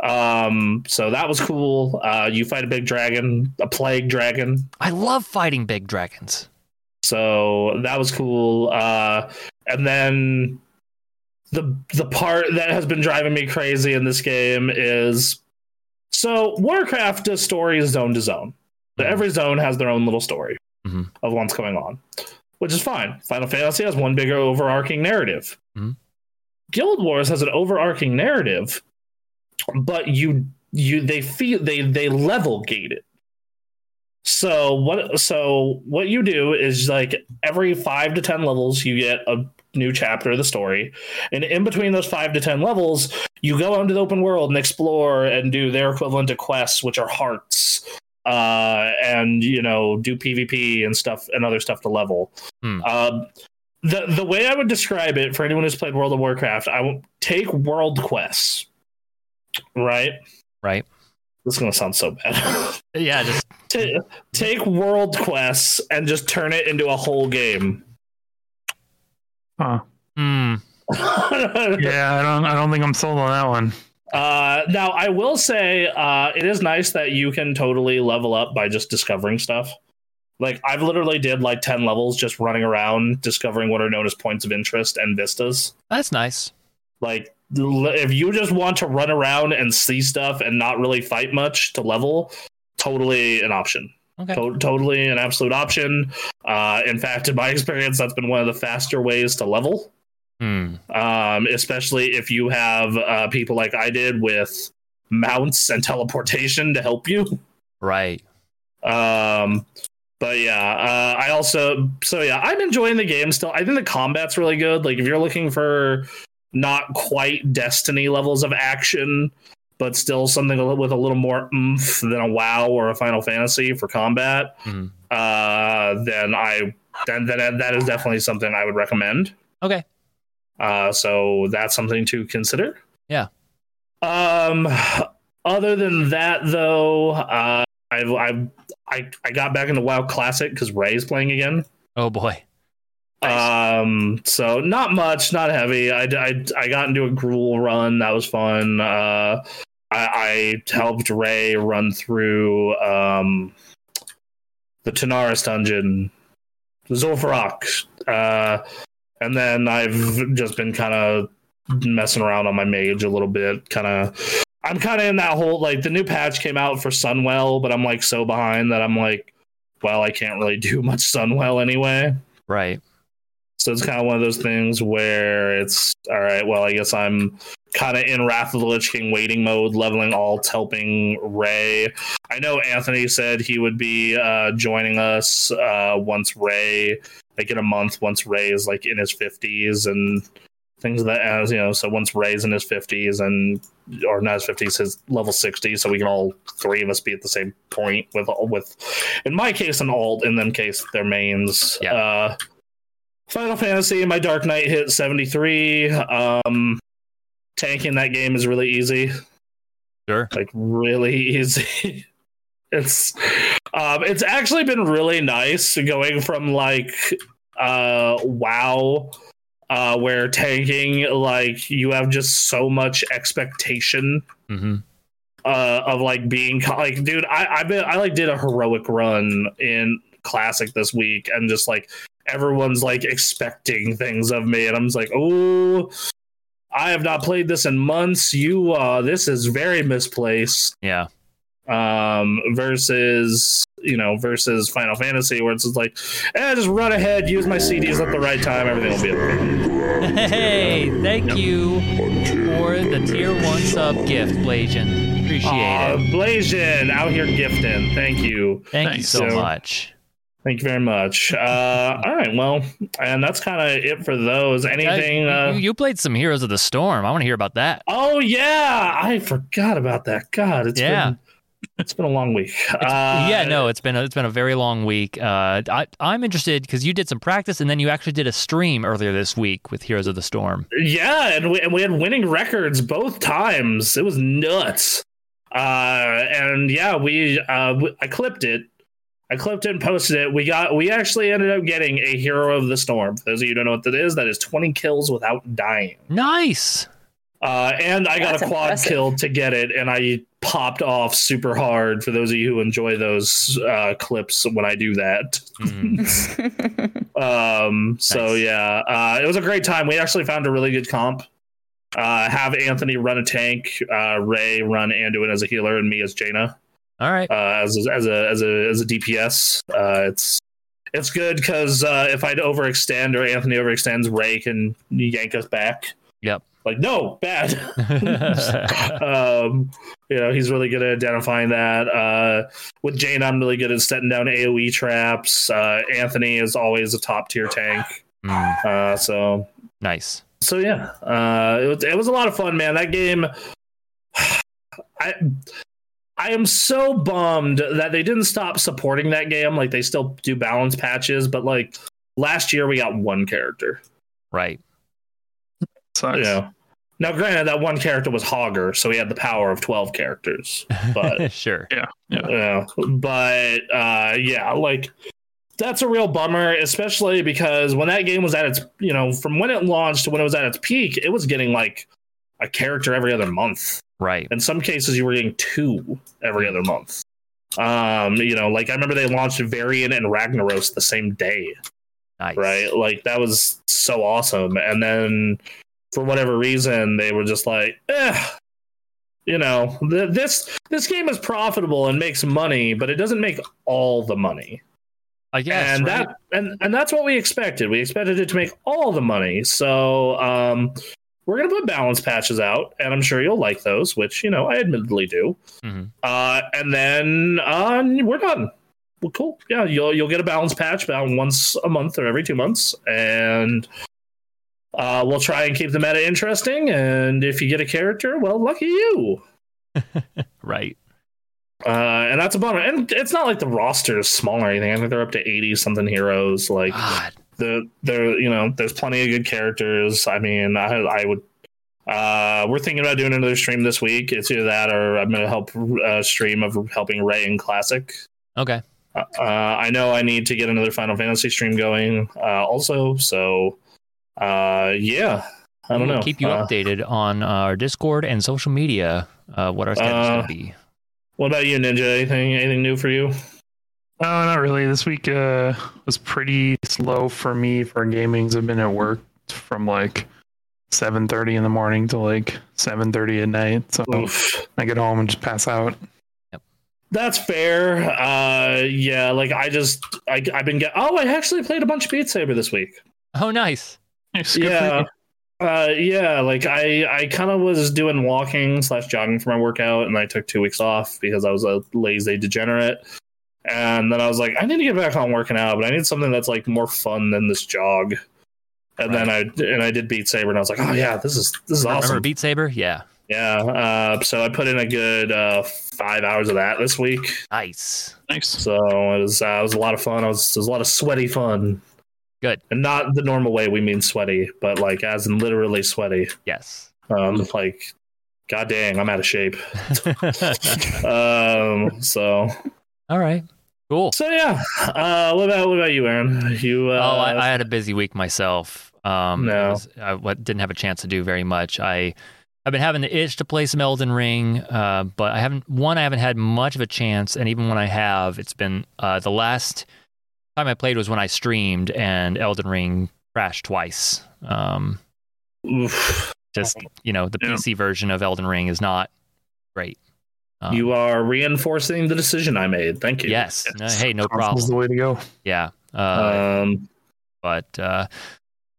S2: um so that was cool uh you fight a big dragon a plague dragon
S1: I love fighting big dragons.
S2: so that was cool. Uh, and then the the part that has been driving me crazy in this game is so Warcraft does stories zone to zone. So
S1: Mhm.
S2: every zone has their own little story
S1: Mhm.
S2: of what's going on, which is fine. Final Fantasy has one bigger overarching narrative.
S1: Mhm.
S2: Guild Wars has an overarching narrative, but you you they feel they they level gate it. So what so what you do is like every 5 to 10 levels you get a new chapter of the story and in between those 5 to 10 levels you go out into the open world and explore and do their equivalent to quests which are hearts uh and you know do PvP and stuff and other stuff to level.
S1: Hmm.
S2: Um the the way I would describe it for anyone who's played World of Warcraft, I will take world quests. Right?
S1: Right.
S2: This is going to sound so bad.
S1: Yeah, just
S2: Ta take world quests and just turn it into a whole game.
S4: Huh.
S1: mm,
S2: uh,
S4: yeah. I don't, I don't think I'm sold on that one.
S2: now, I will say uh, it is nice that you can totally level up by just discovering stuff. Like I've literally did like ten levels just running around discovering what are known as points of interest and vistas.
S1: That's nice.
S2: Like l- if you just want to run around and see stuff and not really fight much to level, totally an option.
S1: Okay.
S2: To- totally an absolute option. Uh, in fact, in my experience, that's been one of the faster ways to level
S1: Hmm.
S2: um, especially if you have uh, people like I did with mounts and teleportation to help you.
S1: Right.
S2: Um, but yeah, uh, I also so yeah, I'm enjoying the game still. I think the combat's really good. Like if you're looking for not quite Destiny levels of action, but still something a li- with a little more oomph than a WoW or a Final Fantasy for combat,
S1: Mhm.
S2: uh, then I then, then that is definitely something I would recommend.
S1: Okay.
S2: Uh, so that's something to consider.
S1: Yeah.
S2: Um. Other than that, though, uh, I've I've I, I got back into WoW Classic because Ray's playing again.
S1: Oh boy.
S2: Um, so not much, not heavy. I, I, I got into a gruel run that was fun. Uh, I, I helped Ray run through um, the Tanaris dungeon, Zulfarok, uh, and then I've just been kind of messing around on my mage a little bit, kind of. I'm kind of in that whole like the new patch came out for Sunwell, but I'm like so behind that I'm like, well, I can't really do much Sunwell anyway.
S1: Right.
S2: So it's kind of one of those things where it's all right. Well, I guess I'm kind of in Wrath of the Lich King waiting mode, leveling alts, helping Ray. I know Anthony said he would be uh, joining us uh, once Ray, like in a month, once Ray is like in his fifties and things of that as you know. So once Ray's in his fifties and or not his fifties, his level sixty, so we can all three of us be at the same point with with, in my case, an alt, in them case, their mains.
S1: Yeah.
S2: Uh, Final Fantasy, my Dark Knight hit 73. Um, tanking that game is really easy,
S1: Sure.
S2: like really easy. it's um, it's actually been really nice going from like uh, WoW, uh, where tanking like you have just so much expectation
S1: Mm-hmm.
S2: uh, of like being co- like, dude, I I, been, I like did a heroic run in classic this week, and just like everyone's like expecting things of me, and I'm just like, oh, I have not played this in months. You, uh, this is very misplaced.
S1: Yeah.
S2: Um, versus you know versus Final Fantasy, where it's just like, eh, just run ahead, use my CDs at the right time, everything will be okay.
S1: Hey, thank you for the tier one sub gift, Blasian. Appreciate
S2: Uh,
S1: it.
S2: Blazin out here gifting. Thank you.
S1: Thank you
S4: thanks.
S1: so
S2: So-
S1: much.
S2: Thank you very much. Uh, all right, well, and that's kind of it for those. Anything?
S1: Uh,
S2: Uh,
S1: you, you played some Heroes of the Storm. I want to hear about that.
S2: oh yeah, I forgot about that. God, it's
S1: Yeah.
S2: been it's been a long week. Uh,
S1: yeah, no, it's been a, it's been a very long week. Uh, I I'm interested because you did some practice and then you actually did a stream earlier this week with Heroes of the Storm.
S2: yeah, and we and we had winning records both times. It was nuts. Uh, and yeah, we uh, we, I clipped it. I clipped it and posted it. We got we actually ended up getting a hero of the storm. For those of you who don't know what that is, that is twenty kills without dying.
S1: Nice.
S2: Uh, and I got
S3: That's
S2: a quad
S3: impressive.
S2: kill to get it, and I popped off super hard. For those of you who enjoy those uh, clips when I do that,
S1: Mm.
S2: um, so
S1: Nice.
S2: yeah, uh, it was a great time. We actually found a really good comp. Uh, have Anthony run a tank, uh, Ray run Anduin as a healer, and me as Jaina
S1: All right.
S2: uh, as as a as a as a DPS. Uh, it's it's good because uh, if I'd overextend or Anthony overextends, Ray can yank us back.
S1: Yep.
S2: Like no, bad.
S1: Mm,
S2: um, you know, he's really good at identifying that. Uh, with Jane, I'm really good at setting down AOE traps. Uh, Anthony is always a top tier tank.
S1: Mm,
S2: Uh, so,
S1: nice.
S2: so yeah, uh, it, was, it was a lot of fun, man. That game, I. I am so bummed that they didn't stop supporting that game. Like they still do balance patches, but like last year we got one character.
S1: Right.
S4: Sucks.
S2: Yeah. Now, granted, that one character was Hogger, so he had the power of twelve characters. But
S1: Uh, sure.
S2: Yeah, but uh, yeah, like that's a real bummer, especially because when that game was at its, you know, from when it launched to when it was at its peak, it was getting like a character every other month.
S1: Right.
S2: In some cases, you were getting two every other month. Um, you know, like I remember they launched Varian and Ragnaros the same day,
S1: Nice.
S2: right? Like that was so awesome. And then for whatever reason, they were just like, eh, you know, th- this this game is profitable and makes money, but it doesn't make all the money
S1: I guess.
S2: and
S1: right?
S2: that and, and that's what we expected. We expected it to make all the money. So um, we're gonna put balance patches out, and I'm sure you'll like those, which you know I admittedly do.
S1: Mhm.
S2: Uh, and then uh, we're done. Well, cool. Yeah, you'll you'll get a balance patch about once a month or every two months, and uh, we'll try and keep the meta interesting. And if you get a character, well, lucky you.
S1: right.
S2: Uh, and that's a bummer. And it's not like the roster is small or anything. I think they're up to eighty something heroes. Like
S1: God.
S2: the there you know there's plenty of good characters i mean i i would uh we're thinking about doing another stream this week it's either that or i'm gonna help uh stream of helping ray in classic
S1: Okay.
S2: uh, i know i need to get another final fantasy stream going uh also so uh yeah i don't
S1: We'll
S2: know
S1: Keep you
S2: Uh,
S1: updated on our Discord and social media. Uh, what our schedule's
S2: Uh,
S1: gonna be.
S2: what about you ninja anything anything new for you
S4: Oh, not really. This week uh, was pretty slow for me for gamings. I've been at work from like 7.30 in the morning to like 7.30 at night. So
S2: Oof.
S4: I get home and just pass out.
S2: that's fair uh yeah like i just I, i've been get oh i actually played a bunch of beat saber this week
S1: Oh, nice.
S4: It's good for
S2: yeah
S4: you.
S2: uh yeah like i i kind of was doing walking slash jogging for my workout and i took two weeks off because i was a lazy degenerate and then i was like i need to get back on working out but i need something that's like more fun than this jog and then i and i did beat saber and i was like oh yeah this is this is awesome
S1: Remember Beat Saber? Yeah.
S2: yeah uh so i put in a good uh five hours of that this week
S1: Nice.
S4: Nice.
S2: so it was uh, it was a lot of fun. It was, it was a lot of sweaty fun.
S1: Good.
S2: And not the normal way we mean sweaty, but like as in literally sweaty.
S1: Yes.
S2: Um,
S1: Mm.
S2: like, god dang, I'm out of shape. um, so
S1: All right. Cool.
S2: so yeah. Uh, what about what about you, Aaron? You uh,
S1: oh, I, I had a busy week myself. Um,
S2: No.
S1: it was- I wa- didn't have a chance to do very much. I I've been having the itch to play some Elden Ring, uh, but I haven't. One, I haven't had much of a chance, and even when I have, it's been uh, the last time I played was when I streamed, and Elden Ring crashed twice. Um,
S2: oof,
S1: just you know, the
S4: Yeah.
S1: PC version of Elden Ring is not great. Um,
S2: you are reinforcing the decision I made. Thank you.
S1: yes. No, hey, no
S4: Console's
S1: problem.
S4: the way to go.
S1: Yeah. Uh,
S2: Um,
S1: but uh,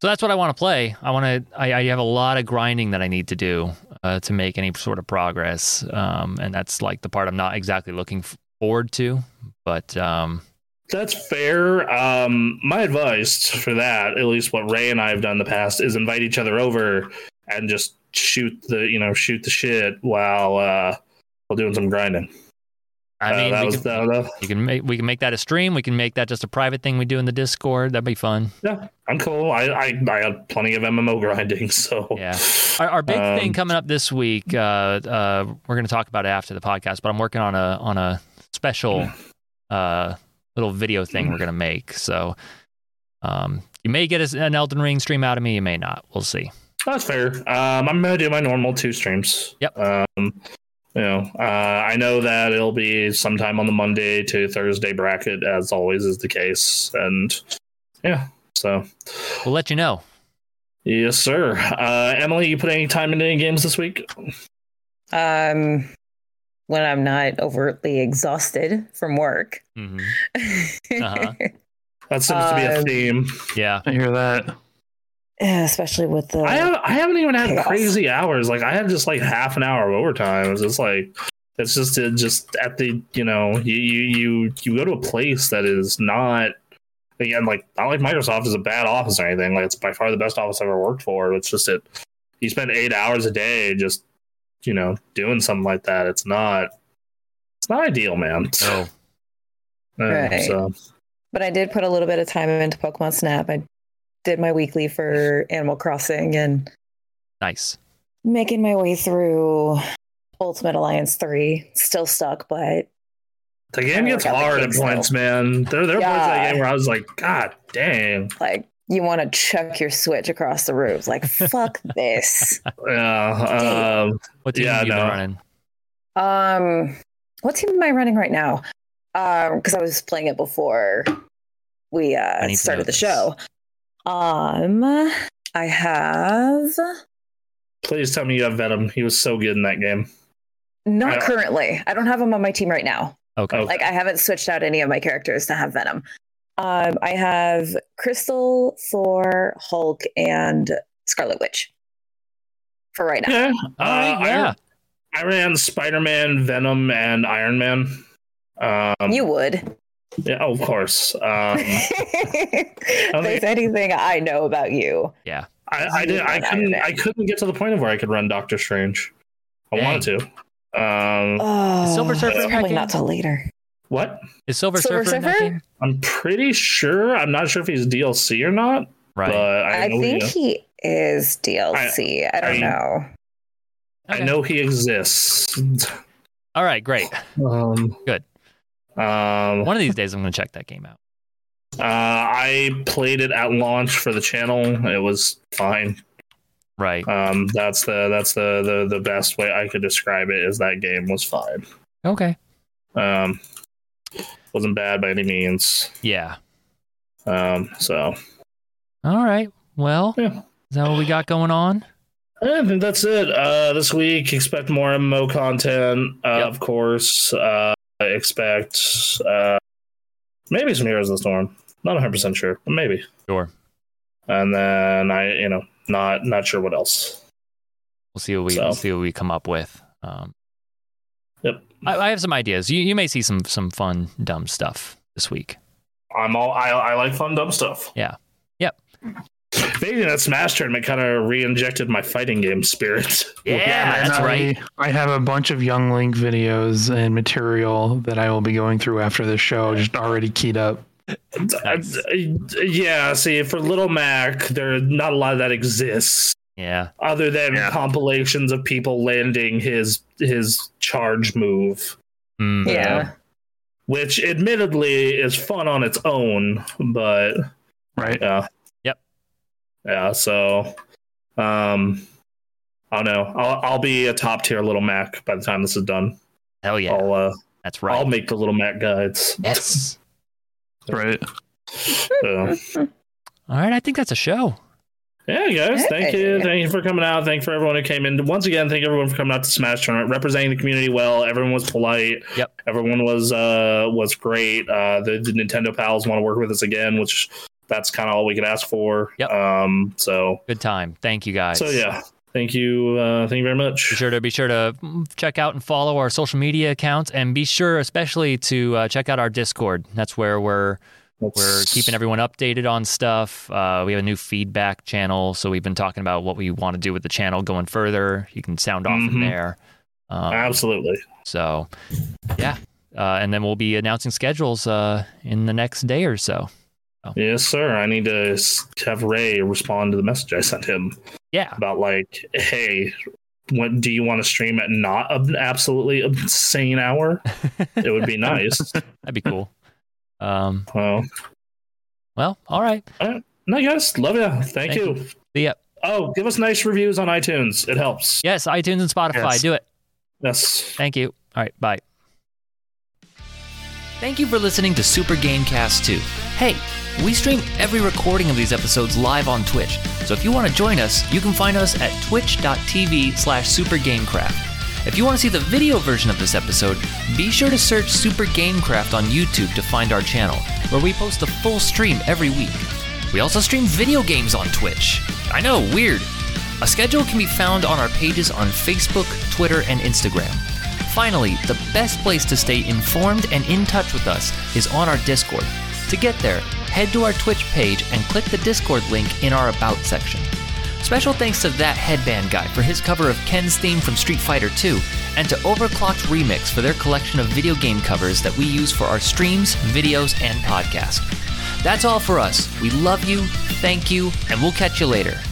S1: so that's what I want to play. I want to. I, I have a lot of grinding that I need to do uh, to make any sort of progress, um, and that's like the part I'm not exactly looking f- forward to. But um,
S2: That's fair. Um, my advice for that, at least what Ray and I have done in the past, is invite each other over and just shoot the you know shoot the shit while uh, while doing some grinding.
S1: I
S2: Uh,
S1: mean,
S2: that
S1: we
S2: was
S1: can,
S2: that- that-
S1: you can make we can make that a stream. We can make that just a private thing we do in the Discord. That'd be fun.
S2: I'm cool. I, I I have plenty of MMO grinding, so
S1: Yeah. Our, our big
S2: Um,
S1: thing coming up this week. Uh, uh, we're going to talk about it after the podcast, but I'm working on a on a special uh, little video thing we're going to make. So um, you may get a, an Elden Ring stream out of me. You may not. We'll see.
S2: That's fair. Um, I'm gonna do my normal two streams.
S1: Yep.
S2: Um, you know, uh, I know that it'll be sometime on the Monday to Thursday bracket, as always is the case, and yeah. So
S1: We'll let you know.
S2: Yes, sir. Uh, Emily, you put any time into any games this week?
S3: Um, when I'm not overtly exhausted from work.
S1: Mm-hmm. Uh-huh.
S2: That seems to be a
S3: Um,
S2: theme.
S1: Yeah.
S4: I hear that.
S3: Yeah, Especially with the.
S2: I have I haven't even had
S3: Oh. chaos.
S2: crazy hours. Like I have just like half an hour of overtime. It's just like it's just it just at the you know you you you, you go to a place that is not again like not like Microsoft is a bad office or anything. Like it's by far the best office I've ever worked for. It's just it you spend eight hours a day just you know doing something like that. It's not it's not ideal, man.
S1: So
S2: Uh,
S3: Right.
S2: So
S3: But I did put a little bit of time into Pokemon Snap. I did my weekly for Animal Crossing and
S1: nice.
S3: making my way through Ultimate Alliance 3. Still stuck, but
S2: The
S3: Trying
S2: game
S3: to
S2: gets
S3: work out the
S2: hard at
S3: kinks,
S2: points, man. There, there are points in that
S3: Yeah.
S2: game where I was like, God damn.
S3: like you want to chuck your Switch across the roof. Like, fuck this.
S2: Yeah. Um,
S1: What team
S2: Yeah,
S1: have you been
S2: no.
S1: running?
S3: Um, what team am I running right now? because I was playing it before we
S1: I
S3: uh,
S1: need to know
S3: started the
S1: this.
S3: show. Um, I have
S2: Please tell me you have Venom. He was so good in that game.
S3: not
S2: I-
S3: currently. I don't have him on my team right now.
S1: Okay.
S2: Oh.
S3: Like I haven't switched out any of my characters to have Venom. Um, I have Crystal, Thor, Hulk, and Scarlet Witch for right now.
S2: Yeah.
S1: All right, yeah.
S2: Uh, I, ran Spider Man, Venom, and Iron Man. Um,
S3: You would.
S2: Yeah, oh, of course. Um, I,
S3: if there's anything I know about you.
S2: I did. I
S3: Iron
S2: couldn't.
S3: Man.
S2: I couldn't get to the point of where I could run Doctor Strange. I
S1: Dang.
S2: wanted to. Um,
S3: Oh,
S1: Silver Surfer
S3: it's
S1: back
S3: probably
S1: in?
S3: not till later.
S2: what?
S1: Is Silver,
S3: Silver
S1: Surfer, in that
S3: Surfer?
S1: game?
S2: I'm pretty sure. I'm not sure if he's DLC or not,
S1: Right.
S2: but I,
S3: I,
S2: know
S3: think
S2: he,
S3: he is DLC. I, don't
S2: I-
S3: know.
S2: I
S1: Okay.
S2: know he exists.
S1: All right, great.
S2: Um,
S1: Good.
S2: Um,
S1: One of these days, I'm going to check that game out.
S2: uh, I played it at launch for the channel. It was fine.
S1: Right.
S2: Um, that's the that's the, the the best way I could describe it. Is that game was fine.
S1: Okay.
S2: Um, wasn't bad by any means.
S1: Yeah.
S2: Um, so
S1: All right. Well,
S2: Yeah.
S1: is that what we got going on?
S2: I think that's it. Uh, this week, expect more MMO content, uh,
S1: Yep.
S2: of course. Uh, expect uh, maybe some Heroes of the Storm. Not 100 percent sure, but maybe.
S1: Sure.
S2: And then I, you know, not not sure what else.
S1: We'll see what we
S2: So.
S1: we'll see what we come up with. Um,
S2: Yep.
S1: I, I have some ideas. You you may see some some fun dumb stuff this week.
S2: I'm all I, I like fun dumb stuff.
S1: Yeah. Yep.
S2: Maybe that Smash tournament kind of re-injected my fighting game spirit.
S4: and
S1: that's
S4: I,
S1: right.
S4: I have a bunch of Young Link videos and material that I will be going through after this show, just already keyed up.
S1: Nice.
S2: Uh, yeah, see, for Little Mac, there not a lot of that exists
S1: Yeah.
S2: other than
S4: Yeah.
S2: compilations of people landing his his charge move,
S1: Mm.
S3: Yeah.
S2: which admittedly is fun on its own, but
S4: Right?
S2: yeah.
S1: Yep.
S2: Yeah, so um I don't know. I'll I'll be a top tier Little Mac by the time this is done.
S1: Hell yeah.
S2: I'll uh,
S1: that's right.
S2: I'll make the Little Mac guides.
S1: yes.
S4: Right.
S2: So,
S1: All right. I think that's a show.
S2: yeah, guys, thank you.
S3: Hey.
S2: Thank you for coming out. Thank you for everyone who came in. Once again, thank everyone for coming out to Smash Tournament, representing the community well. Everyone was polite.
S1: Yep.
S2: Everyone was uh was great. Uh the, the Nintendo pals want to work with us again, which that's kind of all we could ask for.
S1: Yep.
S2: Um so
S1: Good time. Thank you guys.
S2: so yeah. Thank you. Uh thank you very much.
S1: Be sure to be sure to mm, check out and follow our social media accounts, and be sure, especially, to uh, check out our Discord. That's where we're We're keeping everyone updated on stuff. Uh, we have a new feedback channel, so we've been talking about what we want to do with the channel going further. You can sound off from
S2: Mhm.
S1: there. Um,
S2: Absolutely.
S1: So, yeah, uh, and then we'll be announcing schedules uh, in the next day or so.
S2: Yes, sir. I need to s- have Ray respond to the message I sent him.
S1: Yeah,
S2: about like, hey, what do you want to stream at not an absolutely insane hour? It would be nice.
S1: that'd be cool. Um,
S2: Well, uh,
S1: well, all right.
S2: no, guys, love ya. Thank,
S1: Thank
S2: you.
S1: See ya.
S2: Oh, give us nice reviews on iTunes. It helps.
S1: Yes, iTunes and Spotify,
S4: Yes.
S1: do it.
S2: Yes.
S1: Thank you. All right, bye. Thank you for listening to Super Gamecast 2. Hey, we stream every recording of these episodes live on Twitch, so if you want to join us, you can find us at twitch.tv slash supergamecraft. If you want to see the video version of this episode, be sure to search Super Gamecraft on YouTube to find our channel, where we post the full stream every week. We also stream video games on Twitch. I know, weird. A schedule can be found on our pages on Facebook, Twitter, and Instagram. Finally, the best place to stay informed and in touch with us is on our Discord. To get there, head to our Twitch page and click the Discord link in our About section. Special thanks to that headband guy for his cover of Ken's theme from Street Fighter II, and to Overclocked Remix for their collection of video game covers that we use for our streams, videos, and podcast. That's all for us. We love you, thank you, and we'll catch you later.